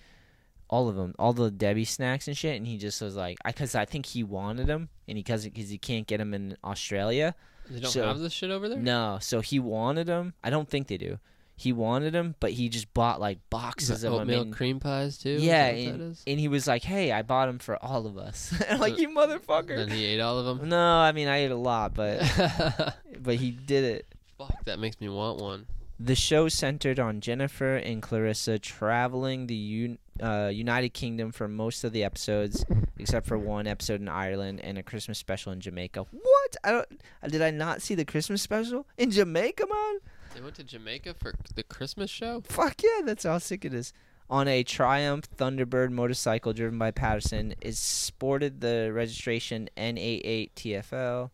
[SPEAKER 1] all of them, all the Debbie snacks and shit. And he just was like, because I, think he wanted them, and he because because he can't get them in Australia.
[SPEAKER 2] They don't
[SPEAKER 1] So-
[SPEAKER 2] have this shit over there?
[SPEAKER 1] No, so he wanted them. I don't think they do. He wanted them, but he just bought like
[SPEAKER 2] Is that
[SPEAKER 1] boxes of them.
[SPEAKER 2] oatmeal
[SPEAKER 1] and-
[SPEAKER 2] cream pies too? Is
[SPEAKER 1] yeah,
[SPEAKER 2] that what that
[SPEAKER 1] and,
[SPEAKER 2] is?
[SPEAKER 1] and he was like, "Hey, I bought them for all of us." I'm like,
[SPEAKER 2] So-
[SPEAKER 1] "You motherfucker!"
[SPEAKER 2] And he ate all of them.
[SPEAKER 1] No, I mean I ate a lot, but but he did it.
[SPEAKER 2] Fuck, that makes me want one.
[SPEAKER 1] The show centered on Jennifer and Clarissa traveling the un- uh, United Kingdom for most of the episodes, except for one episode in Ireland and a Christmas special in Jamaica. What? I don't. uh, Did I not see the Christmas special in Jamaica, man?
[SPEAKER 2] They went to Jamaica for the Christmas show.
[SPEAKER 1] Fuck yeah, that's how sick it is. On a Triumph Thunderbird motorcycle driven by Patterson, is sported the registration N88 TFL.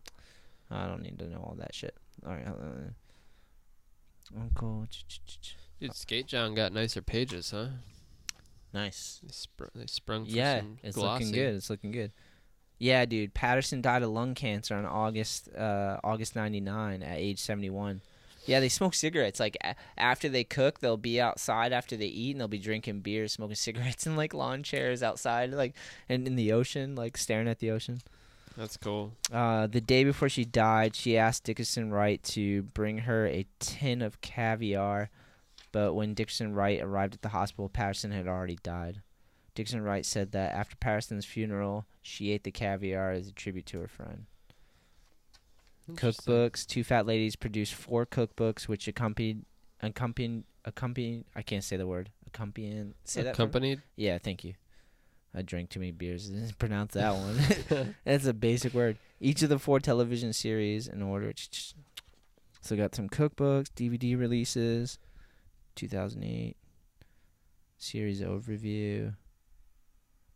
[SPEAKER 1] I don't need to know all that shit. All right, hold on. Uncle,
[SPEAKER 2] Dude, Skate John got nicer pages, huh?
[SPEAKER 1] nice.
[SPEAKER 2] They, spr- they sprung. For
[SPEAKER 1] Yeah,
[SPEAKER 2] some
[SPEAKER 1] it's
[SPEAKER 2] glossy.
[SPEAKER 1] looking good. It's looking good. Yeah, dude. Patterson died of lung cancer on August uh, August ninety nine at age seventy one. Yeah, they smoke cigarettes. Like a- after they cook, they'll be outside after they eat, and they'll be drinking beer, smoking cigarettes in like lawn chairs outside, like and in the ocean, like staring at the ocean.
[SPEAKER 2] That's cool.
[SPEAKER 1] Uh, the day before she died, she asked Dickinson Wright to bring her a tin of caviar, but when Dickinson Wright arrived at the hospital, Patterson had already died. Dickinson Wright said that after Patterson's funeral, she ate the caviar as a tribute to her friend.
[SPEAKER 2] Interesting.
[SPEAKER 1] Cookbooks. Two Fat Ladies produced four cookbooks, which accompanied, accompanied, accompanied. I can't say the word. Accompanied. Say that. for me.
[SPEAKER 2] Accompanied.
[SPEAKER 1] Yeah, thank you. I drank too many beers. and didn't pronounce that one. That's a basic word. Each of the four television series in order. So got some cookbooks, DVD releases, 2008 series overview.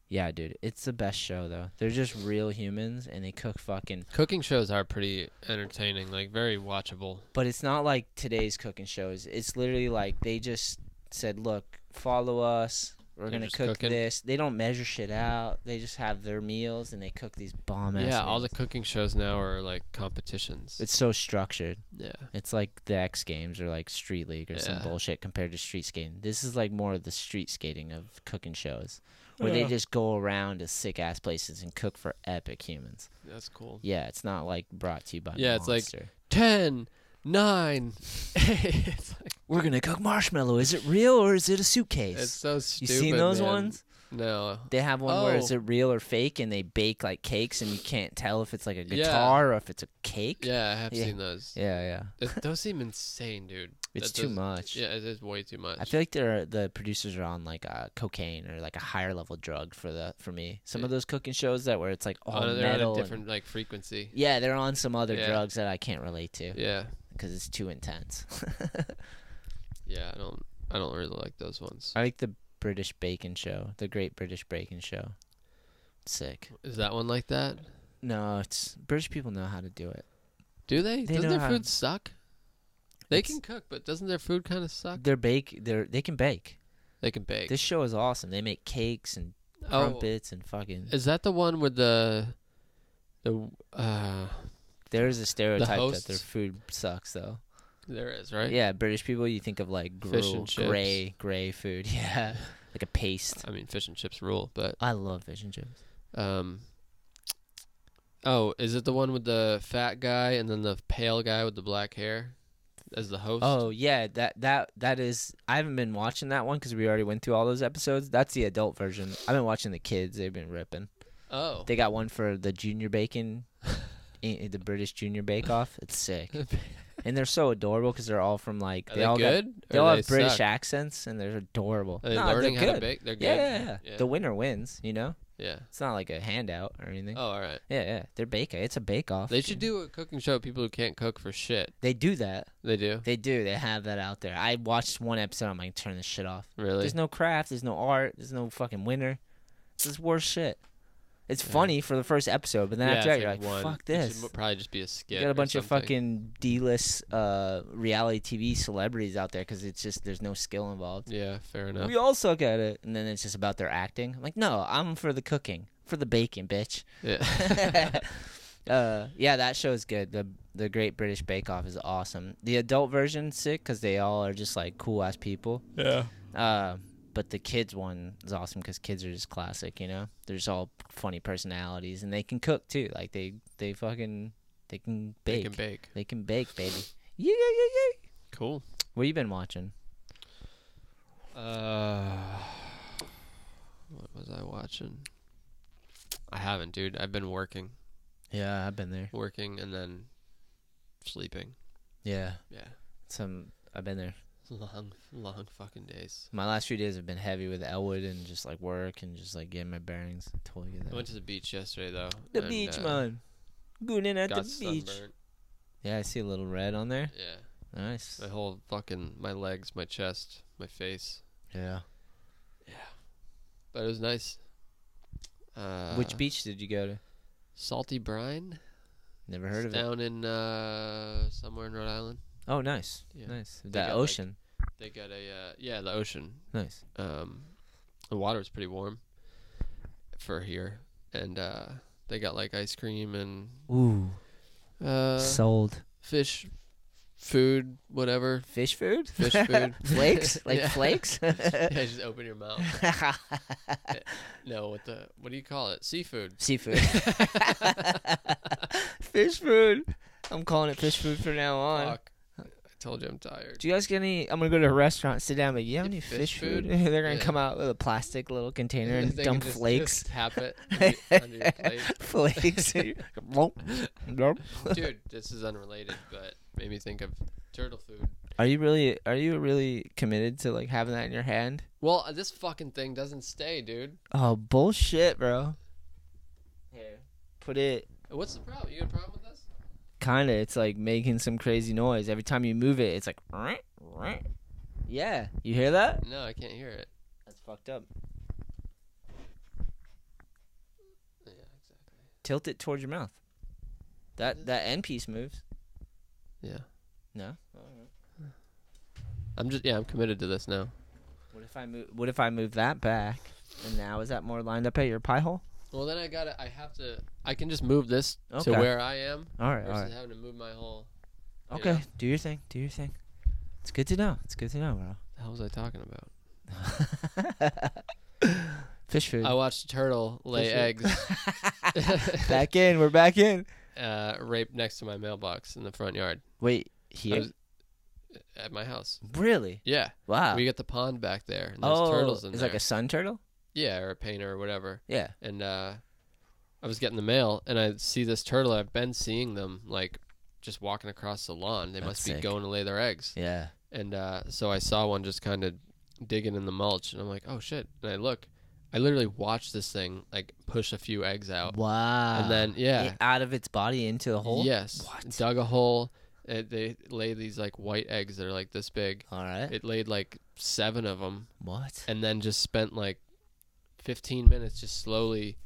[SPEAKER 1] Yeah, dude, it's the best show though. They're just real humans and they cook fucking.
[SPEAKER 2] Cooking shows are pretty entertaining, like very watchable.
[SPEAKER 1] But it's not like today's cooking shows. It's literally like they just said, "Look, follow us. We're
[SPEAKER 2] They're
[SPEAKER 1] gonna
[SPEAKER 2] just
[SPEAKER 1] cook
[SPEAKER 2] cooking.
[SPEAKER 1] this." They don't measure shit out. They just have their meals and they cook these bomb ass.
[SPEAKER 2] yeah, all the cooking shows now are like competitions.
[SPEAKER 1] It's so structured.
[SPEAKER 2] yeah,
[SPEAKER 1] It's like the X Games or like Street League or some
[SPEAKER 2] Yeah.
[SPEAKER 1] bullshit compared to street skating. This is like more of the street skating of cooking shows, where they
[SPEAKER 2] Yeah.
[SPEAKER 1] just go around to sick ass places and cook for epic humans.
[SPEAKER 2] that's cool.
[SPEAKER 1] Yeah, it's not like brought to you by
[SPEAKER 2] Yeah, it's like-
[SPEAKER 1] Monster.
[SPEAKER 2] Ten, nine. it's, like,
[SPEAKER 1] we're gonna cook marshmallow. Is it real or is it a suitcase?
[SPEAKER 2] it's so stupid.
[SPEAKER 1] you seen those
[SPEAKER 2] man.
[SPEAKER 1] ones?
[SPEAKER 2] No.
[SPEAKER 1] They have one where is
[SPEAKER 2] Oh.
[SPEAKER 1] it real or fake, and they bake like cakes, and you can't tell if it's like a
[SPEAKER 2] Yeah.
[SPEAKER 1] guitar or if it's a cake.
[SPEAKER 2] Yeah, I have
[SPEAKER 1] Yeah.
[SPEAKER 2] seen those.
[SPEAKER 1] yeah, yeah.
[SPEAKER 2] Th- those seem insane, dude.
[SPEAKER 1] It's
[SPEAKER 2] That
[SPEAKER 1] too
[SPEAKER 2] does-
[SPEAKER 1] much.
[SPEAKER 2] Yeah, it is way too much.
[SPEAKER 1] I feel like they're the producers are on like uh, cocaine or like a higher level drug for the for me. Some of those cooking shows that where it's like all
[SPEAKER 2] Oh, no, they're
[SPEAKER 1] metal.
[SPEAKER 2] on a
[SPEAKER 1] and-
[SPEAKER 2] different like frequency.
[SPEAKER 1] yeah, they're on some other
[SPEAKER 2] Yeah.
[SPEAKER 1] drugs that I can't relate to
[SPEAKER 2] Yeah,
[SPEAKER 1] because it's too intense.
[SPEAKER 2] yeah. I don't. I don't really like those ones.
[SPEAKER 1] I like the British Bacon Show, the Great British Bacon Show. Sick.
[SPEAKER 2] Is that one like that?
[SPEAKER 1] No, it's British people know how to do it.
[SPEAKER 2] Do they?
[SPEAKER 1] They
[SPEAKER 2] doesn't
[SPEAKER 1] know
[SPEAKER 2] their
[SPEAKER 1] how-
[SPEAKER 2] food suck? They
[SPEAKER 1] It's-
[SPEAKER 2] can cook, but doesn't their food kind of suck?
[SPEAKER 1] They're bake. They're they can bake.
[SPEAKER 2] They can bake.
[SPEAKER 1] This show is awesome. They make cakes and
[SPEAKER 2] oh,
[SPEAKER 1] crumpets and fucking.
[SPEAKER 2] is that the one with the the uh?
[SPEAKER 1] There is a stereotype that their
[SPEAKER 2] hosts?
[SPEAKER 1] food sucks though.
[SPEAKER 2] There is right.
[SPEAKER 1] Yeah, British people, you think of like gro-
[SPEAKER 2] Fish and chips.
[SPEAKER 1] gray, gray food. Yeah, like a paste.
[SPEAKER 2] I mean, fish and chips rule, but
[SPEAKER 1] I love fish and chips.
[SPEAKER 2] um. Oh, is it the one with the fat guy and then the pale guy with the black hair as the host?
[SPEAKER 1] Oh yeah, that that that is. I haven't been watching that one because we already went through all those episodes. That's the adult version. I've been watching the kids. They've been ripping.
[SPEAKER 2] oh.
[SPEAKER 1] They got one for the junior bacon, eh, the British junior bake off. It's sick. and they're so adorable because they're all from like
[SPEAKER 2] Are
[SPEAKER 1] they,
[SPEAKER 2] they,
[SPEAKER 1] all got-
[SPEAKER 2] good? or
[SPEAKER 1] they all
[SPEAKER 2] do
[SPEAKER 1] have British
[SPEAKER 2] suck?
[SPEAKER 1] accents and they're adorable.
[SPEAKER 2] Are they
[SPEAKER 1] Nah,
[SPEAKER 2] learning
[SPEAKER 1] they're
[SPEAKER 2] how
[SPEAKER 1] good.
[SPEAKER 2] to bake? They're good.
[SPEAKER 1] Yeah, yeah, yeah.
[SPEAKER 2] Yeah.
[SPEAKER 1] The winner wins. You know,
[SPEAKER 2] Yeah.
[SPEAKER 1] it's not like a handout or anything.
[SPEAKER 2] Oh, all right.
[SPEAKER 1] Yeah, yeah. They're bake. It's a bake off.
[SPEAKER 2] They should do a cooking show. of People who can't cook for shit.
[SPEAKER 1] They do that.
[SPEAKER 2] They do.
[SPEAKER 1] They do. They have that out there. I watched one episode. I'm like, turn this shit off.
[SPEAKER 2] Really?
[SPEAKER 1] There's no craft. There's no art. There's no fucking winner. This is worse shit. It's
[SPEAKER 2] Yeah.
[SPEAKER 1] funny for the first episode, but then
[SPEAKER 2] Yeah,
[SPEAKER 1] after that,
[SPEAKER 2] it's
[SPEAKER 1] you're like,
[SPEAKER 2] one.
[SPEAKER 1] fuck
[SPEAKER 2] It should
[SPEAKER 1] this.
[SPEAKER 2] mo- probably just be a skit.
[SPEAKER 1] You got
[SPEAKER 2] or
[SPEAKER 1] a bunch of
[SPEAKER 2] something.
[SPEAKER 1] fucking D-list uh, reality TV celebrities out there because it's just there's no skill involved.
[SPEAKER 2] Yeah, fair enough.
[SPEAKER 1] We all suck at it, and then it's just about their acting. I'm like, no, I'm for the cooking, for the baking, bitch.
[SPEAKER 2] Yeah.
[SPEAKER 1] uh, yeah, that show is good. The The Great British Bake Off is awesome. The adult version sick because they all are just like cool ass people.
[SPEAKER 2] yeah.
[SPEAKER 1] Uh, but the kids one is awesome because kids are just classic. You know, they're just all funny personalities, and they can cook too. Like they they fucking they can
[SPEAKER 2] They
[SPEAKER 1] bake.
[SPEAKER 2] can bake.
[SPEAKER 1] They can bake, baby. Yeah, yeah, yeah, yeah.
[SPEAKER 2] Cool.
[SPEAKER 1] What you been watching?
[SPEAKER 2] Uh, what was I watching? I haven't, dude. I've been working,
[SPEAKER 1] Yeah, I've been there.
[SPEAKER 2] working, and then sleeping.
[SPEAKER 1] Yeah,
[SPEAKER 2] Yeah.
[SPEAKER 1] some I've been there.
[SPEAKER 2] Long, long fucking days.
[SPEAKER 1] My last few days have been heavy with Elwood and just like work and just like getting my bearings. Totally get
[SPEAKER 2] I
[SPEAKER 1] that.
[SPEAKER 2] went to the beach yesterday, though.
[SPEAKER 1] The
[SPEAKER 2] and,
[SPEAKER 1] beach,
[SPEAKER 2] uh,
[SPEAKER 1] man. Going in at the
[SPEAKER 2] Got
[SPEAKER 1] beach.
[SPEAKER 2] sunburnt.
[SPEAKER 1] Yeah, I see a little red on there.
[SPEAKER 2] Yeah.
[SPEAKER 1] Nice.
[SPEAKER 2] My whole fucking, my legs, my chest, my face.
[SPEAKER 1] Yeah.
[SPEAKER 2] But it was nice. Uh,
[SPEAKER 1] Which beach did you go to?
[SPEAKER 2] Salty Brine.
[SPEAKER 1] Never heard of
[SPEAKER 2] it's
[SPEAKER 1] it.
[SPEAKER 2] Down in uh, somewhere in Rhode Island.
[SPEAKER 1] Oh, nice.
[SPEAKER 2] Yeah.
[SPEAKER 1] Nice. That
[SPEAKER 2] got, like-
[SPEAKER 1] ocean.
[SPEAKER 2] They got a uh, yeah, the ocean.
[SPEAKER 1] nice.
[SPEAKER 2] Um, the water was pretty warm for here, and uh, they got like ice cream and
[SPEAKER 1] Ooh.
[SPEAKER 2] uh,
[SPEAKER 1] sold.
[SPEAKER 2] fish food, whatever.
[SPEAKER 1] Fish food?
[SPEAKER 2] Fish food.
[SPEAKER 1] flakes? Like
[SPEAKER 2] Yeah.
[SPEAKER 1] flakes?
[SPEAKER 2] Yeah, just open your mouth. No, what the what do you call it? Seafood.
[SPEAKER 1] Seafood. fish food. I'm calling it fish food from now on.
[SPEAKER 2] Fuck. I told you I'm tired.
[SPEAKER 1] Do you guys get any? I'm gonna go to a restaurant, sit down, but you have
[SPEAKER 2] Get
[SPEAKER 1] any
[SPEAKER 2] fish
[SPEAKER 1] fish food?
[SPEAKER 2] food?
[SPEAKER 1] They're gonna
[SPEAKER 2] Yeah.
[SPEAKER 1] come out with a plastic little container and
[SPEAKER 2] They can
[SPEAKER 1] dump
[SPEAKER 2] just-
[SPEAKER 1] flakes.
[SPEAKER 2] just tap it under, under your plate.
[SPEAKER 1] flakes. Blop, blop.
[SPEAKER 2] Dude, this is unrelated, but made me think of turtle food.
[SPEAKER 1] Are you really? Are you really committed to like having that in your hand?
[SPEAKER 2] Well, uh, this fucking thing doesn't stay, dude.
[SPEAKER 1] Oh bullshit, bro. Here, put it.
[SPEAKER 2] What's the problem? You got a problem with this?
[SPEAKER 1] Kinda, it's like making some crazy noise every time you move it. It's like. Yeah, you hear that?
[SPEAKER 2] No, I can't hear it.
[SPEAKER 1] That's fucked up.
[SPEAKER 2] Yeah, exactly.
[SPEAKER 1] Tilt it towards your mouth. That that end piece moves.
[SPEAKER 2] Yeah.
[SPEAKER 1] No.
[SPEAKER 2] I'm just yeah, I'm committed to this now.
[SPEAKER 1] What if I move? What if I move that back? And now is that more lined up at your pie hole?
[SPEAKER 2] Well, then I got to I have to I can just move this
[SPEAKER 1] Okay.
[SPEAKER 2] to where I am
[SPEAKER 1] All right, all
[SPEAKER 2] versus
[SPEAKER 1] right.
[SPEAKER 2] having to move my whole you
[SPEAKER 1] Okay,
[SPEAKER 2] know.
[SPEAKER 1] do your thing. Do your thing. It's good to know. It's good to know,
[SPEAKER 2] The hell was I talking about?
[SPEAKER 1] bro. Fish food.
[SPEAKER 2] I watched a turtle lay
[SPEAKER 1] Fish
[SPEAKER 2] eggs
[SPEAKER 1] back in. We're back in.
[SPEAKER 2] uh right next to my mailbox in the front yard
[SPEAKER 1] Wait,
[SPEAKER 2] I
[SPEAKER 1] here.
[SPEAKER 2] was- at my house.
[SPEAKER 1] Really?
[SPEAKER 2] Yeah.
[SPEAKER 1] Wow.
[SPEAKER 2] We got the pond back there and there's
[SPEAKER 1] oh,
[SPEAKER 2] turtles in
[SPEAKER 1] it's
[SPEAKER 2] there.
[SPEAKER 1] like a sun turtle.
[SPEAKER 2] yeah, or a painter or whatever.
[SPEAKER 1] Yeah.
[SPEAKER 2] and uh, I was getting the mail, and I see this turtle. I've been seeing them like just walking across the lawn. They
[SPEAKER 1] That's
[SPEAKER 2] must be
[SPEAKER 1] sick.
[SPEAKER 2] going to lay their eggs.
[SPEAKER 1] Yeah.
[SPEAKER 2] And uh, so I saw one just kind of digging in the mulch, and I'm like, oh shit! And I look, I literally watched this thing like push a few eggs out,
[SPEAKER 1] Wow.
[SPEAKER 2] Oh. and then yeah,
[SPEAKER 1] It- out of its body into the hole.
[SPEAKER 2] yes,
[SPEAKER 1] What?
[SPEAKER 2] dug a hole. And they lay these like white eggs that are like this big.
[SPEAKER 1] All right.
[SPEAKER 2] It laid like seven of them,
[SPEAKER 1] what?
[SPEAKER 2] and then just spent like 15 minutes just slowly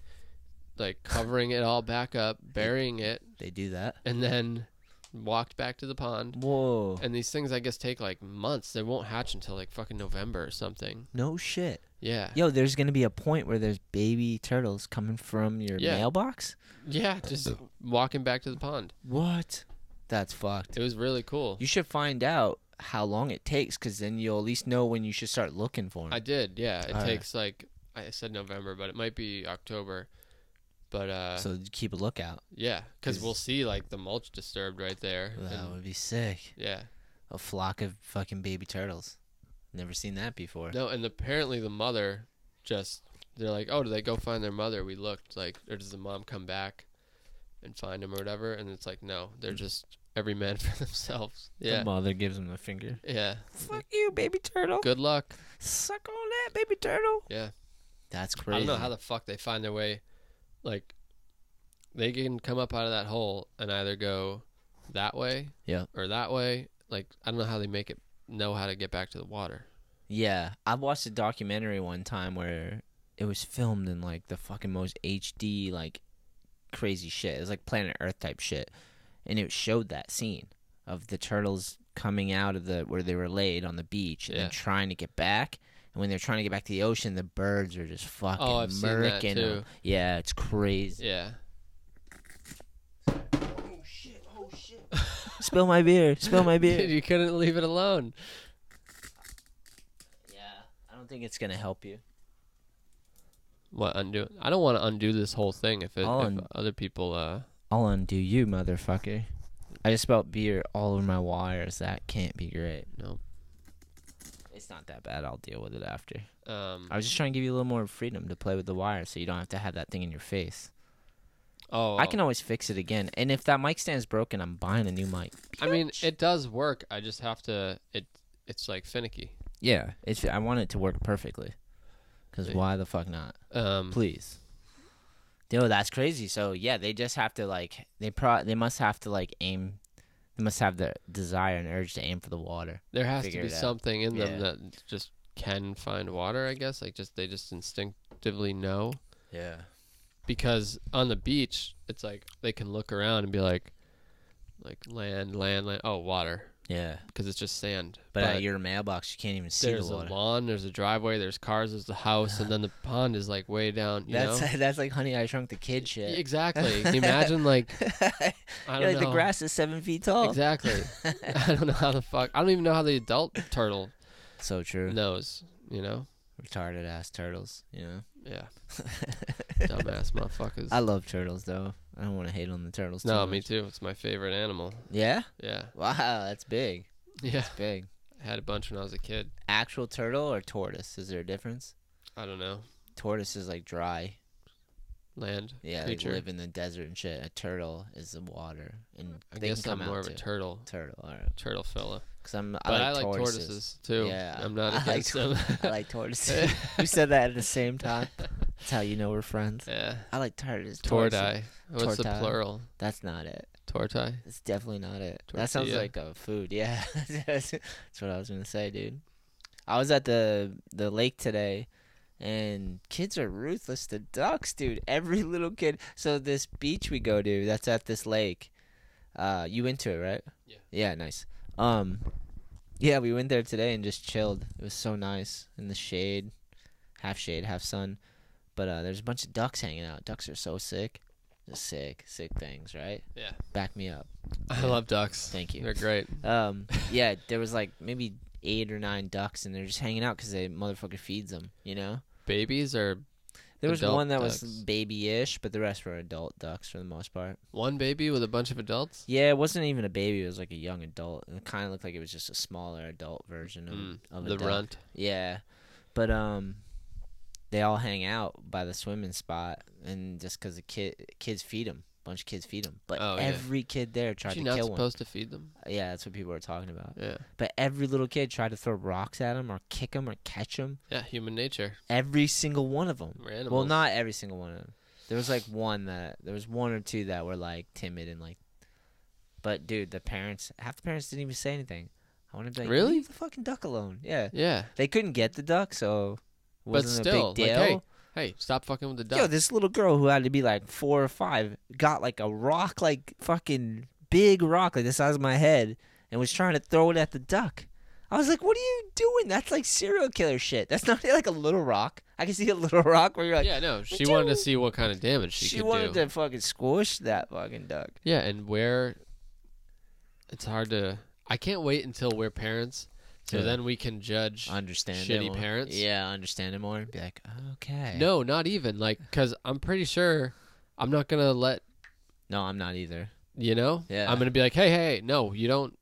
[SPEAKER 2] like covering it all back up, burying it,
[SPEAKER 1] They do that.
[SPEAKER 2] and then walked back to the pond.
[SPEAKER 1] Whoa.
[SPEAKER 2] And these things I guess take like months. They won't hatch until like fucking November or something.
[SPEAKER 1] No shit.
[SPEAKER 2] Yeah.
[SPEAKER 1] Yo, there's gonna be a point where there's baby turtles coming from your
[SPEAKER 2] Yeah.
[SPEAKER 1] mailbox.
[SPEAKER 2] Yeah, just walking back to the pond.
[SPEAKER 1] What? That's fucked.
[SPEAKER 2] It was really cool.
[SPEAKER 1] You should find out how long it takes, because then you'll at least know when you should start looking for them.
[SPEAKER 2] I did. Yeah, it
[SPEAKER 1] All right.
[SPEAKER 2] takes like I said November, but it might be October. But uh
[SPEAKER 1] so you keep a lookout.
[SPEAKER 2] yeah, cuz
[SPEAKER 1] is-
[SPEAKER 2] we'll see like the mulch disturbed right there.
[SPEAKER 1] That
[SPEAKER 2] and-
[SPEAKER 1] would be sick.
[SPEAKER 2] yeah.
[SPEAKER 1] A flock of fucking baby turtles. Never seen that before.
[SPEAKER 2] No, and apparently the mother just they're like, oh, do they go find their mother? We looked like, or does the mom come back and find him or whatever? And it's like, no, they're just every man for themselves.
[SPEAKER 1] Mm. The
[SPEAKER 2] Yeah.
[SPEAKER 1] mother gives him the finger.
[SPEAKER 2] Yeah.
[SPEAKER 1] Fuck you, baby turtle.
[SPEAKER 2] Good luck.
[SPEAKER 1] Suck on that, baby turtle.
[SPEAKER 2] Yeah.
[SPEAKER 1] That's crazy.
[SPEAKER 2] I don't know how the fuck they find their way. Like, they can come up out of that hole and either go that way,
[SPEAKER 1] Yeah.
[SPEAKER 2] or that way. Like, I don't know how they make it know how to get back to the water.
[SPEAKER 1] Yeah, I watched a documentary one time where it was filmed in like the fucking most HD like crazy shit. It was like Planet Earth type shit, and it showed that scene of the turtles coming out of the where they were laid on the beach and then
[SPEAKER 2] Yeah.
[SPEAKER 1] trying to get back. And when they're trying to get back to the ocean, the birds are just fucking
[SPEAKER 2] Oh, I've seen that,
[SPEAKER 1] murking 'em.
[SPEAKER 2] too.
[SPEAKER 1] Yeah, it's crazy.
[SPEAKER 2] Yeah.
[SPEAKER 1] Spill my beer. Spill my
[SPEAKER 2] Dude,
[SPEAKER 1] beer.
[SPEAKER 2] you couldn't leave it alone.
[SPEAKER 1] yeah, I don't think it's gonna help you.
[SPEAKER 2] What undo? it? I don't want to undo this whole thing if, it,
[SPEAKER 1] I'll
[SPEAKER 2] if
[SPEAKER 1] un-
[SPEAKER 2] other people. uh
[SPEAKER 1] I'll undo you, motherfucker. I just spelt beer all over my wires. That can't be great.
[SPEAKER 2] No.
[SPEAKER 1] It's not that bad. I'll deal with it after.
[SPEAKER 2] Um.
[SPEAKER 1] I was just trying to give you a little more freedom to play with the wires so you don't have to have that thing in your face.
[SPEAKER 2] Oh,
[SPEAKER 1] I can always fix it again. And if that mic stand's broken, I'm buying a new mic.
[SPEAKER 2] I mean, it does work. I just have to. It. It's like finicky.
[SPEAKER 1] Yeah, it's I want it to work perfectly. Cuz
[SPEAKER 2] Yeah.
[SPEAKER 1] why the fuck not?
[SPEAKER 2] Um.
[SPEAKER 1] Please. Yo, that's crazy. So, yeah, they just have to like they pro they must have to like aim they must have the desire and urge to aim for the water.
[SPEAKER 2] There has to
[SPEAKER 1] figure
[SPEAKER 2] be
[SPEAKER 1] it out.
[SPEAKER 2] something in them
[SPEAKER 1] Yeah.
[SPEAKER 2] that just can find water. I guess. Like just they just instinctively know
[SPEAKER 1] Yeah.
[SPEAKER 2] because on the beach it's like they can look around and be like, like land, land, land. Oh, water
[SPEAKER 1] Yeah.
[SPEAKER 2] because it's just sand.
[SPEAKER 1] But, at your mailbox, you can't even see the
[SPEAKER 2] there's a
[SPEAKER 1] water.
[SPEAKER 2] lawn, there's a driveway, there's cars, there's the house, and then the pond is like way down. You
[SPEAKER 1] that's
[SPEAKER 2] know?
[SPEAKER 1] that's like Honey I Shrunk the Kid
[SPEAKER 2] Y-
[SPEAKER 1] shit.
[SPEAKER 2] Exactly. Imagine like I
[SPEAKER 1] You're
[SPEAKER 2] don't
[SPEAKER 1] like,
[SPEAKER 2] know.
[SPEAKER 1] the grass is seven feet tall.
[SPEAKER 2] Exactly. I don't know how the fuck. I don't even know how the adult turtle
[SPEAKER 1] So true.
[SPEAKER 2] knows. You know.
[SPEAKER 1] Retarded ass turtles. You know.
[SPEAKER 2] Yeah. Dumbass motherfuckers.
[SPEAKER 1] I love turtles though. I don't want to hate on the turtles.
[SPEAKER 2] no,
[SPEAKER 1] too
[SPEAKER 2] me
[SPEAKER 1] much.
[SPEAKER 2] too. It's my favorite animal.
[SPEAKER 1] Yeah.
[SPEAKER 2] Yeah.
[SPEAKER 1] Wow, that's big.
[SPEAKER 2] Yeah.
[SPEAKER 1] Big.
[SPEAKER 2] I had a bunch when I was a kid.
[SPEAKER 1] Actual turtle or tortoise? Is there a difference?
[SPEAKER 2] I don't know.
[SPEAKER 1] Tortoise is like dry.
[SPEAKER 2] Land.
[SPEAKER 1] Yeah, they
[SPEAKER 2] Creature.
[SPEAKER 1] live in the desert and shit. A turtle is the water, and
[SPEAKER 2] I
[SPEAKER 1] they
[SPEAKER 2] guess
[SPEAKER 1] can
[SPEAKER 2] I'm
[SPEAKER 1] come
[SPEAKER 2] more
[SPEAKER 1] out
[SPEAKER 2] of a
[SPEAKER 1] too.
[SPEAKER 2] turtle.
[SPEAKER 1] turtle. All right.
[SPEAKER 2] Turtle fella.
[SPEAKER 1] Cause I'm. I
[SPEAKER 2] but
[SPEAKER 1] like,
[SPEAKER 2] I like tortoises. too.
[SPEAKER 1] Yeah,
[SPEAKER 2] I'm not
[SPEAKER 1] I like
[SPEAKER 2] against them.
[SPEAKER 1] I like tortoises. we said that at the same time. That's how you know we're friends.
[SPEAKER 2] yeah.
[SPEAKER 1] I like turtles. tortoises.
[SPEAKER 2] Tordi. What's the
[SPEAKER 1] Tortai.
[SPEAKER 2] plural?
[SPEAKER 1] That's not it.
[SPEAKER 2] Tortai.
[SPEAKER 1] That's definitely not it. That sounds
[SPEAKER 2] Tortilla.
[SPEAKER 1] like a food. Yeah, that's what I was gonna say, dude. I was at the the lake today, and kids are ruthless to ducks, dude. Every little kid. So this beach we go to, that's at this lake. Uh, you went to it, right?
[SPEAKER 2] Yeah.
[SPEAKER 1] Yeah, nice. Um, yeah, we went there today and just chilled. It was so nice in the shade, half shade, half sun. But uh, there's a bunch of ducks hanging out. Ducks are so sick. Just Sick, sick things, right?
[SPEAKER 2] Yeah.
[SPEAKER 1] Back me up.
[SPEAKER 2] I love ducks.
[SPEAKER 1] Thank you.
[SPEAKER 2] They're great.
[SPEAKER 1] Um, yeah, there was like maybe eight or nine ducks, and they're just hanging out because they motherfucker feeds them. You know,
[SPEAKER 2] Babies are
[SPEAKER 1] there was
[SPEAKER 2] Adult
[SPEAKER 1] one that was
[SPEAKER 2] ducks.
[SPEAKER 1] baby-ish, but the rest were adult ducks for the most part.
[SPEAKER 2] one baby with a bunch of adults.
[SPEAKER 1] Yeah, it wasn't even a baby; it was like a young adult, and it kind of looked like it was just a smaller adult version of,
[SPEAKER 2] Mm,
[SPEAKER 1] of a
[SPEAKER 2] the
[SPEAKER 1] duck.
[SPEAKER 2] runt.
[SPEAKER 1] Yeah, but um, they all hang out by the swimming spot, and just because the kid kids feed them, bunch of kids feed them, but
[SPEAKER 2] Oh, yeah.
[SPEAKER 1] every kid there tried
[SPEAKER 2] Is she
[SPEAKER 1] to
[SPEAKER 2] not
[SPEAKER 1] kill one.
[SPEAKER 2] supposed to feed them?
[SPEAKER 1] Yeah, that's what people were talking about.
[SPEAKER 2] Yeah.
[SPEAKER 1] But every little kid tried to throw rocks at him or kick him or catch him.
[SPEAKER 2] Yeah, human nature.
[SPEAKER 1] Every single one of them.
[SPEAKER 2] We're animals.
[SPEAKER 1] Well, not every single one of them. There was like one that there was one or two that were like timid and like. But dude, the parents half the parents didn't even say anything. I want to be like,
[SPEAKER 2] Really?
[SPEAKER 1] leave the fucking duck alone. Yeah,
[SPEAKER 2] Yeah.
[SPEAKER 1] they couldn't get the duck, so it
[SPEAKER 2] But
[SPEAKER 1] wasn't
[SPEAKER 2] still,
[SPEAKER 1] a big
[SPEAKER 2] like,
[SPEAKER 1] deal.
[SPEAKER 2] hey, hey, stop fucking with the duck.
[SPEAKER 1] Yo, this little girl who had to be like four or five got like a rock, like fucking big rock, like the size of my head, and was trying to throw it at the duck. I was like, "What are you doing? That's like serial killer shit. That's not like a little rock. I can see a little rock where you're like,
[SPEAKER 2] yeah, no. She
[SPEAKER 1] do-
[SPEAKER 2] wanted to see what kind of damage she,
[SPEAKER 1] she,
[SPEAKER 2] could
[SPEAKER 1] wanted
[SPEAKER 2] do.
[SPEAKER 1] to fucking squish that fucking duck."
[SPEAKER 2] Yeah, and where it's hard to. I can't wait until we're parents, so
[SPEAKER 1] Yeah.
[SPEAKER 2] then we can judge.
[SPEAKER 1] Understand
[SPEAKER 2] it Shitty more. parents?
[SPEAKER 1] Yeah, understand it more. Be like, okay,
[SPEAKER 2] no, not even like because I'm pretty sure I'm not gonna let
[SPEAKER 1] no, I'm not either.
[SPEAKER 2] you know.
[SPEAKER 1] Yeah.
[SPEAKER 2] I'm gonna be like, hey, hey, no, you don't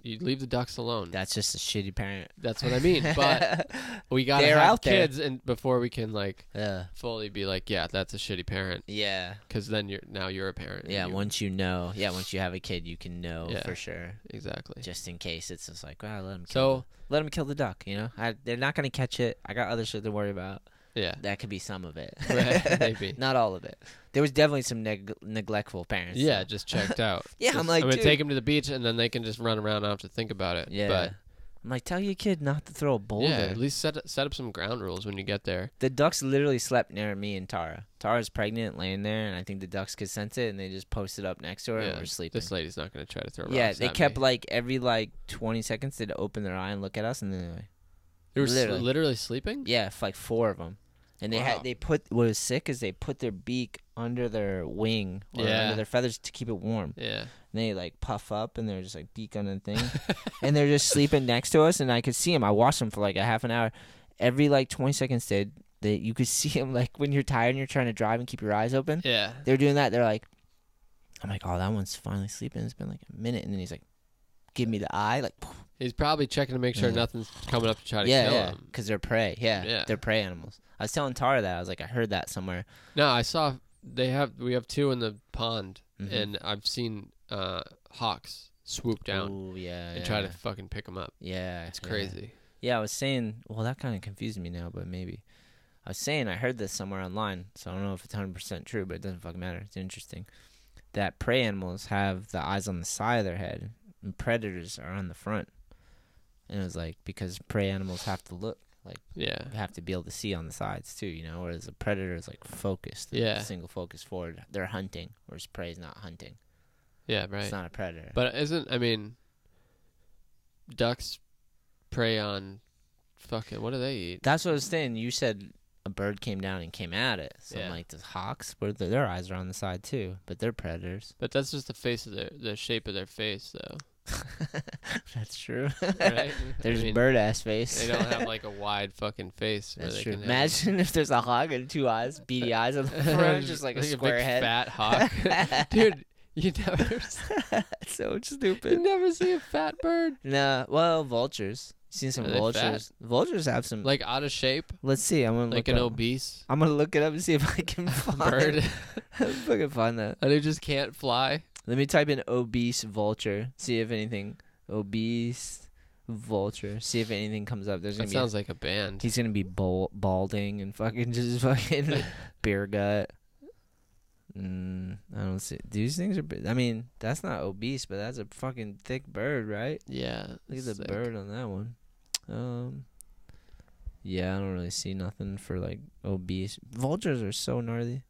[SPEAKER 2] you leave the ducks alone.
[SPEAKER 1] That's just a shitty parent.
[SPEAKER 2] That's what I mean. But we gotta
[SPEAKER 1] They're
[SPEAKER 2] have
[SPEAKER 1] out there.
[SPEAKER 2] kids, and before we can like
[SPEAKER 1] yeah,
[SPEAKER 2] fully be like, yeah, that's a shitty parent,
[SPEAKER 1] yeah,
[SPEAKER 2] because then you're now you're a parent. and
[SPEAKER 1] yeah.
[SPEAKER 2] you-
[SPEAKER 1] Once you know, yeah, once you have a kid, you can know
[SPEAKER 2] Yeah.
[SPEAKER 1] for sure.
[SPEAKER 2] exactly.
[SPEAKER 1] Just in case, it's just like, wow, let him. Kill
[SPEAKER 2] So
[SPEAKER 1] let him kill the duck. You know, I, they're not gonna catch it. I got other shit to worry about.
[SPEAKER 2] yeah,
[SPEAKER 1] That could be some of it.
[SPEAKER 2] Right, maybe.
[SPEAKER 1] Not all of it. There was definitely some neg- neglectful parents.
[SPEAKER 2] yeah,
[SPEAKER 1] though.
[SPEAKER 2] just checked out.
[SPEAKER 1] Yeah, I'm
[SPEAKER 2] Just-
[SPEAKER 1] like,
[SPEAKER 2] I'm gonna
[SPEAKER 1] dude.
[SPEAKER 2] take them to the beach, and then they can just run around. I don't have to think about it.
[SPEAKER 1] Yeah.
[SPEAKER 2] But
[SPEAKER 1] I'm like, tell your kid not to throw a boulder.
[SPEAKER 2] yeah, at least set set up some ground rules when you get there.
[SPEAKER 1] the ducks literally slept near me and Tara. Tara's pregnant, laying there, and I think the ducks could sense it, and they just posted up next to her and
[SPEAKER 2] Yeah,
[SPEAKER 1] were sleeping.
[SPEAKER 2] This lady's not gonna try to throw.
[SPEAKER 1] yeah,
[SPEAKER 2] rocks
[SPEAKER 1] they
[SPEAKER 2] at
[SPEAKER 1] kept
[SPEAKER 2] me.
[SPEAKER 1] like every like 20 seconds they'd open their eye and look at us, and then they were-
[SPEAKER 2] They were s-
[SPEAKER 1] literally.
[SPEAKER 2] literally sleeping.
[SPEAKER 1] yeah, f- like four of them, and they
[SPEAKER 2] Wow.
[SPEAKER 1] had they put what was sick is they put their beak under their wing or
[SPEAKER 2] Yeah.
[SPEAKER 1] under their feathers to keep it warm.
[SPEAKER 2] Yeah.
[SPEAKER 1] And they like puff up and they're just like beak on the thing. and they're just sleeping next to us and I could see them. I watched them for like a half an hour. Every like 20 seconds they they you could see them like when you're tired and you're trying to drive and keep your eyes open.
[SPEAKER 2] Yeah.
[SPEAKER 1] They're doing that. They're like I'm like, "Oh, that one's finally sleeping. It's been like a minute." And then he's like Give me the eye, like
[SPEAKER 2] He's probably checking to make sure
[SPEAKER 1] Yeah.
[SPEAKER 2] nothing's coming up to try to
[SPEAKER 1] yeah,
[SPEAKER 2] kill
[SPEAKER 1] yeah,
[SPEAKER 2] him.
[SPEAKER 1] because they're prey. Yeah,
[SPEAKER 2] Yeah.
[SPEAKER 1] they're prey animals. I was telling Tara that I was like, I heard that somewhere.
[SPEAKER 2] No, I saw they have we have two in the pond,
[SPEAKER 1] Mhm.
[SPEAKER 2] and I've seen uh, hawks swoop down
[SPEAKER 1] Ooh, yeah,
[SPEAKER 2] and
[SPEAKER 1] yeah.
[SPEAKER 2] try to fucking pick them up.
[SPEAKER 1] Yeah,
[SPEAKER 2] It's
[SPEAKER 1] yeah.
[SPEAKER 2] crazy.
[SPEAKER 1] Yeah, I was saying. Well, that kind of confused me now, but maybe I was saying I heard this somewhere online, so I don't know if it's hundred percent true, but it doesn't fucking matter. It's interesting that prey animals have the eyes on the side of their head, and predators are on the front. And it was like because prey animals have to look,
[SPEAKER 2] Yeah.
[SPEAKER 1] have to be able to see on the sides too, you know. Whereas a predator is like focused,
[SPEAKER 2] Yeah.
[SPEAKER 1] single focus forward. They're hunting, whereas prey is not hunting.
[SPEAKER 2] Yeah.
[SPEAKER 1] It's
[SPEAKER 2] Right.
[SPEAKER 1] not a predator.
[SPEAKER 2] But isn't I mean, ducks prey on fucking what do they eat?
[SPEAKER 1] That's what I was saying. You said a bird came down and came at it. So
[SPEAKER 2] Yeah.
[SPEAKER 1] I'm like, the hawks, where their, their eyes are on the side too, but they're predators.
[SPEAKER 2] But that's just the face of their the shape of their face though.
[SPEAKER 1] That's true.
[SPEAKER 2] Right? I
[SPEAKER 1] There's
[SPEAKER 2] mean,
[SPEAKER 1] bird ass face.
[SPEAKER 2] They don't have like a wide fucking face. where
[SPEAKER 1] That's
[SPEAKER 2] they
[SPEAKER 1] true.
[SPEAKER 2] Can have-
[SPEAKER 1] Imagine if there's a hawk and two eyes, beady eyes on the front, just like a square
[SPEAKER 2] big
[SPEAKER 1] head.
[SPEAKER 2] fat hawk, dude. You never,
[SPEAKER 1] That's so
[SPEAKER 2] you
[SPEAKER 1] stupid.
[SPEAKER 2] never see a fat bird
[SPEAKER 1] No, well, vultures. Seen some
[SPEAKER 2] Are they fat?
[SPEAKER 1] vultures. Vultures have some.
[SPEAKER 2] like out of shape,
[SPEAKER 1] Let's see. I'm gonna look
[SPEAKER 2] like an
[SPEAKER 1] up.
[SPEAKER 2] obese
[SPEAKER 1] I'm gonna look it up and see if I can find
[SPEAKER 2] bird,
[SPEAKER 1] fucking find that.
[SPEAKER 2] and it just can't fly.
[SPEAKER 1] Let me type in obese vulture. See if anything obese vulture. See if anything comes up. There's
[SPEAKER 2] That
[SPEAKER 1] gonna be a-
[SPEAKER 2] sounds like a band.
[SPEAKER 1] he's gonna be bal- balding and fucking just fucking beer gut. Mm, I don't see these things are. bi- I mean, that's not obese, but that's a fucking thick bird, right?
[SPEAKER 2] Yeah,
[SPEAKER 1] Look at
[SPEAKER 2] it's
[SPEAKER 1] the
[SPEAKER 2] sick.
[SPEAKER 1] bird on that one. Um. Yeah, I don't really see nothing for like obese. Vultures are so gnarly.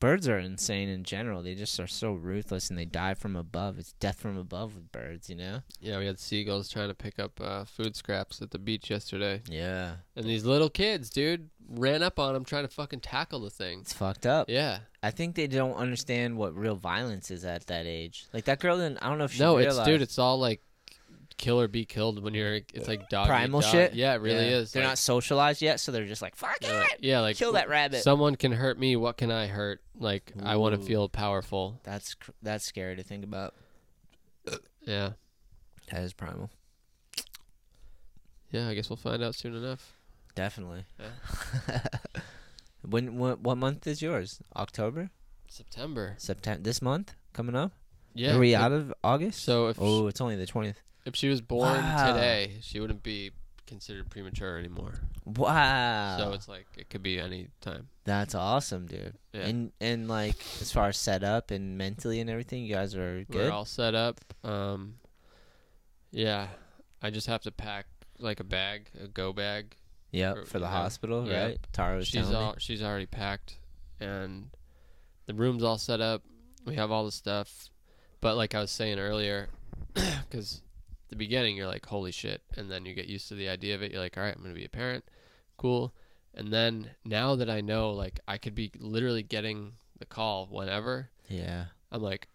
[SPEAKER 1] Birds are insane in general. They just are so ruthless and they die from above. It's death from above with birds, you know?
[SPEAKER 2] Yeah, we had seagulls trying to pick up uh, food scraps at the beach yesterday,
[SPEAKER 1] Yeah.
[SPEAKER 2] and these little kids, dude, ran up on them trying to fucking tackle the thing.
[SPEAKER 1] It's fucked up.
[SPEAKER 2] Yeah,
[SPEAKER 1] I think they don't understand what real violence is at that age. Like that girl didn't I don't know if she
[SPEAKER 2] no, it's
[SPEAKER 1] realized
[SPEAKER 2] dude, it's all like kill or be killed when you're. It's like dog eat
[SPEAKER 1] primal
[SPEAKER 2] dog.
[SPEAKER 1] shit.
[SPEAKER 2] Yeah, it really
[SPEAKER 1] Yeah.
[SPEAKER 2] is.
[SPEAKER 1] They're
[SPEAKER 2] like,
[SPEAKER 1] not socialized yet, so they're just like, Fuck
[SPEAKER 2] they're like-
[SPEAKER 1] it.
[SPEAKER 2] yeah, like
[SPEAKER 1] Kill that rabbit.
[SPEAKER 2] Someone can hurt me. What can I hurt? Like I want
[SPEAKER 1] Ooh.
[SPEAKER 2] to feel powerful.
[SPEAKER 1] that's cr- that's scary to think about.
[SPEAKER 2] Yeah,
[SPEAKER 1] That is primal.
[SPEAKER 2] yeah. I guess we'll find out soon enough.
[SPEAKER 1] Definitely. when, when what month is yours? October,
[SPEAKER 2] September.
[SPEAKER 1] September, this month coming up.
[SPEAKER 2] Yeah.
[SPEAKER 1] Are we
[SPEAKER 2] like-
[SPEAKER 1] out of August?
[SPEAKER 2] So if
[SPEAKER 1] oh, it's only the twentieth.
[SPEAKER 2] if she was born
[SPEAKER 1] Wow.
[SPEAKER 2] today, she wouldn't be considered premature anymore.
[SPEAKER 1] Wow.
[SPEAKER 2] So it's like it could be any time.
[SPEAKER 1] that's awesome, Oh. dude.
[SPEAKER 2] Yeah.
[SPEAKER 1] And and like as far as setup and mentally and everything, you guys are good.
[SPEAKER 2] We're all set up. Um, yeah, I just have to pack like a bag, a go bag.
[SPEAKER 1] yep,
[SPEAKER 2] or-
[SPEAKER 1] for the
[SPEAKER 2] yeah.
[SPEAKER 1] hospital,
[SPEAKER 2] Yep.
[SPEAKER 1] right? Tara was
[SPEAKER 2] She's
[SPEAKER 1] telling
[SPEAKER 2] all
[SPEAKER 1] me.
[SPEAKER 2] she's already packed, and the room's all set up. We have all the stuff, but like I was saying earlier, because the beginning you're like holy shit, and then you get used to the idea of it. You're like, all right, I'm gonna be a parent, cool. And then now that I know, like I could be literally getting the call whenever.
[SPEAKER 1] Yeah,
[SPEAKER 2] I'm like,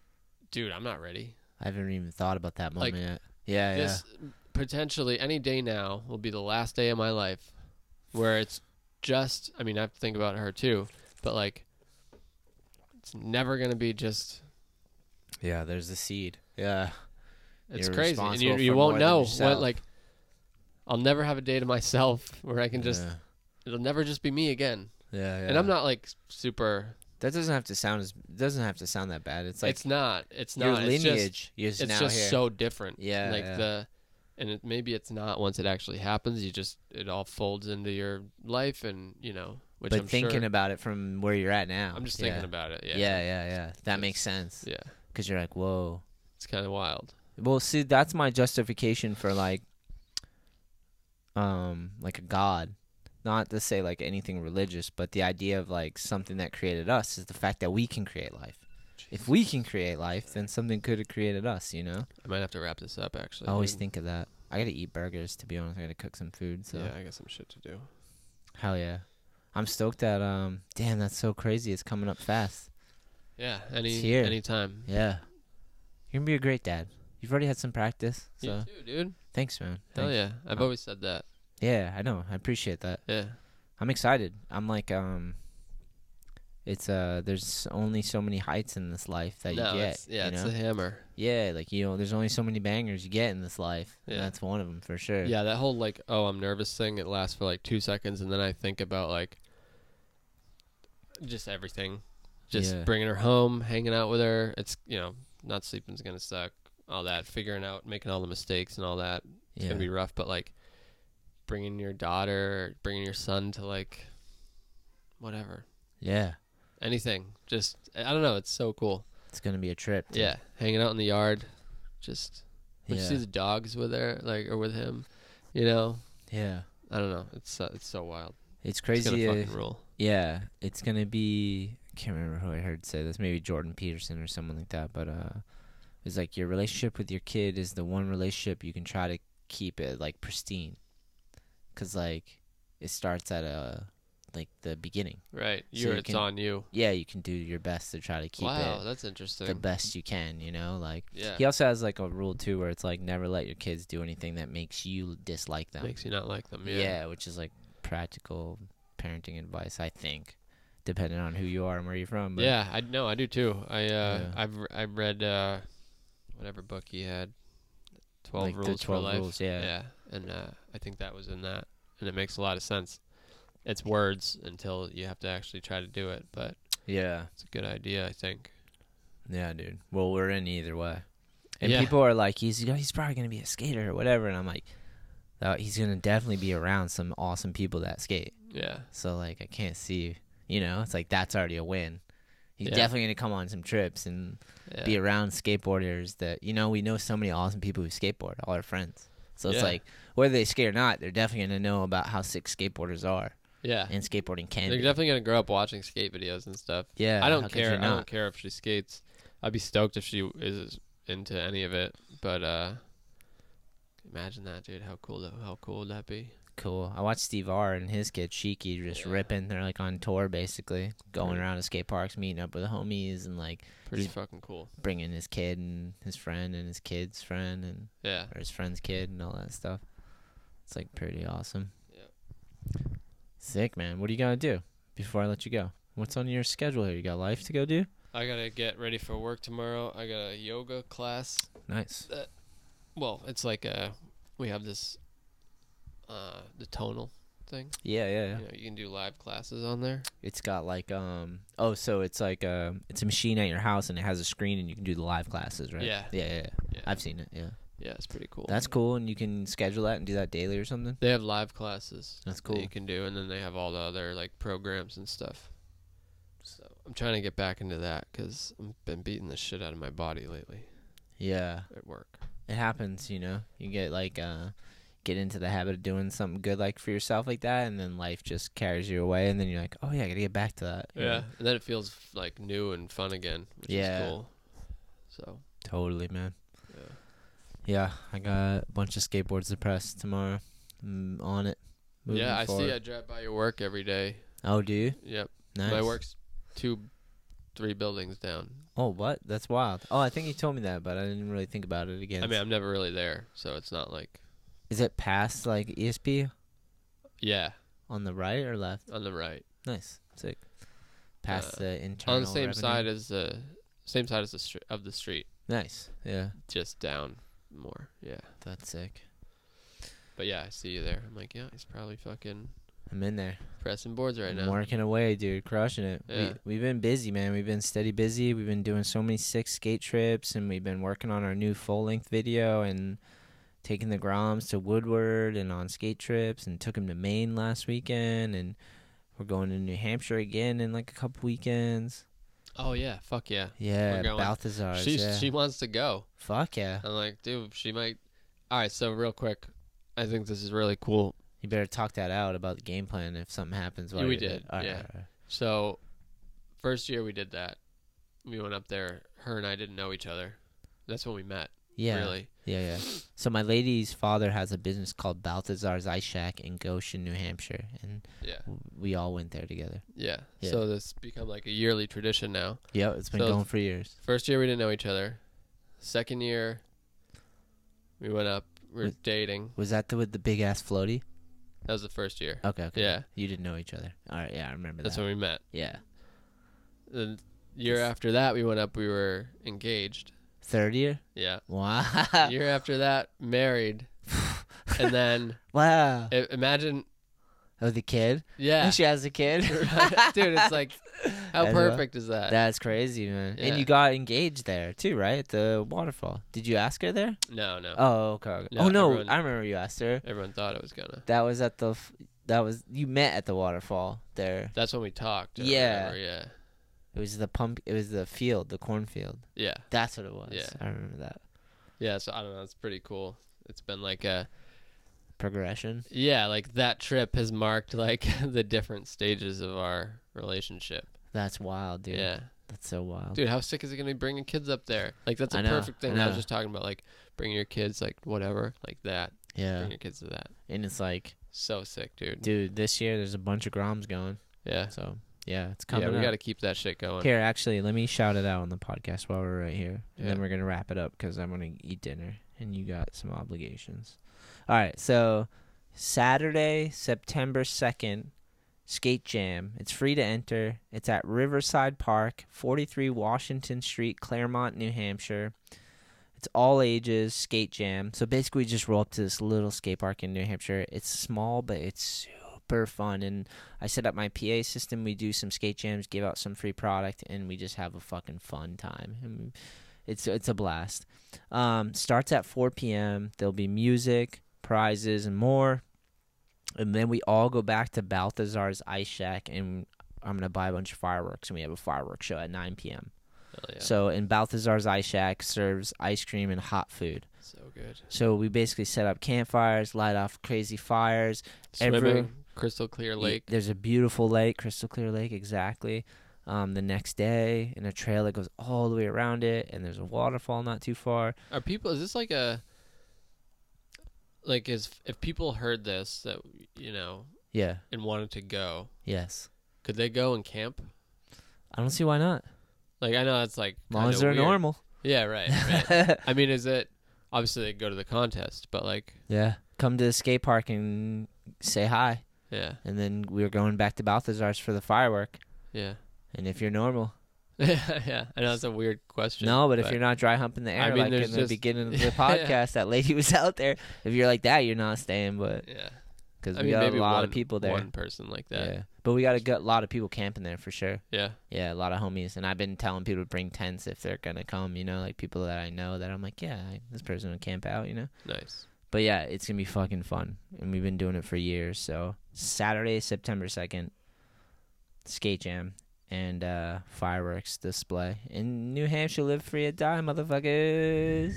[SPEAKER 2] dude, I'm not ready.
[SPEAKER 1] I haven't even thought about that
[SPEAKER 2] Like,
[SPEAKER 1] moment yet. Yeah,
[SPEAKER 2] this potentially any day now will be the last day of my life where it's just i mean i have to think about her too but like it's never gonna be just
[SPEAKER 1] yeah. Yeah, there's the seed. Yeah,
[SPEAKER 2] It's
[SPEAKER 1] You're
[SPEAKER 2] crazy, and you,
[SPEAKER 1] responsible
[SPEAKER 2] you
[SPEAKER 1] for
[SPEAKER 2] won't
[SPEAKER 1] more than
[SPEAKER 2] know what
[SPEAKER 1] yourself.
[SPEAKER 2] like. I'll never have a day to myself where I can just.
[SPEAKER 1] yeah.
[SPEAKER 2] It'll never just be me again.
[SPEAKER 1] yeah, yeah.
[SPEAKER 2] And I'm not like super.
[SPEAKER 1] That doesn't have to sound as doesn't have to sound that bad. It's like
[SPEAKER 2] it's not. It's
[SPEAKER 1] your
[SPEAKER 2] not. It's just,
[SPEAKER 1] lineage is
[SPEAKER 2] it's
[SPEAKER 1] now
[SPEAKER 2] just
[SPEAKER 1] here.
[SPEAKER 2] so different.
[SPEAKER 1] Yeah,
[SPEAKER 2] like
[SPEAKER 1] yeah.
[SPEAKER 2] the, and it, maybe it's not once it actually happens. You just it all folds into your life, and you know, which
[SPEAKER 1] but
[SPEAKER 2] I'm
[SPEAKER 1] thinking
[SPEAKER 2] sure,
[SPEAKER 1] about it from where you're at now.
[SPEAKER 2] I'm just
[SPEAKER 1] yeah.
[SPEAKER 2] thinking about it. Yeah,
[SPEAKER 1] Yeah, yeah, yeah. That
[SPEAKER 2] It's-
[SPEAKER 1] makes sense
[SPEAKER 2] yeah.
[SPEAKER 1] because you're like, whoa.
[SPEAKER 2] It's kind of wild.
[SPEAKER 1] Well, see, that's my justification for like, um, like a god. Not to say like anything religious, but the idea of like something that created us is the fact that we can create life. If we can create life, then something could have created us. You know.
[SPEAKER 2] I might have to wrap this up. Actually,
[SPEAKER 1] I always
[SPEAKER 2] dude.
[SPEAKER 1] think of that. I gotta eat burgers to be honest. I gotta cook some food. So
[SPEAKER 2] Yeah, I got some shit to do.
[SPEAKER 1] hell yeah, I'm stoked that um. Damn, that's so crazy. It's coming up fast.
[SPEAKER 2] Yeah, any
[SPEAKER 1] here.
[SPEAKER 2] anytime.
[SPEAKER 1] Yeah, you're gonna be a great dad. You've already had some practice, so
[SPEAKER 2] You too, dude.
[SPEAKER 1] thanks, man.
[SPEAKER 2] Hell
[SPEAKER 1] Thanks. Oh.
[SPEAKER 2] yeah. I've always said that.
[SPEAKER 1] yeah, I know. I appreciate that.
[SPEAKER 2] Yeah.
[SPEAKER 1] I'm excited. I'm like um it's uh there's only so many heights in this life that
[SPEAKER 2] no,
[SPEAKER 1] you get.
[SPEAKER 2] it's, yeah,
[SPEAKER 1] you
[SPEAKER 2] it's
[SPEAKER 1] know?
[SPEAKER 2] the hammer.
[SPEAKER 1] yeah, like you know, there's only so many bangers you get in this life. and
[SPEAKER 2] Yeah.
[SPEAKER 1] that's one of them for sure.
[SPEAKER 2] Yeah, that whole like, oh, I'm nervous thing. It lasts for like two seconds, and then I think about like, just everything, just
[SPEAKER 1] Yeah.
[SPEAKER 2] bringing her home, hanging out with her. It's you know, not sleeping's gonna suck. All that figuring out, making all the mistakes and all that. It's
[SPEAKER 1] Yeah.
[SPEAKER 2] gonna be rough, but like, bringing your daughter, bringing your son to like, whatever,
[SPEAKER 1] yeah.
[SPEAKER 2] anything. Just I don't know. It's so cool.
[SPEAKER 1] It's gonna be a trip. dude.
[SPEAKER 2] Yeah, hanging out in the yard, just when
[SPEAKER 1] Yeah.
[SPEAKER 2] you see the dogs with her, like or with him, you know.
[SPEAKER 1] yeah.
[SPEAKER 2] I don't know. It's so, it's so wild.
[SPEAKER 1] It's
[SPEAKER 2] It's
[SPEAKER 1] crazy.
[SPEAKER 2] gonna
[SPEAKER 1] uh,
[SPEAKER 2] fucking rule.
[SPEAKER 1] yeah. It's gonna be I can't remember who I heard say this, maybe Jordan Peterson or someone like that, but uh it's like your relationship with your kid is the one relationship you can try to keep it like pristine. Cause like it starts at a like the beginning.
[SPEAKER 2] Right.
[SPEAKER 1] so
[SPEAKER 2] You're,
[SPEAKER 1] you
[SPEAKER 2] it's
[SPEAKER 1] can
[SPEAKER 2] on you.
[SPEAKER 1] yeah, you can do your best to try to keep
[SPEAKER 2] Wow,
[SPEAKER 1] it
[SPEAKER 2] that's
[SPEAKER 1] the
[SPEAKER 2] interesting.
[SPEAKER 1] best you can, you know? Like
[SPEAKER 2] Yeah.
[SPEAKER 1] he also has like a rule too where it's like never let your kids do anything that makes you dislike them.
[SPEAKER 2] Makes you not like them.
[SPEAKER 1] yeah.
[SPEAKER 2] Yeah.
[SPEAKER 1] which is like practical parenting advice, I think, depending on who you are and where you're from. But
[SPEAKER 2] Yeah, I know. I do too. I uh,
[SPEAKER 1] Yeah.
[SPEAKER 2] I've re- I've read uh, whatever book he had, twelve
[SPEAKER 1] Like the
[SPEAKER 2] rules
[SPEAKER 1] 12
[SPEAKER 2] for life.
[SPEAKER 1] rules, yeah.
[SPEAKER 2] Yeah, and uh, I think that was in that, and it makes a lot of sense. It's words until you have to actually try to do it, but
[SPEAKER 1] yeah,
[SPEAKER 2] it's a good idea, I think.
[SPEAKER 1] yeah, dude. Well, we're in either way, and
[SPEAKER 2] Yeah.
[SPEAKER 1] people are like, he's he's probably gonna be a skater or whatever, and I'm like, "Uh, he's gonna definitely be around some awesome people that skate.
[SPEAKER 2] Yeah.
[SPEAKER 1] So like I can't see you know, it's like that's already a win. He's
[SPEAKER 2] Yeah.
[SPEAKER 1] definitely gonna come on some trips and
[SPEAKER 2] yeah.
[SPEAKER 1] be around skateboarders that you know, we know so many awesome people who skateboard, all our friends. So it's
[SPEAKER 2] Yeah.
[SPEAKER 1] like whether they skate or not, they're definitely gonna know about how sick skateboarders are
[SPEAKER 2] yeah.
[SPEAKER 1] and skateboarding can
[SPEAKER 2] They're
[SPEAKER 1] be.
[SPEAKER 2] definitely gonna grow up watching skate videos and stuff.
[SPEAKER 1] yeah.
[SPEAKER 2] I don't
[SPEAKER 1] how could you
[SPEAKER 2] care. I
[SPEAKER 1] not?
[SPEAKER 2] don't care if she skates. I'd be stoked if she is into any of it. But uh imagine that, dude. How cool! that- How cool would that be?
[SPEAKER 1] Cool. I watched Steve R and his kid Shiki just
[SPEAKER 2] Yeah.
[SPEAKER 1] ripping. They're like on tour basically, going
[SPEAKER 2] Pretty-
[SPEAKER 1] around to skate parks, meeting up with the homies, and like
[SPEAKER 2] Pretty
[SPEAKER 1] He's-
[SPEAKER 2] fucking cool.
[SPEAKER 1] bringing his kid and his friend and his kid's friend and
[SPEAKER 2] Yeah.
[SPEAKER 1] or his friend's kid and all that stuff. It's like pretty awesome.
[SPEAKER 2] Yep.
[SPEAKER 1] Sick man. What do you gotta do before I let you go? What's on your schedule here? You got life to go do?
[SPEAKER 2] I gotta get ready for work tomorrow. I got a yoga class.
[SPEAKER 1] Nice.
[SPEAKER 2] Well, it's like uh, we have this uh the tonal thing.
[SPEAKER 1] Yeah, yeah, yeah.
[SPEAKER 2] You know, you can do live classes on there.
[SPEAKER 1] It's got like um oh so it's like um it's a machine at your house and it has a screen and you can do the live classes, right?
[SPEAKER 2] Yeah.
[SPEAKER 1] Yeah, yeah, yeah.
[SPEAKER 2] Yeah.
[SPEAKER 1] I've seen it, yeah.
[SPEAKER 2] yeah, it's pretty cool.
[SPEAKER 1] That's cool and you can schedule that and do that daily or something.
[SPEAKER 2] they have live classes.
[SPEAKER 1] That's
[SPEAKER 2] that
[SPEAKER 1] cool.
[SPEAKER 2] you can do, and then they have all the other like programs and stuff. So I'm trying to get back into that because I've been beating the shit out of my body lately
[SPEAKER 1] Yeah.
[SPEAKER 2] at work.
[SPEAKER 1] It happens, you know. You get like uh get into the habit of doing something good like for yourself like that and then life just carries you away and then you're like, Oh yeah, I gotta get back to that. you know?
[SPEAKER 2] and then it feels like new and fun again, which
[SPEAKER 1] Yeah.
[SPEAKER 2] is cool. So
[SPEAKER 1] Totally, man.
[SPEAKER 2] yeah,
[SPEAKER 1] Yeah, I got a bunch of skateboards to press tomorrow. I'm on it. Moving
[SPEAKER 2] yeah. I see. I
[SPEAKER 1] forward.
[SPEAKER 2] drive by your work every day.
[SPEAKER 1] Oh, do you?
[SPEAKER 2] Yep,
[SPEAKER 1] Nice.
[SPEAKER 2] my work's two, three buildings down.
[SPEAKER 1] Oh, what? That's wild. Oh, I think you told me that, but I didn't really think about it again.
[SPEAKER 2] I mean, I'm never really there, so it's not like
[SPEAKER 1] is it past like ESP
[SPEAKER 2] yeah
[SPEAKER 1] on the right or left?
[SPEAKER 2] on the right
[SPEAKER 1] Nice, sick. Past
[SPEAKER 2] Uh,
[SPEAKER 1] the internal.
[SPEAKER 2] on the same
[SPEAKER 1] revenue?
[SPEAKER 2] side as the same side as the str- of the street,
[SPEAKER 1] Nice. Yeah.
[SPEAKER 2] just down more. Yeah.
[SPEAKER 1] That's sick.
[SPEAKER 2] But yeah, I see you there. I'm like, yeah, he's probably fucking
[SPEAKER 1] I'm in there.
[SPEAKER 2] pressing boards right
[SPEAKER 1] I'm
[SPEAKER 2] now.
[SPEAKER 1] Working away, dude, crushing it.
[SPEAKER 2] Yeah.
[SPEAKER 1] We, we've been busy, man. We've been steady busy. We've been doing so many sick skate trips, and we've been working on our new full length video and taking the Groms to Woodward and on skate trips, and took him to Maine last weekend, and we're going to New Hampshire again in like a couple weekends.
[SPEAKER 2] Oh yeah, fuck yeah.
[SPEAKER 1] Yeah,
[SPEAKER 2] We're going.
[SPEAKER 1] Balthazar.
[SPEAKER 2] She
[SPEAKER 1] Yeah.
[SPEAKER 2] she wants to go.
[SPEAKER 1] Fuck yeah.
[SPEAKER 2] I'm like, dude, she might. All right, so real quick, I think this is really cool.
[SPEAKER 1] You better talk that out about the game plan if something happens. while
[SPEAKER 2] Yeah, we
[SPEAKER 1] you're there.
[SPEAKER 2] did,
[SPEAKER 1] All right,
[SPEAKER 2] yeah.
[SPEAKER 1] all right.
[SPEAKER 2] So, first year we did that. We went up there. Her and I didn't know each other. That's when we met.
[SPEAKER 1] Yeah.
[SPEAKER 2] Really.
[SPEAKER 1] Yeah, yeah. So my lady's father has a business called Balthazar's Ice Shack in Goshen, New Hampshire, and
[SPEAKER 2] Yeah.
[SPEAKER 1] w- we all went there together.
[SPEAKER 2] Yeah.
[SPEAKER 1] Yeah.
[SPEAKER 2] So this become like a yearly tradition now.
[SPEAKER 1] Yeah, it's been
[SPEAKER 2] So-
[SPEAKER 1] going for years.
[SPEAKER 2] First year we didn't know each other. Second year, we went up. We We're
[SPEAKER 1] Was-
[SPEAKER 2] dating.
[SPEAKER 1] Was that the with the big ass floaty?
[SPEAKER 2] That was the first year.
[SPEAKER 1] Okay, okay.
[SPEAKER 2] Yeah.
[SPEAKER 1] You didn't know each other. All right, yeah, I remember
[SPEAKER 2] That's
[SPEAKER 1] that.
[SPEAKER 2] when we met.
[SPEAKER 1] yeah.
[SPEAKER 2] The year after that, we went up. We were engaged.
[SPEAKER 1] Third year?
[SPEAKER 2] Yeah.
[SPEAKER 1] Wow.
[SPEAKER 2] year after that, married, and then
[SPEAKER 1] wow.
[SPEAKER 2] i- imagine,
[SPEAKER 1] Oh, the kid?
[SPEAKER 2] yeah,
[SPEAKER 1] She has a kid?
[SPEAKER 2] dude, it's like how
[SPEAKER 1] That's
[SPEAKER 2] perfect is that?
[SPEAKER 1] That's crazy, man.
[SPEAKER 2] Yeah.
[SPEAKER 1] And you got engaged there, too, right? At the waterfall. Did you ask her there?
[SPEAKER 2] No, no,
[SPEAKER 1] Oh, okay. okay.
[SPEAKER 2] No,
[SPEAKER 1] oh, no.
[SPEAKER 2] everyone-
[SPEAKER 1] I remember you asked her.
[SPEAKER 2] everyone thought it was gonna.
[SPEAKER 1] That was at the. F- that was you met at the waterfall there.
[SPEAKER 2] That's when we talked. or
[SPEAKER 1] Yeah.
[SPEAKER 2] whatever, yeah,
[SPEAKER 1] It was the pump. It was the field, the cornfield.
[SPEAKER 2] yeah,
[SPEAKER 1] That's what it was.
[SPEAKER 2] Yeah.
[SPEAKER 1] I remember that
[SPEAKER 2] yeah. So I don't know. It's pretty cool. It's been like a
[SPEAKER 1] progression.
[SPEAKER 2] yeah, like that trip has marked like the different stages of our relationship.
[SPEAKER 1] That's wild, dude.
[SPEAKER 2] Yeah,
[SPEAKER 1] That's so wild.
[SPEAKER 2] dude, how sick is it gonna be bringing kids up there? Like that's a
[SPEAKER 1] I know,
[SPEAKER 2] perfect thing.
[SPEAKER 1] I
[SPEAKER 2] I, was
[SPEAKER 1] know.
[SPEAKER 2] just talking about like bring your kids like whatever like that.
[SPEAKER 1] Yeah.
[SPEAKER 2] Bring your kids to that.
[SPEAKER 1] And it's like,
[SPEAKER 2] So sick, dude.
[SPEAKER 1] dude, this year there's a bunch of groms going.
[SPEAKER 2] Yeah.
[SPEAKER 1] So yeah, it's coming.
[SPEAKER 2] yeah, we
[SPEAKER 1] up.
[SPEAKER 2] got to keep that shit going.
[SPEAKER 1] Here, actually, let me shout it out on the podcast while we're right here, and then
[SPEAKER 2] Yeah.
[SPEAKER 1] we're gonna wrap it up because I'm gonna eat dinner, and you got some obligations. All right, so Saturday, September second, skate jam. It's free to enter. It's at Riverside Park, 43 Washington Street, Claremont, New Hampshire. It's all ages skate jam. So basically, we just roll up to this little skate park in New Hampshire. It's small, but it's super fun and I set up my PA system. We do some skate jams, give out some free product, and we just have a fucking fun time. I mean, it's it's a blast. Um, starts at 4 p.m. There'll be music, prizes, and more. And then we all go back to Balthazar's Ice Shack, and I'm gonna buy a bunch of fireworks, and we have a fireworks show at 9 p.m.
[SPEAKER 2] Hell yeah.
[SPEAKER 1] So, in Balthazar's Ice Shack serves ice cream and hot food.
[SPEAKER 2] So good.
[SPEAKER 1] So we basically set up campfires, light off crazy fires, Every-
[SPEAKER 2] Swimming, crystal clear
[SPEAKER 1] y-
[SPEAKER 2] lake.
[SPEAKER 1] There's a beautiful lake, crystal clear lake, exactly. Um, the next day, and a trail that goes all the way around it, and there's a waterfall not too far.
[SPEAKER 2] Are people? Is this like a? Like, is if people heard this that you know
[SPEAKER 1] Yeah.
[SPEAKER 2] and wanted to go,
[SPEAKER 1] Yes.
[SPEAKER 2] could they go and camp?
[SPEAKER 1] I don't see why not.
[SPEAKER 2] Like, I know that's like
[SPEAKER 1] As long
[SPEAKER 2] kinda
[SPEAKER 1] as they're
[SPEAKER 2] weird.
[SPEAKER 1] normal.
[SPEAKER 2] Yeah, right. right. I mean, is it? Obviously, they go to the contest, but like,
[SPEAKER 1] yeah. Come to the skate park and say hi,
[SPEAKER 2] yeah,
[SPEAKER 1] and then we're going back to Balthazar's for the firework.
[SPEAKER 2] yeah,
[SPEAKER 1] And if you're normal,
[SPEAKER 2] yeah. I know that's a weird question.
[SPEAKER 1] no. But, if you're not dry humping the air,
[SPEAKER 2] I mean,
[SPEAKER 1] like in
[SPEAKER 2] there's
[SPEAKER 1] the
[SPEAKER 2] just-
[SPEAKER 1] beginning of the
[SPEAKER 2] Yeah.
[SPEAKER 1] podcast, that lady was out there. If you're like that, you're not staying, but
[SPEAKER 2] yeah,
[SPEAKER 1] because
[SPEAKER 2] I
[SPEAKER 1] we
[SPEAKER 2] mean,
[SPEAKER 1] got
[SPEAKER 2] maybe
[SPEAKER 1] a lot
[SPEAKER 2] one,
[SPEAKER 1] of people there.
[SPEAKER 2] One person like that.
[SPEAKER 1] Yeah. But we got a good, lot of people camping there for sure.
[SPEAKER 2] Yeah,
[SPEAKER 1] Yeah, a lot of homies. And I've been telling people to bring tents if they're going to come, you know, like people that I know that I'm like, yeah, I, this person will camp out, you know?
[SPEAKER 2] nice.
[SPEAKER 1] But yeah, it's going to be fucking fun. And we've been doing it for years. So Saturday, September 2nd, skate jam and uh, fireworks display. In New Hampshire, live free or die, motherfuckers.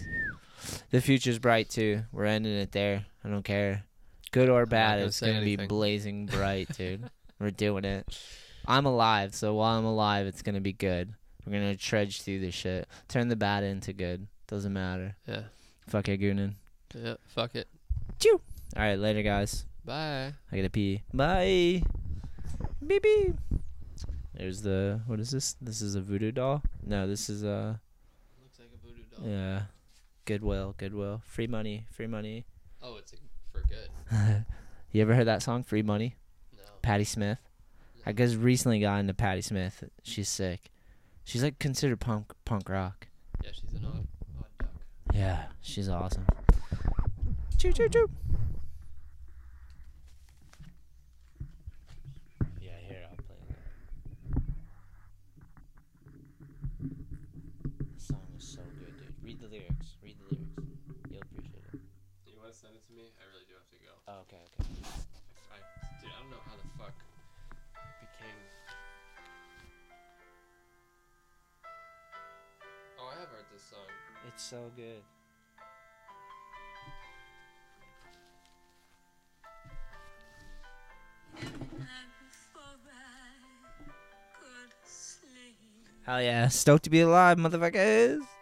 [SPEAKER 1] The future's bright too. We're ending it there. I don't care. Good or bad,
[SPEAKER 2] gonna
[SPEAKER 1] it's
[SPEAKER 2] say
[SPEAKER 1] going to be
[SPEAKER 2] anything.
[SPEAKER 1] blazing bright, dude. We're doing it. I'm alive, so while I'm alive, it's going to be good. We're going to trudge through this shit. Turn the bad into good. Doesn't matter.
[SPEAKER 2] Yeah,
[SPEAKER 1] Fuck Goonin.
[SPEAKER 2] yeah. Fuck it.
[SPEAKER 1] All right, later, guys.
[SPEAKER 2] Bye.
[SPEAKER 1] I gotta pee. Bye. Beep beep. There's the what is this? This is a voodoo doll. No, this is a
[SPEAKER 2] Looks like a voodoo doll.
[SPEAKER 1] yeah. Goodwill, Goodwill, free money, free money.
[SPEAKER 2] Oh, it's like for good.
[SPEAKER 1] you ever heard that song, Free Money?
[SPEAKER 2] No.
[SPEAKER 1] Patti Smith. I just recently got into Patti Smith. She's sick. She's like considered punk punk rock.
[SPEAKER 2] Yeah, she's an odd, odd duck.
[SPEAKER 1] Yeah, she's awesome. Choo choo choo. Yeah, here I'll play. This song is so good, dude. Read the lyrics. Read the lyrics. You'll appreciate it.
[SPEAKER 2] Do you want to send it to me? I really do have to go.
[SPEAKER 1] Oh, okay, okay.
[SPEAKER 2] I, dude, I don't know how the fuck it became. Oh, I have heard this song.
[SPEAKER 1] It's so good. Hell yeah! Stoked to be alive, motherfuckers.